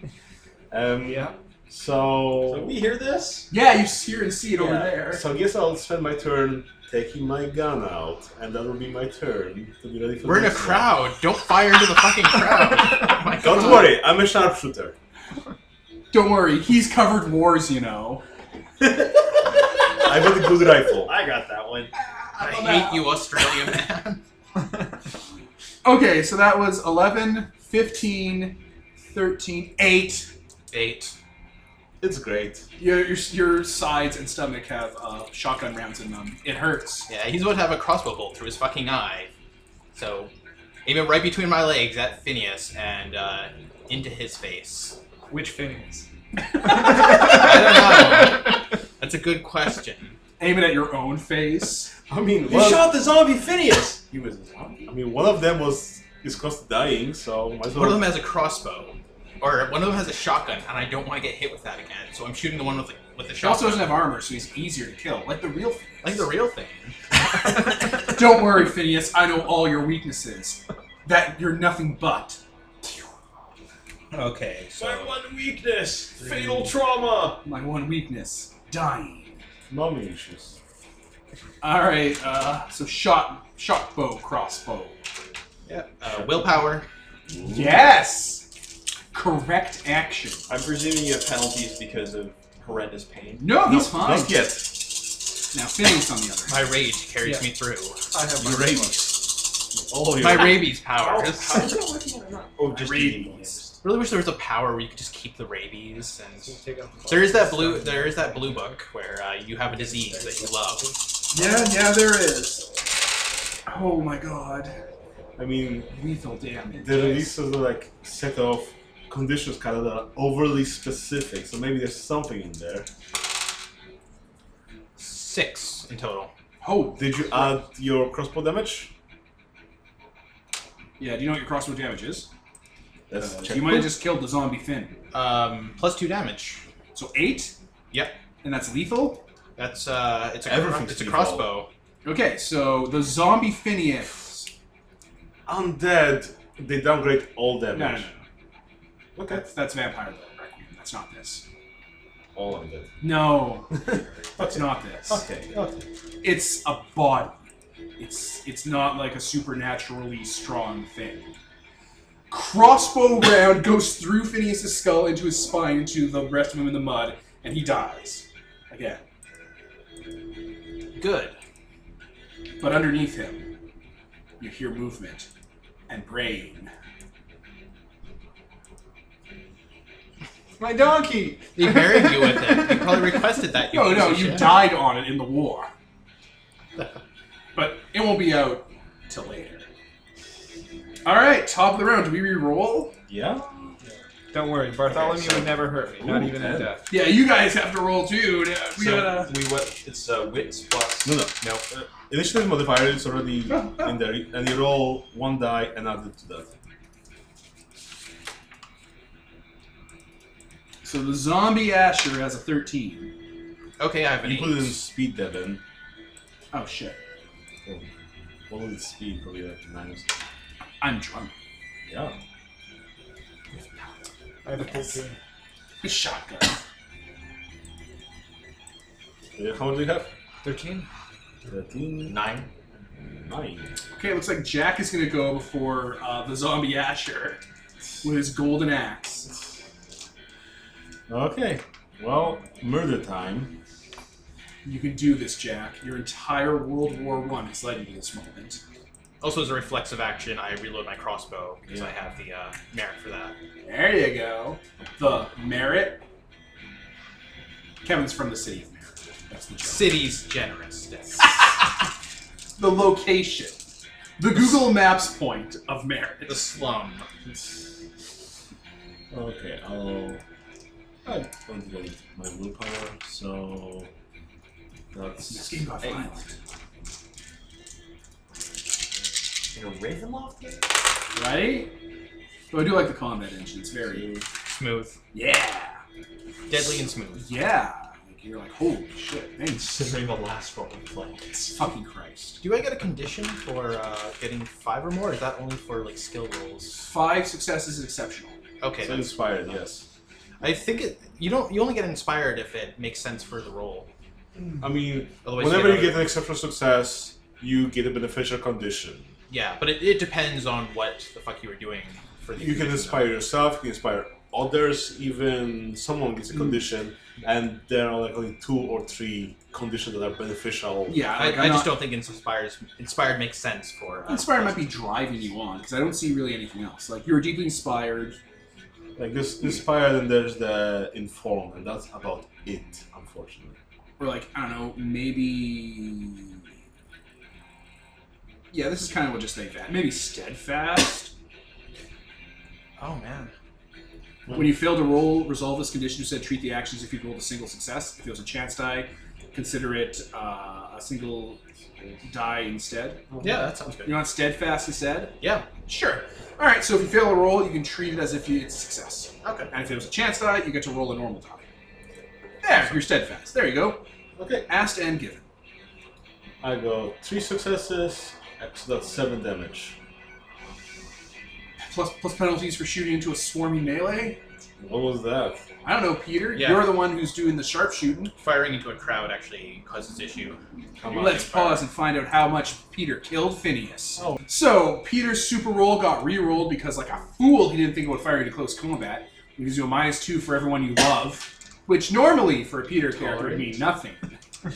Speaker 2: Um,
Speaker 4: Yeah.
Speaker 7: So
Speaker 2: So,
Speaker 7: we hear this?
Speaker 1: Yeah, you s- hear and see it over
Speaker 7: Yeah.
Speaker 1: there.
Speaker 2: so I guess I'll spend my turn taking my gun out, and that'll be my turn to be ready for.
Speaker 3: We're in
Speaker 2: the
Speaker 3: a
Speaker 2: next
Speaker 3: crowd. Don't fire into the fucking crowd. Oh my
Speaker 2: round. Don't
Speaker 3: God.
Speaker 2: worry, I'm a sharpshooter.
Speaker 1: Don't worry, he's covered wars, you know.
Speaker 2: I got a good rifle.
Speaker 7: I got that one.
Speaker 3: I hate you, Australia man.
Speaker 1: Okay, so that was 11, 15, 13, 8.
Speaker 3: Eight.
Speaker 2: It's great.
Speaker 1: Your, your, your sides and stomach have uh, shotgun rounds in them. It hurts.
Speaker 3: Yeah, he's about to have a crossbow bolt through his fucking eye. So, aim it right between my legs at Phineas and uh, into his face.
Speaker 4: Which Phineas?
Speaker 3: I don't know. That's a good question.
Speaker 1: Aim it at your own face.
Speaker 2: I mean,
Speaker 7: You
Speaker 2: one,
Speaker 7: shot the zombie Phineas!
Speaker 2: he was a zombie. I mean, one of them was is close to dying, so might as
Speaker 3: One
Speaker 2: well.
Speaker 3: of them has a crossbow, or one of them has a shotgun, and I don't want to get hit with that again. So I'm shooting the one with the, with the
Speaker 1: He also
Speaker 3: shotgun.
Speaker 1: doesn't have armor, so he's easier to kill. Like the real Phineas.
Speaker 3: like the real thing.
Speaker 1: Don't worry, Phineas. I know all your weaknesses. That you're nothing but.
Speaker 3: Okay, so
Speaker 7: one weakness! Fatal
Speaker 2: Mm.
Speaker 7: trauma!
Speaker 1: My one weakness dying.
Speaker 2: Mommy issues.
Speaker 1: Alright, uh, so shot, shot bow, crossbow.
Speaker 3: uh, willpower.
Speaker 1: Yes! Correct action.
Speaker 7: I'm presuming you have penalties because of horrendous pain.
Speaker 1: No, he's
Speaker 2: no,
Speaker 1: fine.
Speaker 2: Not yet.
Speaker 1: Now Phineas on the other.
Speaker 3: My rage carries
Speaker 4: Yeah.
Speaker 3: me through.
Speaker 4: I have my
Speaker 2: Oh,
Speaker 3: My
Speaker 2: yeah.
Speaker 3: rabies
Speaker 7: How-
Speaker 3: power.
Speaker 7: how is that working or not? Oh, just
Speaker 1: Radius.
Speaker 3: Really wish there was a power where you could just keep the rabies. And
Speaker 4: Take off the
Speaker 3: there is that blue. There is that blue book where uh, you have a disease that you love.
Speaker 1: Yeah, yeah, there is. Oh my god.
Speaker 2: I mean,
Speaker 1: Lethal damage.
Speaker 2: the release of the like set of conditions kind of that are overly specific, so maybe there's something in there.
Speaker 3: Six in total.
Speaker 1: Oh,
Speaker 2: Did you add your crossbow damage?
Speaker 1: yeah, do you know what your crossbow damage is?
Speaker 2: Let's
Speaker 1: Uh,
Speaker 2: check.
Speaker 1: you might have just killed the zombie Finn.
Speaker 3: Um, plus two damage.
Speaker 1: So eight?
Speaker 3: Yep.
Speaker 1: And that's lethal?
Speaker 3: That's uh, it's a
Speaker 2: Everything's
Speaker 3: it's a
Speaker 2: evolved.
Speaker 3: crossbow.
Speaker 1: Okay, so the zombie Phineas.
Speaker 2: Undead, they downgrade all
Speaker 1: No, no, no.
Speaker 2: damage.
Speaker 1: no. That's, that's vampire though, right? That's not this.
Speaker 2: All undead.
Speaker 1: No, it's not this.
Speaker 2: Okay, okay.
Speaker 1: It's a body. It's it's not like a supernaturally strong thing. Crossbow round goes through Phineas's skull into his spine into the rest of him in the mud, and he dies. Again.
Speaker 3: Good.
Speaker 1: But underneath him, you hear movement and brain. My donkey!
Speaker 3: They buried you with it. You probably requested that.
Speaker 1: No,
Speaker 3: piece
Speaker 1: no,
Speaker 3: of
Speaker 1: you
Speaker 3: shit.
Speaker 1: died on it in the war. but it won't be out till later. All right, top of the round. Do we re-roll?
Speaker 2: Yeah?
Speaker 4: Don't worry, Bartholomew would never hurt me, not
Speaker 2: Ooh,
Speaker 4: even
Speaker 2: ten.
Speaker 4: at death.
Speaker 1: Yeah, you guys have to roll too. Yeah, We
Speaker 7: So
Speaker 1: gotta.
Speaker 7: we what? It's uh, wits plus.
Speaker 2: No, no. uh,
Speaker 7: No.
Speaker 2: Initiative modifier is already in there, and you roll one die and add it to that.
Speaker 1: So the zombie Asher has a thirteen.
Speaker 3: Okay, I have an
Speaker 2: You put it in
Speaker 3: eight.
Speaker 2: speed, Devin. Oh,
Speaker 1: Oh shit!
Speaker 2: What was the speed? Probably like nine or something.
Speaker 1: I'm drunk.
Speaker 2: Yeah.
Speaker 4: I have a cold too.
Speaker 1: A shotgun.
Speaker 2: Uh, How much do you have?
Speaker 4: 13?
Speaker 2: 13.
Speaker 7: Nine.
Speaker 2: 9.
Speaker 1: Okay, looks like Jack is gonna go before uh, the zombie Asher with his golden axe.
Speaker 2: Okay. Well, murder time.
Speaker 1: You can do this, Jack. Your entire World War One has led you to this moment.
Speaker 3: Also, as a reflexive action, I reload my crossbow because I have the uh, merit for that.
Speaker 1: There you go. The merit. Kevin's from the city of merit. That's the joke.
Speaker 3: City's generous. Yes.
Speaker 1: The location. The Google Maps point of merit.
Speaker 3: the slum.
Speaker 2: Okay, I'll I don't get my willpower, so
Speaker 1: This
Speaker 2: that's
Speaker 1: game got
Speaker 7: Hey.
Speaker 1: violent.
Speaker 5: In a Ravenloft game?
Speaker 1: Right? But I do like the combat engine. It's very.
Speaker 3: Smooth.
Speaker 1: Yeah!
Speaker 3: Deadly and smooth.
Speaker 1: Yeah! Like, you're like, holy shit, thanks.
Speaker 5: Considering the last one we played.
Speaker 1: Fucking Christ.
Speaker 3: Do I get a condition for uh, getting five or more? Or is that only for like skill rolls?
Speaker 1: Five successes is exceptional.
Speaker 3: Okay.
Speaker 2: so
Speaker 3: then.
Speaker 2: inspired. Yes,
Speaker 3: I think it. You don't. You only get inspired if it makes sense for the role.
Speaker 2: I mean
Speaker 3: Otherwise,
Speaker 2: whenever you
Speaker 3: other-
Speaker 2: get an exceptional success, you get a beneficial condition.
Speaker 3: Yeah, but it, it depends on what the fuck you were doing for the.
Speaker 2: You can
Speaker 3: condition,
Speaker 2: inspire yourself. You can inspire others. Even someone gets a condition, and there are like only two or three conditions that are beneficial.
Speaker 3: though.
Speaker 1: Yeah,
Speaker 3: I,
Speaker 1: like,
Speaker 3: I
Speaker 1: I'm
Speaker 3: just
Speaker 1: not-
Speaker 3: don't think inspires inspired makes sense for. Uh,
Speaker 1: Inspired might be driving you on, because I don't see really anything else. Like, you're deeply inspired.
Speaker 2: Like this, inspired, and there's the informed, and that's about it, unfortunately.
Speaker 1: or like I don't know, maybe. Yeah, this is kind of what just like that. Maybe steadfast.
Speaker 3: Oh man.
Speaker 1: When you fail to roll, resolve this condition. You said treat the actions if you rolled a single success. If it was a chance die, consider it uh, a single die instead.
Speaker 3: Yeah, that sounds good.
Speaker 1: You want steadfast instead?
Speaker 3: Yeah.
Speaker 1: Sure. All right. So if you fail a roll, you can treat it as if you, it's a success.
Speaker 3: Okay.
Speaker 1: And if it was a chance die, you get to roll a normal die. There, you're steadfast. There you go.
Speaker 2: Okay.
Speaker 1: Asked and given.
Speaker 2: I go three successes, so that's seven damage.
Speaker 1: Plus plus penalties for shooting into a swarmy melee.
Speaker 2: What was that?
Speaker 1: I don't know, Peter.
Speaker 3: Yeah.
Speaker 1: You're the one who's doing the sharpshooting.
Speaker 3: Firing into a crowd actually causes issue.
Speaker 2: Come on.
Speaker 1: Let's pause and find out how much Peter killed Phineas.
Speaker 2: Oh.
Speaker 1: So Peter's super roll got re-rolled because, like a fool, he didn't think about firing to close combat. It gives you a minus two for everyone you love, which normally for a Peter character would mean nothing.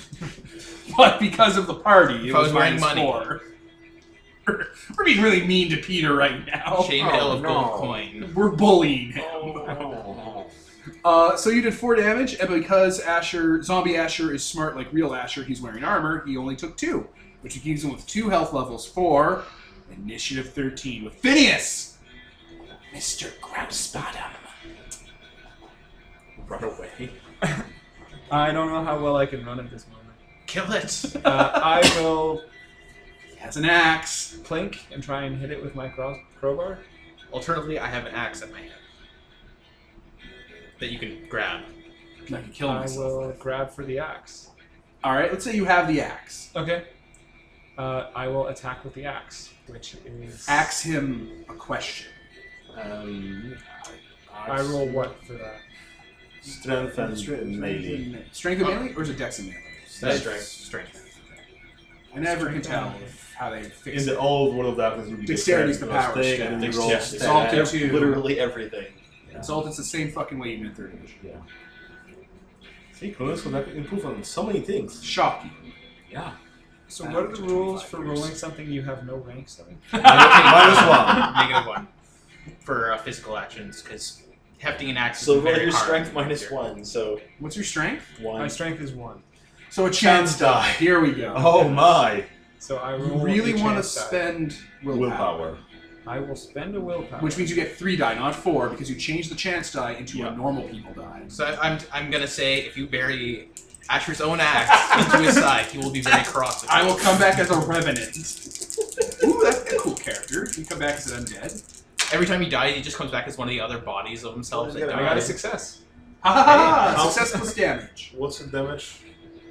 Speaker 1: but because of the party, it
Speaker 3: If I was wearing
Speaker 1: minus
Speaker 3: money.
Speaker 1: four. We're being really mean to Peter right now.
Speaker 3: Shame
Speaker 5: oh,
Speaker 3: hill of
Speaker 5: no.
Speaker 3: gold coin.
Speaker 1: We're bullying him. Uh, so you did four damage, and because Asher, zombie Asher, is smart like real Asher, he's wearing armor. He only took two, which leaves him with two health levels for initiative thirteen with Phineas, Mister Grabspottum.
Speaker 7: Run away.
Speaker 4: I don't know how well I can run at this moment.
Speaker 3: Kill it.
Speaker 4: Uh, I will
Speaker 1: He has an axe.
Speaker 4: plink and try and hit it with my cross crowbar.
Speaker 3: Alternatively, I have an axe at my hand that you can grab.
Speaker 1: I can kill
Speaker 4: I
Speaker 1: myself.
Speaker 4: will grab for the axe.
Speaker 1: All right, let's say you have the axe.
Speaker 4: Okay. Uh, I will attack with the axe, which is
Speaker 1: Axe him a question.
Speaker 2: Um,
Speaker 4: I roll what for that?
Speaker 2: strength and melee.
Speaker 1: Strength of melee, or is it dex and melee?
Speaker 3: That's
Speaker 7: Strength.
Speaker 3: Strength.
Speaker 1: I never can tell if- how they fix
Speaker 2: In
Speaker 1: it.
Speaker 2: the old World of Darkness, would be
Speaker 1: Dexterity's the power
Speaker 2: thing,
Speaker 1: stat.
Speaker 2: and then you
Speaker 7: Dex-
Speaker 2: roll
Speaker 7: yeah,
Speaker 2: stat.
Speaker 1: Exalted
Speaker 7: Yeah,
Speaker 1: to-
Speaker 7: Literally everything.
Speaker 1: Exalt, it's the same fucking way even in third edition.
Speaker 2: See, Cronus would have improved on so many things.
Speaker 1: Shocking.
Speaker 2: Yeah.
Speaker 4: So
Speaker 1: That
Speaker 4: what are
Speaker 1: took
Speaker 4: the rules
Speaker 1: 25
Speaker 4: for
Speaker 1: years. Um,
Speaker 4: rolling something you have no ranks in?
Speaker 2: Minus one.
Speaker 3: Negative one for uh, physical actions because hefting an axe.
Speaker 7: So
Speaker 3: is
Speaker 7: roll
Speaker 3: very
Speaker 7: your
Speaker 3: hard
Speaker 7: strength
Speaker 3: to
Speaker 7: minus
Speaker 3: do.
Speaker 7: one. So
Speaker 1: What's your strength?
Speaker 4: My
Speaker 7: one.
Speaker 4: strength is one,
Speaker 1: So a chance die. Here we go.
Speaker 2: Oh my!
Speaker 4: so I
Speaker 1: You
Speaker 4: roll.
Speaker 1: really
Speaker 4: a
Speaker 1: want to
Speaker 4: chance die.
Speaker 1: spend willpower,
Speaker 2: Willpower.
Speaker 4: I will spend a willpower.
Speaker 1: which means you get three die, not four, because you change the chance die into a
Speaker 2: Yeah.
Speaker 1: normal people die.
Speaker 3: So I- I'm, I'm gonna say if you bury Asher's own axe into his side, he will be very cross. with
Speaker 1: I
Speaker 3: you.
Speaker 1: will come back as a revenant. Ooh, that's a cool character. You come back as an undead.
Speaker 3: Every time he dies, he just comes back as one of the other bodies of himself. That
Speaker 4: I got a
Speaker 3: died.
Speaker 4: success.
Speaker 1: Ha ha ha!
Speaker 2: Hey, how-
Speaker 1: Success plus damage.
Speaker 2: What's the damage?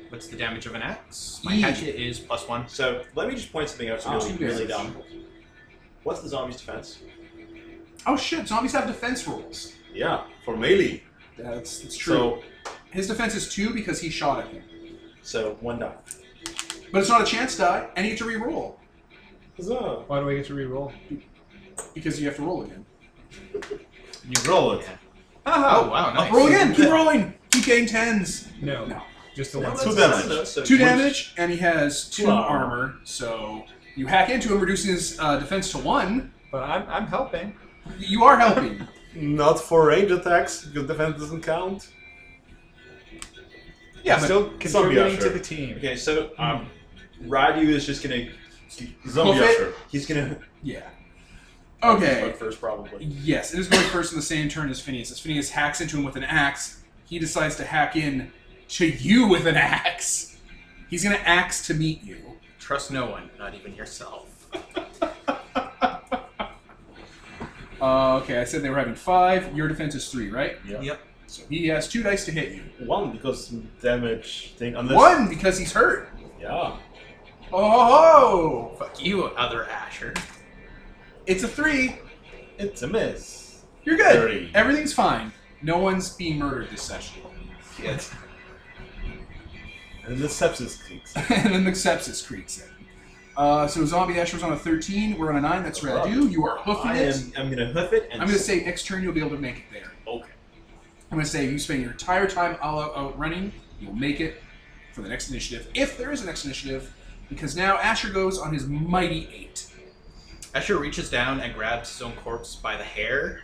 Speaker 3: What's the damage of an axe? My
Speaker 1: Eee.
Speaker 3: hatchet is plus one.
Speaker 7: So let me just point something out. It's
Speaker 1: Oh,
Speaker 7: really,
Speaker 1: two
Speaker 7: really
Speaker 1: misses.
Speaker 7: dumb. What's the zombie's defense?
Speaker 1: Oh shit! Zombies have defense rolls.
Speaker 2: Yeah, for melee.
Speaker 1: That's, that's true.
Speaker 2: So
Speaker 1: His defense is two because he shot at him,
Speaker 7: So one die.
Speaker 1: but it's not a chance die, and you get to re-roll
Speaker 2: Huzzah.
Speaker 4: Why do I get to reroll?
Speaker 1: because you have to roll again.
Speaker 2: you roll it.
Speaker 3: Yeah.
Speaker 1: Ha
Speaker 3: Oh
Speaker 1: ha!
Speaker 3: wow, nice.
Speaker 1: Roll again. Keep rolling. Keep getting tens.
Speaker 4: No,
Speaker 1: No.
Speaker 4: just the
Speaker 7: No,
Speaker 4: one.
Speaker 7: that's-
Speaker 2: Two
Speaker 7: that's
Speaker 2: damage.
Speaker 7: enough, so
Speaker 1: two
Speaker 7: you-
Speaker 1: damage, and he has two
Speaker 2: Wow.
Speaker 1: armor. So you hack into him, reducing his uh, defense to one.
Speaker 4: But I'm, I'm helping.
Speaker 1: You are helping.
Speaker 2: Not for range attacks. Your defense doesn't count.
Speaker 1: Yeah,
Speaker 4: I'm
Speaker 1: but
Speaker 4: still contributing
Speaker 2: usher.
Speaker 4: to the team.
Speaker 7: Okay, so um, Radu is just gonna
Speaker 2: Zombie
Speaker 1: Buffet?
Speaker 2: usher.
Speaker 7: he's gonna
Speaker 1: yeah. Okay.
Speaker 7: But first probably.
Speaker 1: Yes, it is going first in the same turn as Phineas. As Phineas hacks into him with an axe, he decides to hack in to you with an axe. He's gonna axe to meet you.
Speaker 3: Trust no one, not even yourself.
Speaker 1: Uh, okay, I said they were having five. Your defense is three, right?
Speaker 2: Yeah.
Speaker 3: Yep.
Speaker 1: So he has two dice to hit you.
Speaker 2: One because damage thing. Unless
Speaker 1: One because he's hurt.
Speaker 2: Yeah.
Speaker 1: Oh,
Speaker 3: Fuck you, other Asher.
Speaker 1: it's a three.
Speaker 2: It's a miss.
Speaker 1: You're good.
Speaker 2: Thirty.
Speaker 1: Everything's fine. No one's being murdered this session.
Speaker 2: Yes. And the sepsis kicks.
Speaker 1: and then the sepsis creaks in. Uh, so zombie Asher's on a 13. We're on a 9. That's Radu. You are hoofing
Speaker 7: I
Speaker 1: it.
Speaker 7: am. I'm gonna hoof it and.
Speaker 1: I'm going to say next turn you'll be able to make it there.
Speaker 7: Okay.
Speaker 1: I'm going to say you spend your entire time all out, out running. You'll make it for the next initiative, if there is a next initiative, because now Asher goes on his mighty 8.
Speaker 3: Asher reaches down and grabs his own corpse by the hair,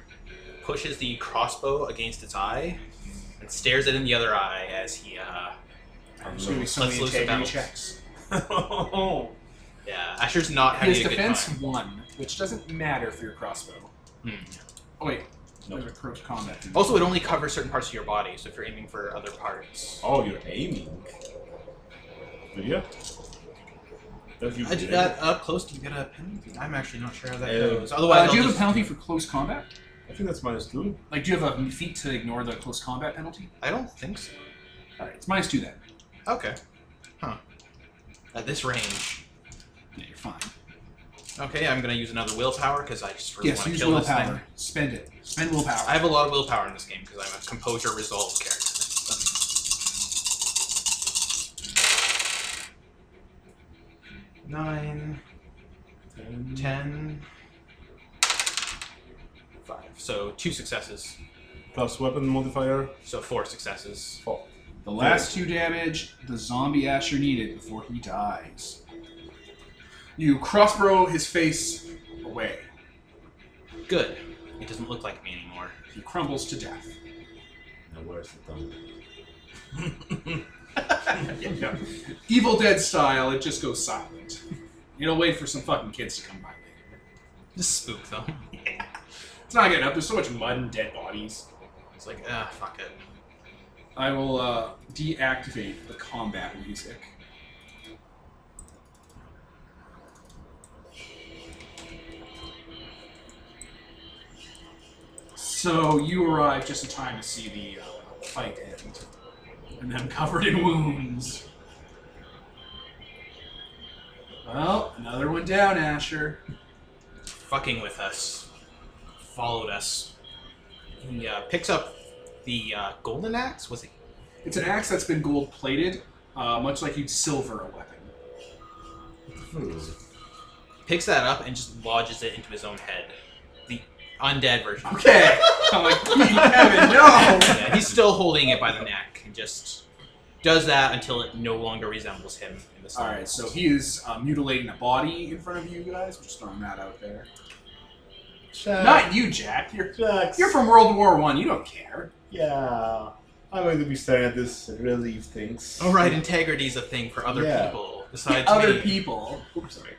Speaker 3: pushes the crossbow against its eye, and stares it in the other eye as he, uh.
Speaker 1: There's going to be so
Speaker 3: Let's
Speaker 1: many
Speaker 3: lose the
Speaker 1: integrity
Speaker 3: battle.
Speaker 1: checks.
Speaker 7: Oh,
Speaker 3: yeah, Asher's not having
Speaker 1: His
Speaker 3: a good
Speaker 1: defense
Speaker 3: time.
Speaker 1: 1, which doesn't matter for your crossbow.
Speaker 3: Hmm. Oh,
Speaker 1: Oh, wait.
Speaker 2: Nope.
Speaker 1: There's a close combat. thing.
Speaker 3: Also, it only covers certain parts of your body, so if you're aiming for other parts.
Speaker 2: Oh, you're aiming. Do you? Don't you
Speaker 3: I did
Speaker 2: aim?
Speaker 3: that up close. Do you get a penalty? I'm actually not sure how that
Speaker 2: Uh,
Speaker 3: goes. Otherwise,
Speaker 1: Uh,
Speaker 3: I'll
Speaker 1: do you have a
Speaker 3: just-
Speaker 1: penalty for close combat?
Speaker 2: I think that's minus two.
Speaker 1: Like, do you have a feat to ignore the close combat penalty?
Speaker 3: I don't think so.
Speaker 1: All right, it's minus two then.
Speaker 3: Okay. Huh. At this range.
Speaker 1: Yeah, you're fine.
Speaker 3: Okay, I'm gonna use another willpower because I just really
Speaker 1: yes,
Speaker 3: want to
Speaker 1: use
Speaker 3: kill this thing.
Speaker 1: willpower. Spend it. Spend willpower.
Speaker 3: I have a lot of willpower in this game because I'm a composure resolve character. Nine, ten, five. So two successes.
Speaker 2: Plus weapon modifier. Oh.
Speaker 3: So four successes.
Speaker 1: the last two damage the zombie Asher needed before he dies. You crossbow his face away.
Speaker 3: Good. It doesn't look like me anymore.
Speaker 1: He crumbles to death.
Speaker 2: Now where's the thumb?
Speaker 1: Evil Dead style, it just goes silent. It'll wait for some fucking kids to come by later.
Speaker 3: Just spook them.
Speaker 1: It's not getting up. There's so much mud and dead bodies.
Speaker 3: It's like, ah, fuck it.
Speaker 1: I will uh, deactivate the combat music. So you arrive just in time to see the uh, fight end, and them covered in wounds. Well, another one down, Asher.
Speaker 3: fucking with us, followed us. He uh, picks up the uh, golden axe. Was it?
Speaker 1: It's an axe that's been gold plated, uh, much like you'd silver a weapon.
Speaker 3: Picks that up and just lodges it into his own head. The undead version.
Speaker 1: Okay. I'm like, Kevin, no.
Speaker 3: yeah, he's still holding it by the neck and just does that until it no longer resembles him in the
Speaker 1: All right, so he is uh, mutilating a body in front of you guys. Just throwing that out there. Not you, Jack. You're
Speaker 2: Jax.
Speaker 1: you're from World War One. You don't care.
Speaker 2: Yeah. I'm going to be staring at this and relieve things.
Speaker 3: All Oh, right, integrity is a thing for other
Speaker 2: Yeah.
Speaker 3: people besides
Speaker 1: other
Speaker 3: me.
Speaker 1: people. Oops, sorry.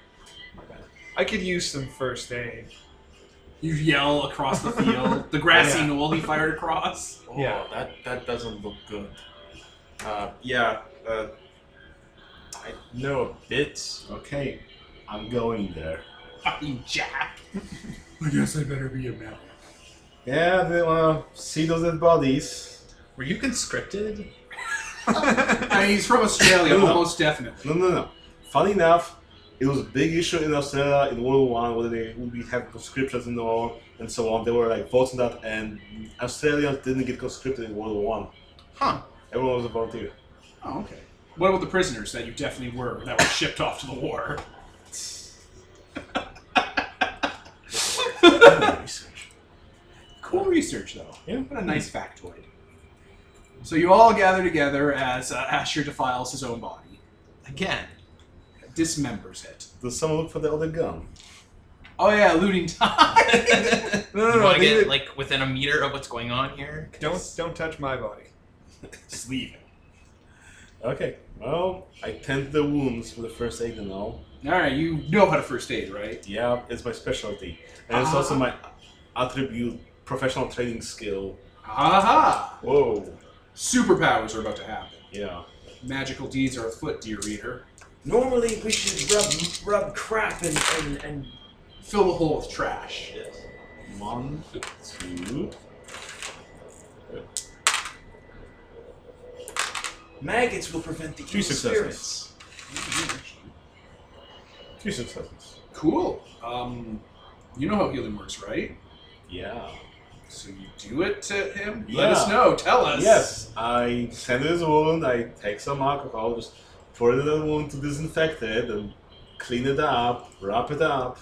Speaker 4: I could use some first aid.
Speaker 1: You yell across the field, the grassy
Speaker 4: Yeah.
Speaker 1: knoll he fired across.
Speaker 7: Oh,
Speaker 4: Yeah.
Speaker 7: that that doesn't look good. Uh, yeah. Uh, I know a bit.
Speaker 2: Okay. I'm going there.
Speaker 1: Fucking Jack. I guess I better be a man.
Speaker 2: Yeah, they want to see those dead bodies.
Speaker 3: Were you conscripted?
Speaker 1: And Uh, he's from Australia,
Speaker 2: No.
Speaker 1: almost definitely.
Speaker 2: No, no, no. Funny enough, it was a big issue in Australia in World War One whether they would be have conscriptions and all and so on. They were like voting that, and Australians didn't get conscripted in World War One.
Speaker 3: Huh.
Speaker 2: Everyone was a volunteer.
Speaker 1: Oh, okay. What about the prisoners that you definitely were that were shipped off to the war?
Speaker 2: Research.
Speaker 1: Cool research, though.
Speaker 2: Yeah.
Speaker 1: What a nice factoid. So you all gather together as uh, Asher defiles his own body,
Speaker 3: Again.
Speaker 1: dismembers it.
Speaker 2: Does someone look for the other gun?
Speaker 1: Oh yeah, looting time.
Speaker 4: No,
Speaker 3: You
Speaker 4: no,
Speaker 3: want
Speaker 4: no.
Speaker 3: to
Speaker 4: leave
Speaker 3: get
Speaker 4: it-
Speaker 3: like within a meter of what's going on here?
Speaker 4: Don't don't touch my body.
Speaker 1: Just leave
Speaker 2: Okay. Well, I tend the wounds with the first aid and all.
Speaker 1: it. All right, you know how to first aid, right?
Speaker 2: Yeah, it's my specialty, and it's also
Speaker 1: Uh-huh.
Speaker 2: my attribute, professional training skill.
Speaker 1: Aha!
Speaker 2: Whoa.
Speaker 1: Superpowers are about to happen.
Speaker 2: Yeah.
Speaker 1: Magical deeds are afoot, dear reader.
Speaker 5: Normally we should rub rub crap and and, and
Speaker 1: Fill the hole with trash.
Speaker 7: Yes.
Speaker 2: One, two.
Speaker 5: maggots will prevent the
Speaker 2: Two
Speaker 5: evil
Speaker 2: successes.
Speaker 5: spirits.
Speaker 2: Two successes.
Speaker 1: Cool. Um, you know how healing works, right?
Speaker 2: Yeah.
Speaker 1: So you do it to him. Let us
Speaker 2: Yeah.
Speaker 1: know. Tell us.
Speaker 2: Yes, I send his wound, I take some alcohol, just pour it in the wound to disinfect it and clean it up, wrap it up.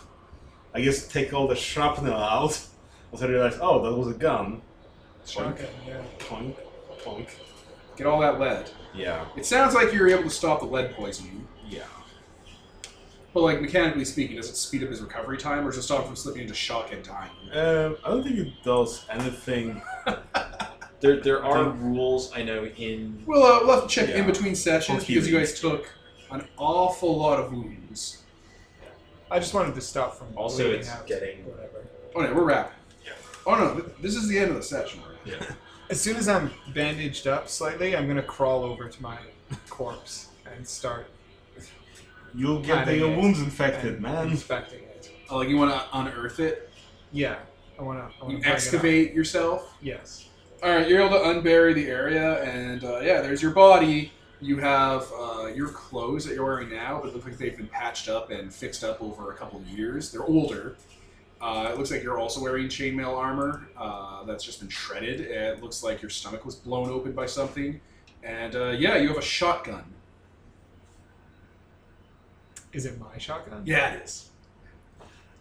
Speaker 2: I just take all the shrapnel out. Once I realize, oh, that was a gun.
Speaker 4: Shotgun, yeah.
Speaker 2: Punk, punk.
Speaker 1: Get all that lead.
Speaker 2: Yeah,
Speaker 1: It sounds like you were able to stop the lead poisoning,
Speaker 2: yeah.
Speaker 1: but like mechanically speaking, does it speed up his recovery time, or does it stop him from slipping into shock and dying?
Speaker 2: Um, I don't think it does anything.
Speaker 7: There, there are rules I know in.
Speaker 1: We'll, uh, we'll have to check in
Speaker 2: Yeah.
Speaker 1: between sessions
Speaker 2: For
Speaker 1: because you
Speaker 2: healing.
Speaker 1: guys took an awful lot of wounds.
Speaker 4: I just wanted to stop from
Speaker 7: Also,
Speaker 4: bleeding
Speaker 7: it's
Speaker 4: out,
Speaker 7: getting-
Speaker 4: whatever.
Speaker 1: Oh no, we're wrapping. Oh no, th- this is the end of the session. Right?
Speaker 4: As soon as I'm bandaged up slightly, I'm gonna crawl over to my corpse and start
Speaker 2: You'll get
Speaker 4: Kinda,
Speaker 2: your
Speaker 4: yeah. Mm.
Speaker 2: wounds infected,
Speaker 4: and
Speaker 2: man.
Speaker 4: inspecting it.
Speaker 1: Oh, like you want to unearth it,
Speaker 4: Yeah, I wanna, I wanna
Speaker 1: you
Speaker 4: bring it up.
Speaker 1: excavate yourself.
Speaker 4: Yes.
Speaker 1: All right, you're able to unbury the area, and uh, yeah, there's your body. You have uh, your clothes that you're wearing now, but it looks like they've been patched up and fixed up over a couple of years. They're older. Uh, it looks like you're also wearing chainmail armor uh, that's just been shredded. It looks like your stomach was blown open by something, and uh, yeah, you have a shotgun.
Speaker 4: Is it my shotgun?
Speaker 1: Yeah, it is.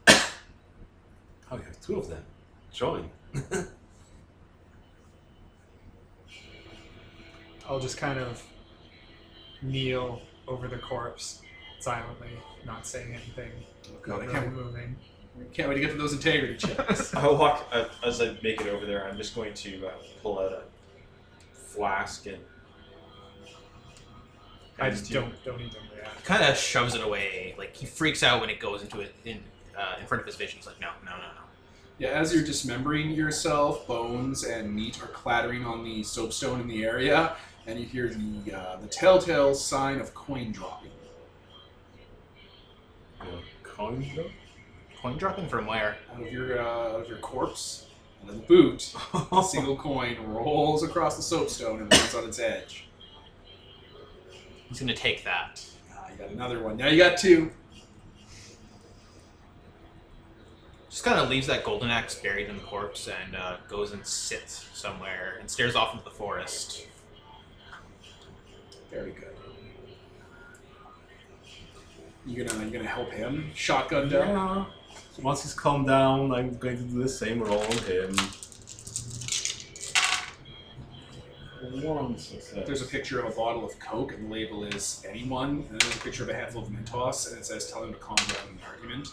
Speaker 2: Oh, you have two of them. Join.
Speaker 4: I'll just kind of kneel over the corpse silently, not saying anything,
Speaker 1: Oh, God,
Speaker 4: not
Speaker 1: I
Speaker 4: really
Speaker 1: can't,
Speaker 4: moving.
Speaker 1: can't wait to get to those integrity checks.
Speaker 7: I walk uh, as I make it over there. I'm just going to uh, pull out a flask and.
Speaker 4: I
Speaker 7: and
Speaker 4: just
Speaker 7: do-
Speaker 4: don't don't even react.
Speaker 3: Kind of shoves it away. Like he freaks out when it goes into it in uh, in front of his vision. He's like, no, no, no, no.
Speaker 1: Yeah, as you're dismembering yourself, bones and meat are clattering on the soapstone in the area, and you hear the uh, the telltale sign of coin dropping.
Speaker 2: Your coin drop?
Speaker 3: Coin dropping from where?
Speaker 1: Out of your uh, out of your corpse, out of the boot, a single coin rolls across the soapstone and lands on its edge.
Speaker 3: He's gonna take that.
Speaker 1: Ah, you got another one. Now you got two.
Speaker 3: Just kind of leaves that golden axe buried in the corpse and uh, goes and sits somewhere and stares off into the forest.
Speaker 1: Very good. You gonna you gonna help him? Shotgun down.
Speaker 2: Yeah. Once he's calmed down, I'm going to do the same roll on him. One success.
Speaker 1: There's a picture of a bottle of Coke, and the label is anyone. And there's a picture of a handful of Mentos, and it says, "Tell him to calm down in an argument."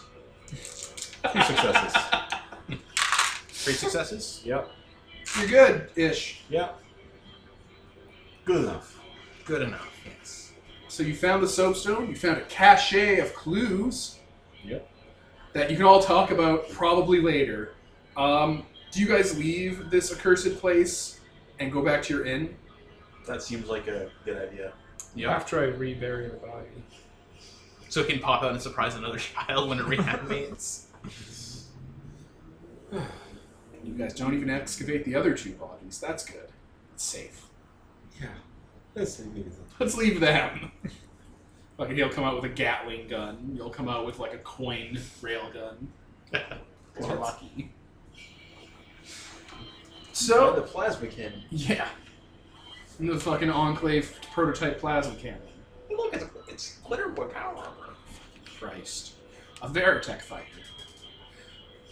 Speaker 2: Two successes.
Speaker 3: Three successes.
Speaker 2: yep.
Speaker 1: You're good, ish.
Speaker 2: Yep. Good enough.
Speaker 3: Good enough. Yes.
Speaker 1: So you found the soapstone. You found a cache of clues.
Speaker 2: Yep.
Speaker 1: That you can all talk about probably later. Um, do you guys leave this accursed place and go back to your inn?
Speaker 7: That seems like a good idea.
Speaker 3: Yeah.
Speaker 4: After I rebury the body.
Speaker 3: So it can pop out and surprise another child when it reanimates.
Speaker 1: You guys don't even excavate the other two bodies. That's good. It's safe.
Speaker 2: Yeah. Let's see. maybe the-
Speaker 1: Let's leave them. Fucking, he'll come out with a Gatling gun. You'll come out with like a coin rail gun. We're lucky.
Speaker 7: Oh,
Speaker 1: So
Speaker 7: the plasma cannon.
Speaker 1: yeah, And the fucking enclave prototype plasma cannon.
Speaker 7: Hey, Look, it's, it's glitter boy power armor.
Speaker 1: Christ, a Veritech fighter.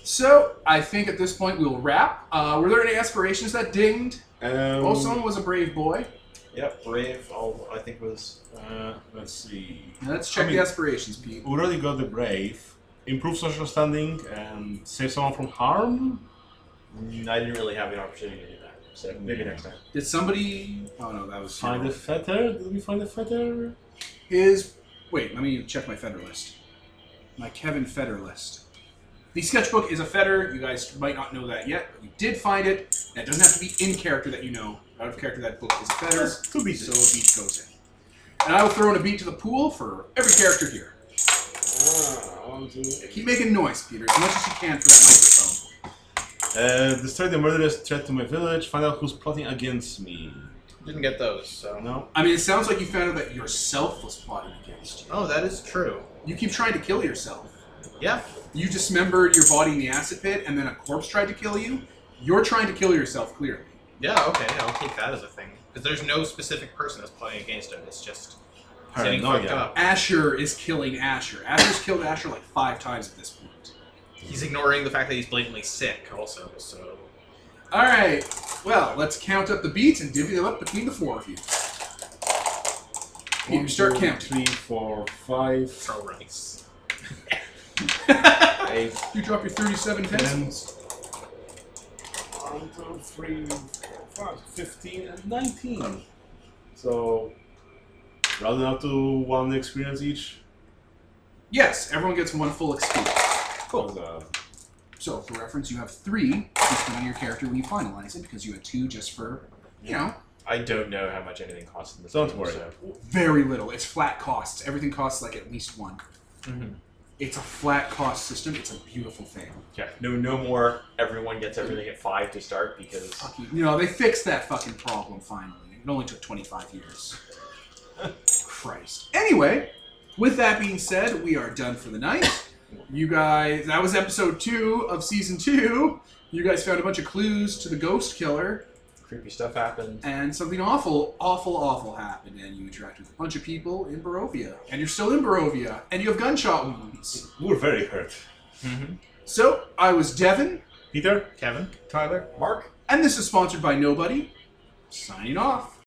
Speaker 1: So I think at this point we'll wrap. Uh, were there any aspirations that dinged?
Speaker 2: Um,
Speaker 1: oh, someone was a brave boy.
Speaker 7: Yep, brave. All I think was.
Speaker 2: uh, let's see.
Speaker 1: Let's check
Speaker 2: I mean-
Speaker 1: the aspirations, Pete.
Speaker 2: We already got the brave. Improve social standing and save someone from harm.
Speaker 7: I didn't really have an opportunity to do that. So maybe
Speaker 2: Mm-hmm.
Speaker 7: next time.
Speaker 1: Did somebody? Oh no, that was
Speaker 2: Find a fetter. Did we find a fetter?
Speaker 1: is wait let me check my fetter list my kevin fetter list the sketchbook is a fetter you guys might not know that yet but you did find it That doesn't have to be in character that you know. Out of character, that book is better.
Speaker 6: Two beats.
Speaker 1: So a beat goes in. And I will throw in a beat to the pool for every character here.
Speaker 2: ah,
Speaker 1: Keep making noise, Peter, as much as you can for that microphone.
Speaker 2: Uh, destroy the murderous threat to my village. Find out who's plotting against me.
Speaker 3: Didn't get those, so.
Speaker 2: No.
Speaker 1: I mean, it sounds like you found out that yourself was plotting against you.
Speaker 3: Oh, that is true.
Speaker 1: You keep trying to kill yourself.
Speaker 3: Yeah.
Speaker 1: You dismembered your body in the acid pit, and then a corpse tried to kill you. You're trying to kill yourself, clearly.
Speaker 3: Yeah, okay, I'll take that as a thing. Because there's no specific person that's playing against it. It's just getting fucked
Speaker 2: Paranoia.
Speaker 3: up.
Speaker 1: Asher is killing Asher. Asher's killed Asher like five times at this point.
Speaker 3: He's ignoring the fact that he's blatantly sick, also, so.
Speaker 1: All right. Well, let's count up the beats and divvy them up between the four of you. Peter, start
Speaker 2: One, two,
Speaker 1: counting.
Speaker 2: Three, four, five.
Speaker 3: Throw rice.
Speaker 5: I
Speaker 1: You drop your 37 pencils.
Speaker 2: One, two, three, four, five, 15 and 19. So, rounding up to one experience each.
Speaker 1: Yes, everyone gets one full experience.
Speaker 2: Cool. Uh,
Speaker 1: So, for reference, you have three to spend on your character when you finalize it because you had two just for, you know,
Speaker 7: I don't know how much anything costs in this.
Speaker 2: Don't
Speaker 7: game,
Speaker 2: worry.
Speaker 7: so-
Speaker 1: very little. It's flat costs. Everything costs like at least one. It's a flat cost system. It's a beautiful thing.
Speaker 7: Yeah. No. No more. Everyone gets everything at five to start because
Speaker 1: Fuck you. You know, they fixed that fucking problem finally. It only took 25 years. Christ. Anyway, with that being said, we are done for the night. You guys, that was episode two of season two. You guys found a bunch of clues to the ghost killer,
Speaker 7: creepy stuff happens.
Speaker 1: and something awful, awful, awful happened, and you interacted with a bunch of people in Barovia. And you're still in Barovia, and you have gunshot wounds.
Speaker 2: we're very hurt.
Speaker 1: So, I was Devin,
Speaker 2: Peter?
Speaker 3: Kevin?
Speaker 2: Tyler?
Speaker 7: Mark.
Speaker 1: and this is sponsored by Nobody. Signing off.